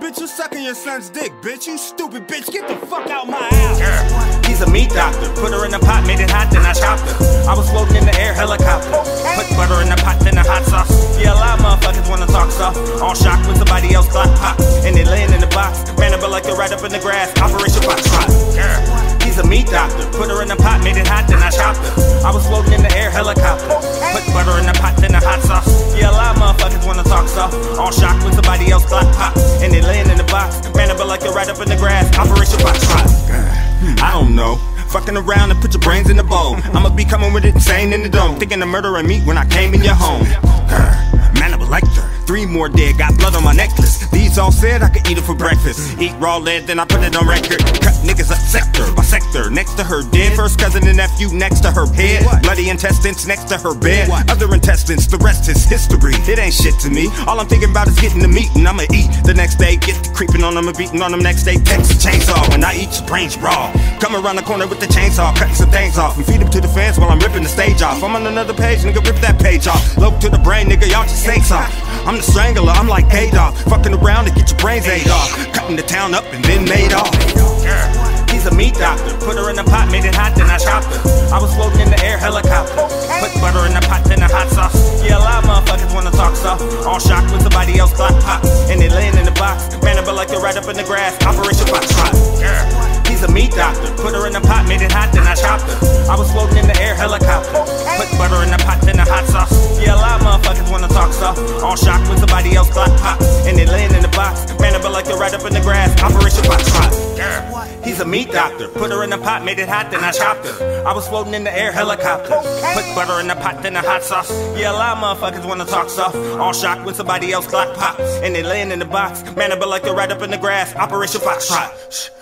[SPEAKER 9] Bitch, you sucking your son's dick, bitch. You stupid bitch. Get the fuck out my ass. He's a meat doctor. Put her in the pot, made it hot, then I chopped her. I was floating in the air helicopter. Put butter in the pot, then the hot sauce. Yeah, a lot of motherfuckers wanna talk soft. All shocked when somebody else Glock pop. And they laying in the box. Man, but like they're right up in the grass. Operation Box Trot. He's a meat doctor. Put her in the pot, made it hot, then I chopped her. I was floating in the air helicopter. Put butter in the pot, then the hot sauce. Yeah, a lot of motherfuckers wanna talk soft. All shocked when somebody else Glock pop. And they laying in the box. Man, but like they're right up in the grass. Operation Box Trot. I don't know. Fucking around and put your brains in the bowl. I'ma be coming with it insane in the dome. Thinking of murdering me when I came in your home. Grr, Man, I was like her. Three more dead, got blood on my necklace. These all said I could eat it for breakfast. Eat raw lead, then I put it on record. Cut niggas up sector by sector. Next to her dead, first cousin and nephew next to her head. Bloody intestines next to her bed. Other intestines, the rest is history. It ain't shit to me. All I'm thinking about is getting the meat and I'ma eat. The next day, get to creeping on them and beating on them. Next day, Texas chainsaw when I eat your brains raw. Come around the corner with the chainsaw, cutting some things off and feed them to the fans while I'm ripping the stage off. I'm on another page, nigga, rip that page off. Low to the brain, nigga, y'all just say off. I'm the strangler, I'm like Adolf. Fucking around and get your brains ate off. Cutting the town up and then made off. He's a meat doctor. Put her in the pot, made it hot, then I chopped her. I was floating in the air helicopter. Put butter in the pot, then the hot sauce. Yeah, a lot of motherfuckers wanna talk soft. All shocked when somebody else Glock pop. And they laying in the box. Man, but like they're right up in the grass. Operation Box Trot. He's a meat doctor. Put her in the pot, made it hot, then I chopped her. I was floating in the air helicopter. Put butter in the pot, then the hot sauce. Yeah, a lot of motherfuckers wanna talk soft. All shocked when somebody else Glock pop. And they laying in the box. Man, but like they're right up in the grass. Operation Box Trot. He's a meat doctor. Put her in the pot, made it hot, then I chopped her. I was floating in the air helicopter. Put butter in the pot, then the hot sauce. Yeah, a lot of motherfuckers wanna talk soft. All shocked when somebody else Glock pop. And they laying in the box. Man, but like they're right up in the grass. Operation Foxtrot.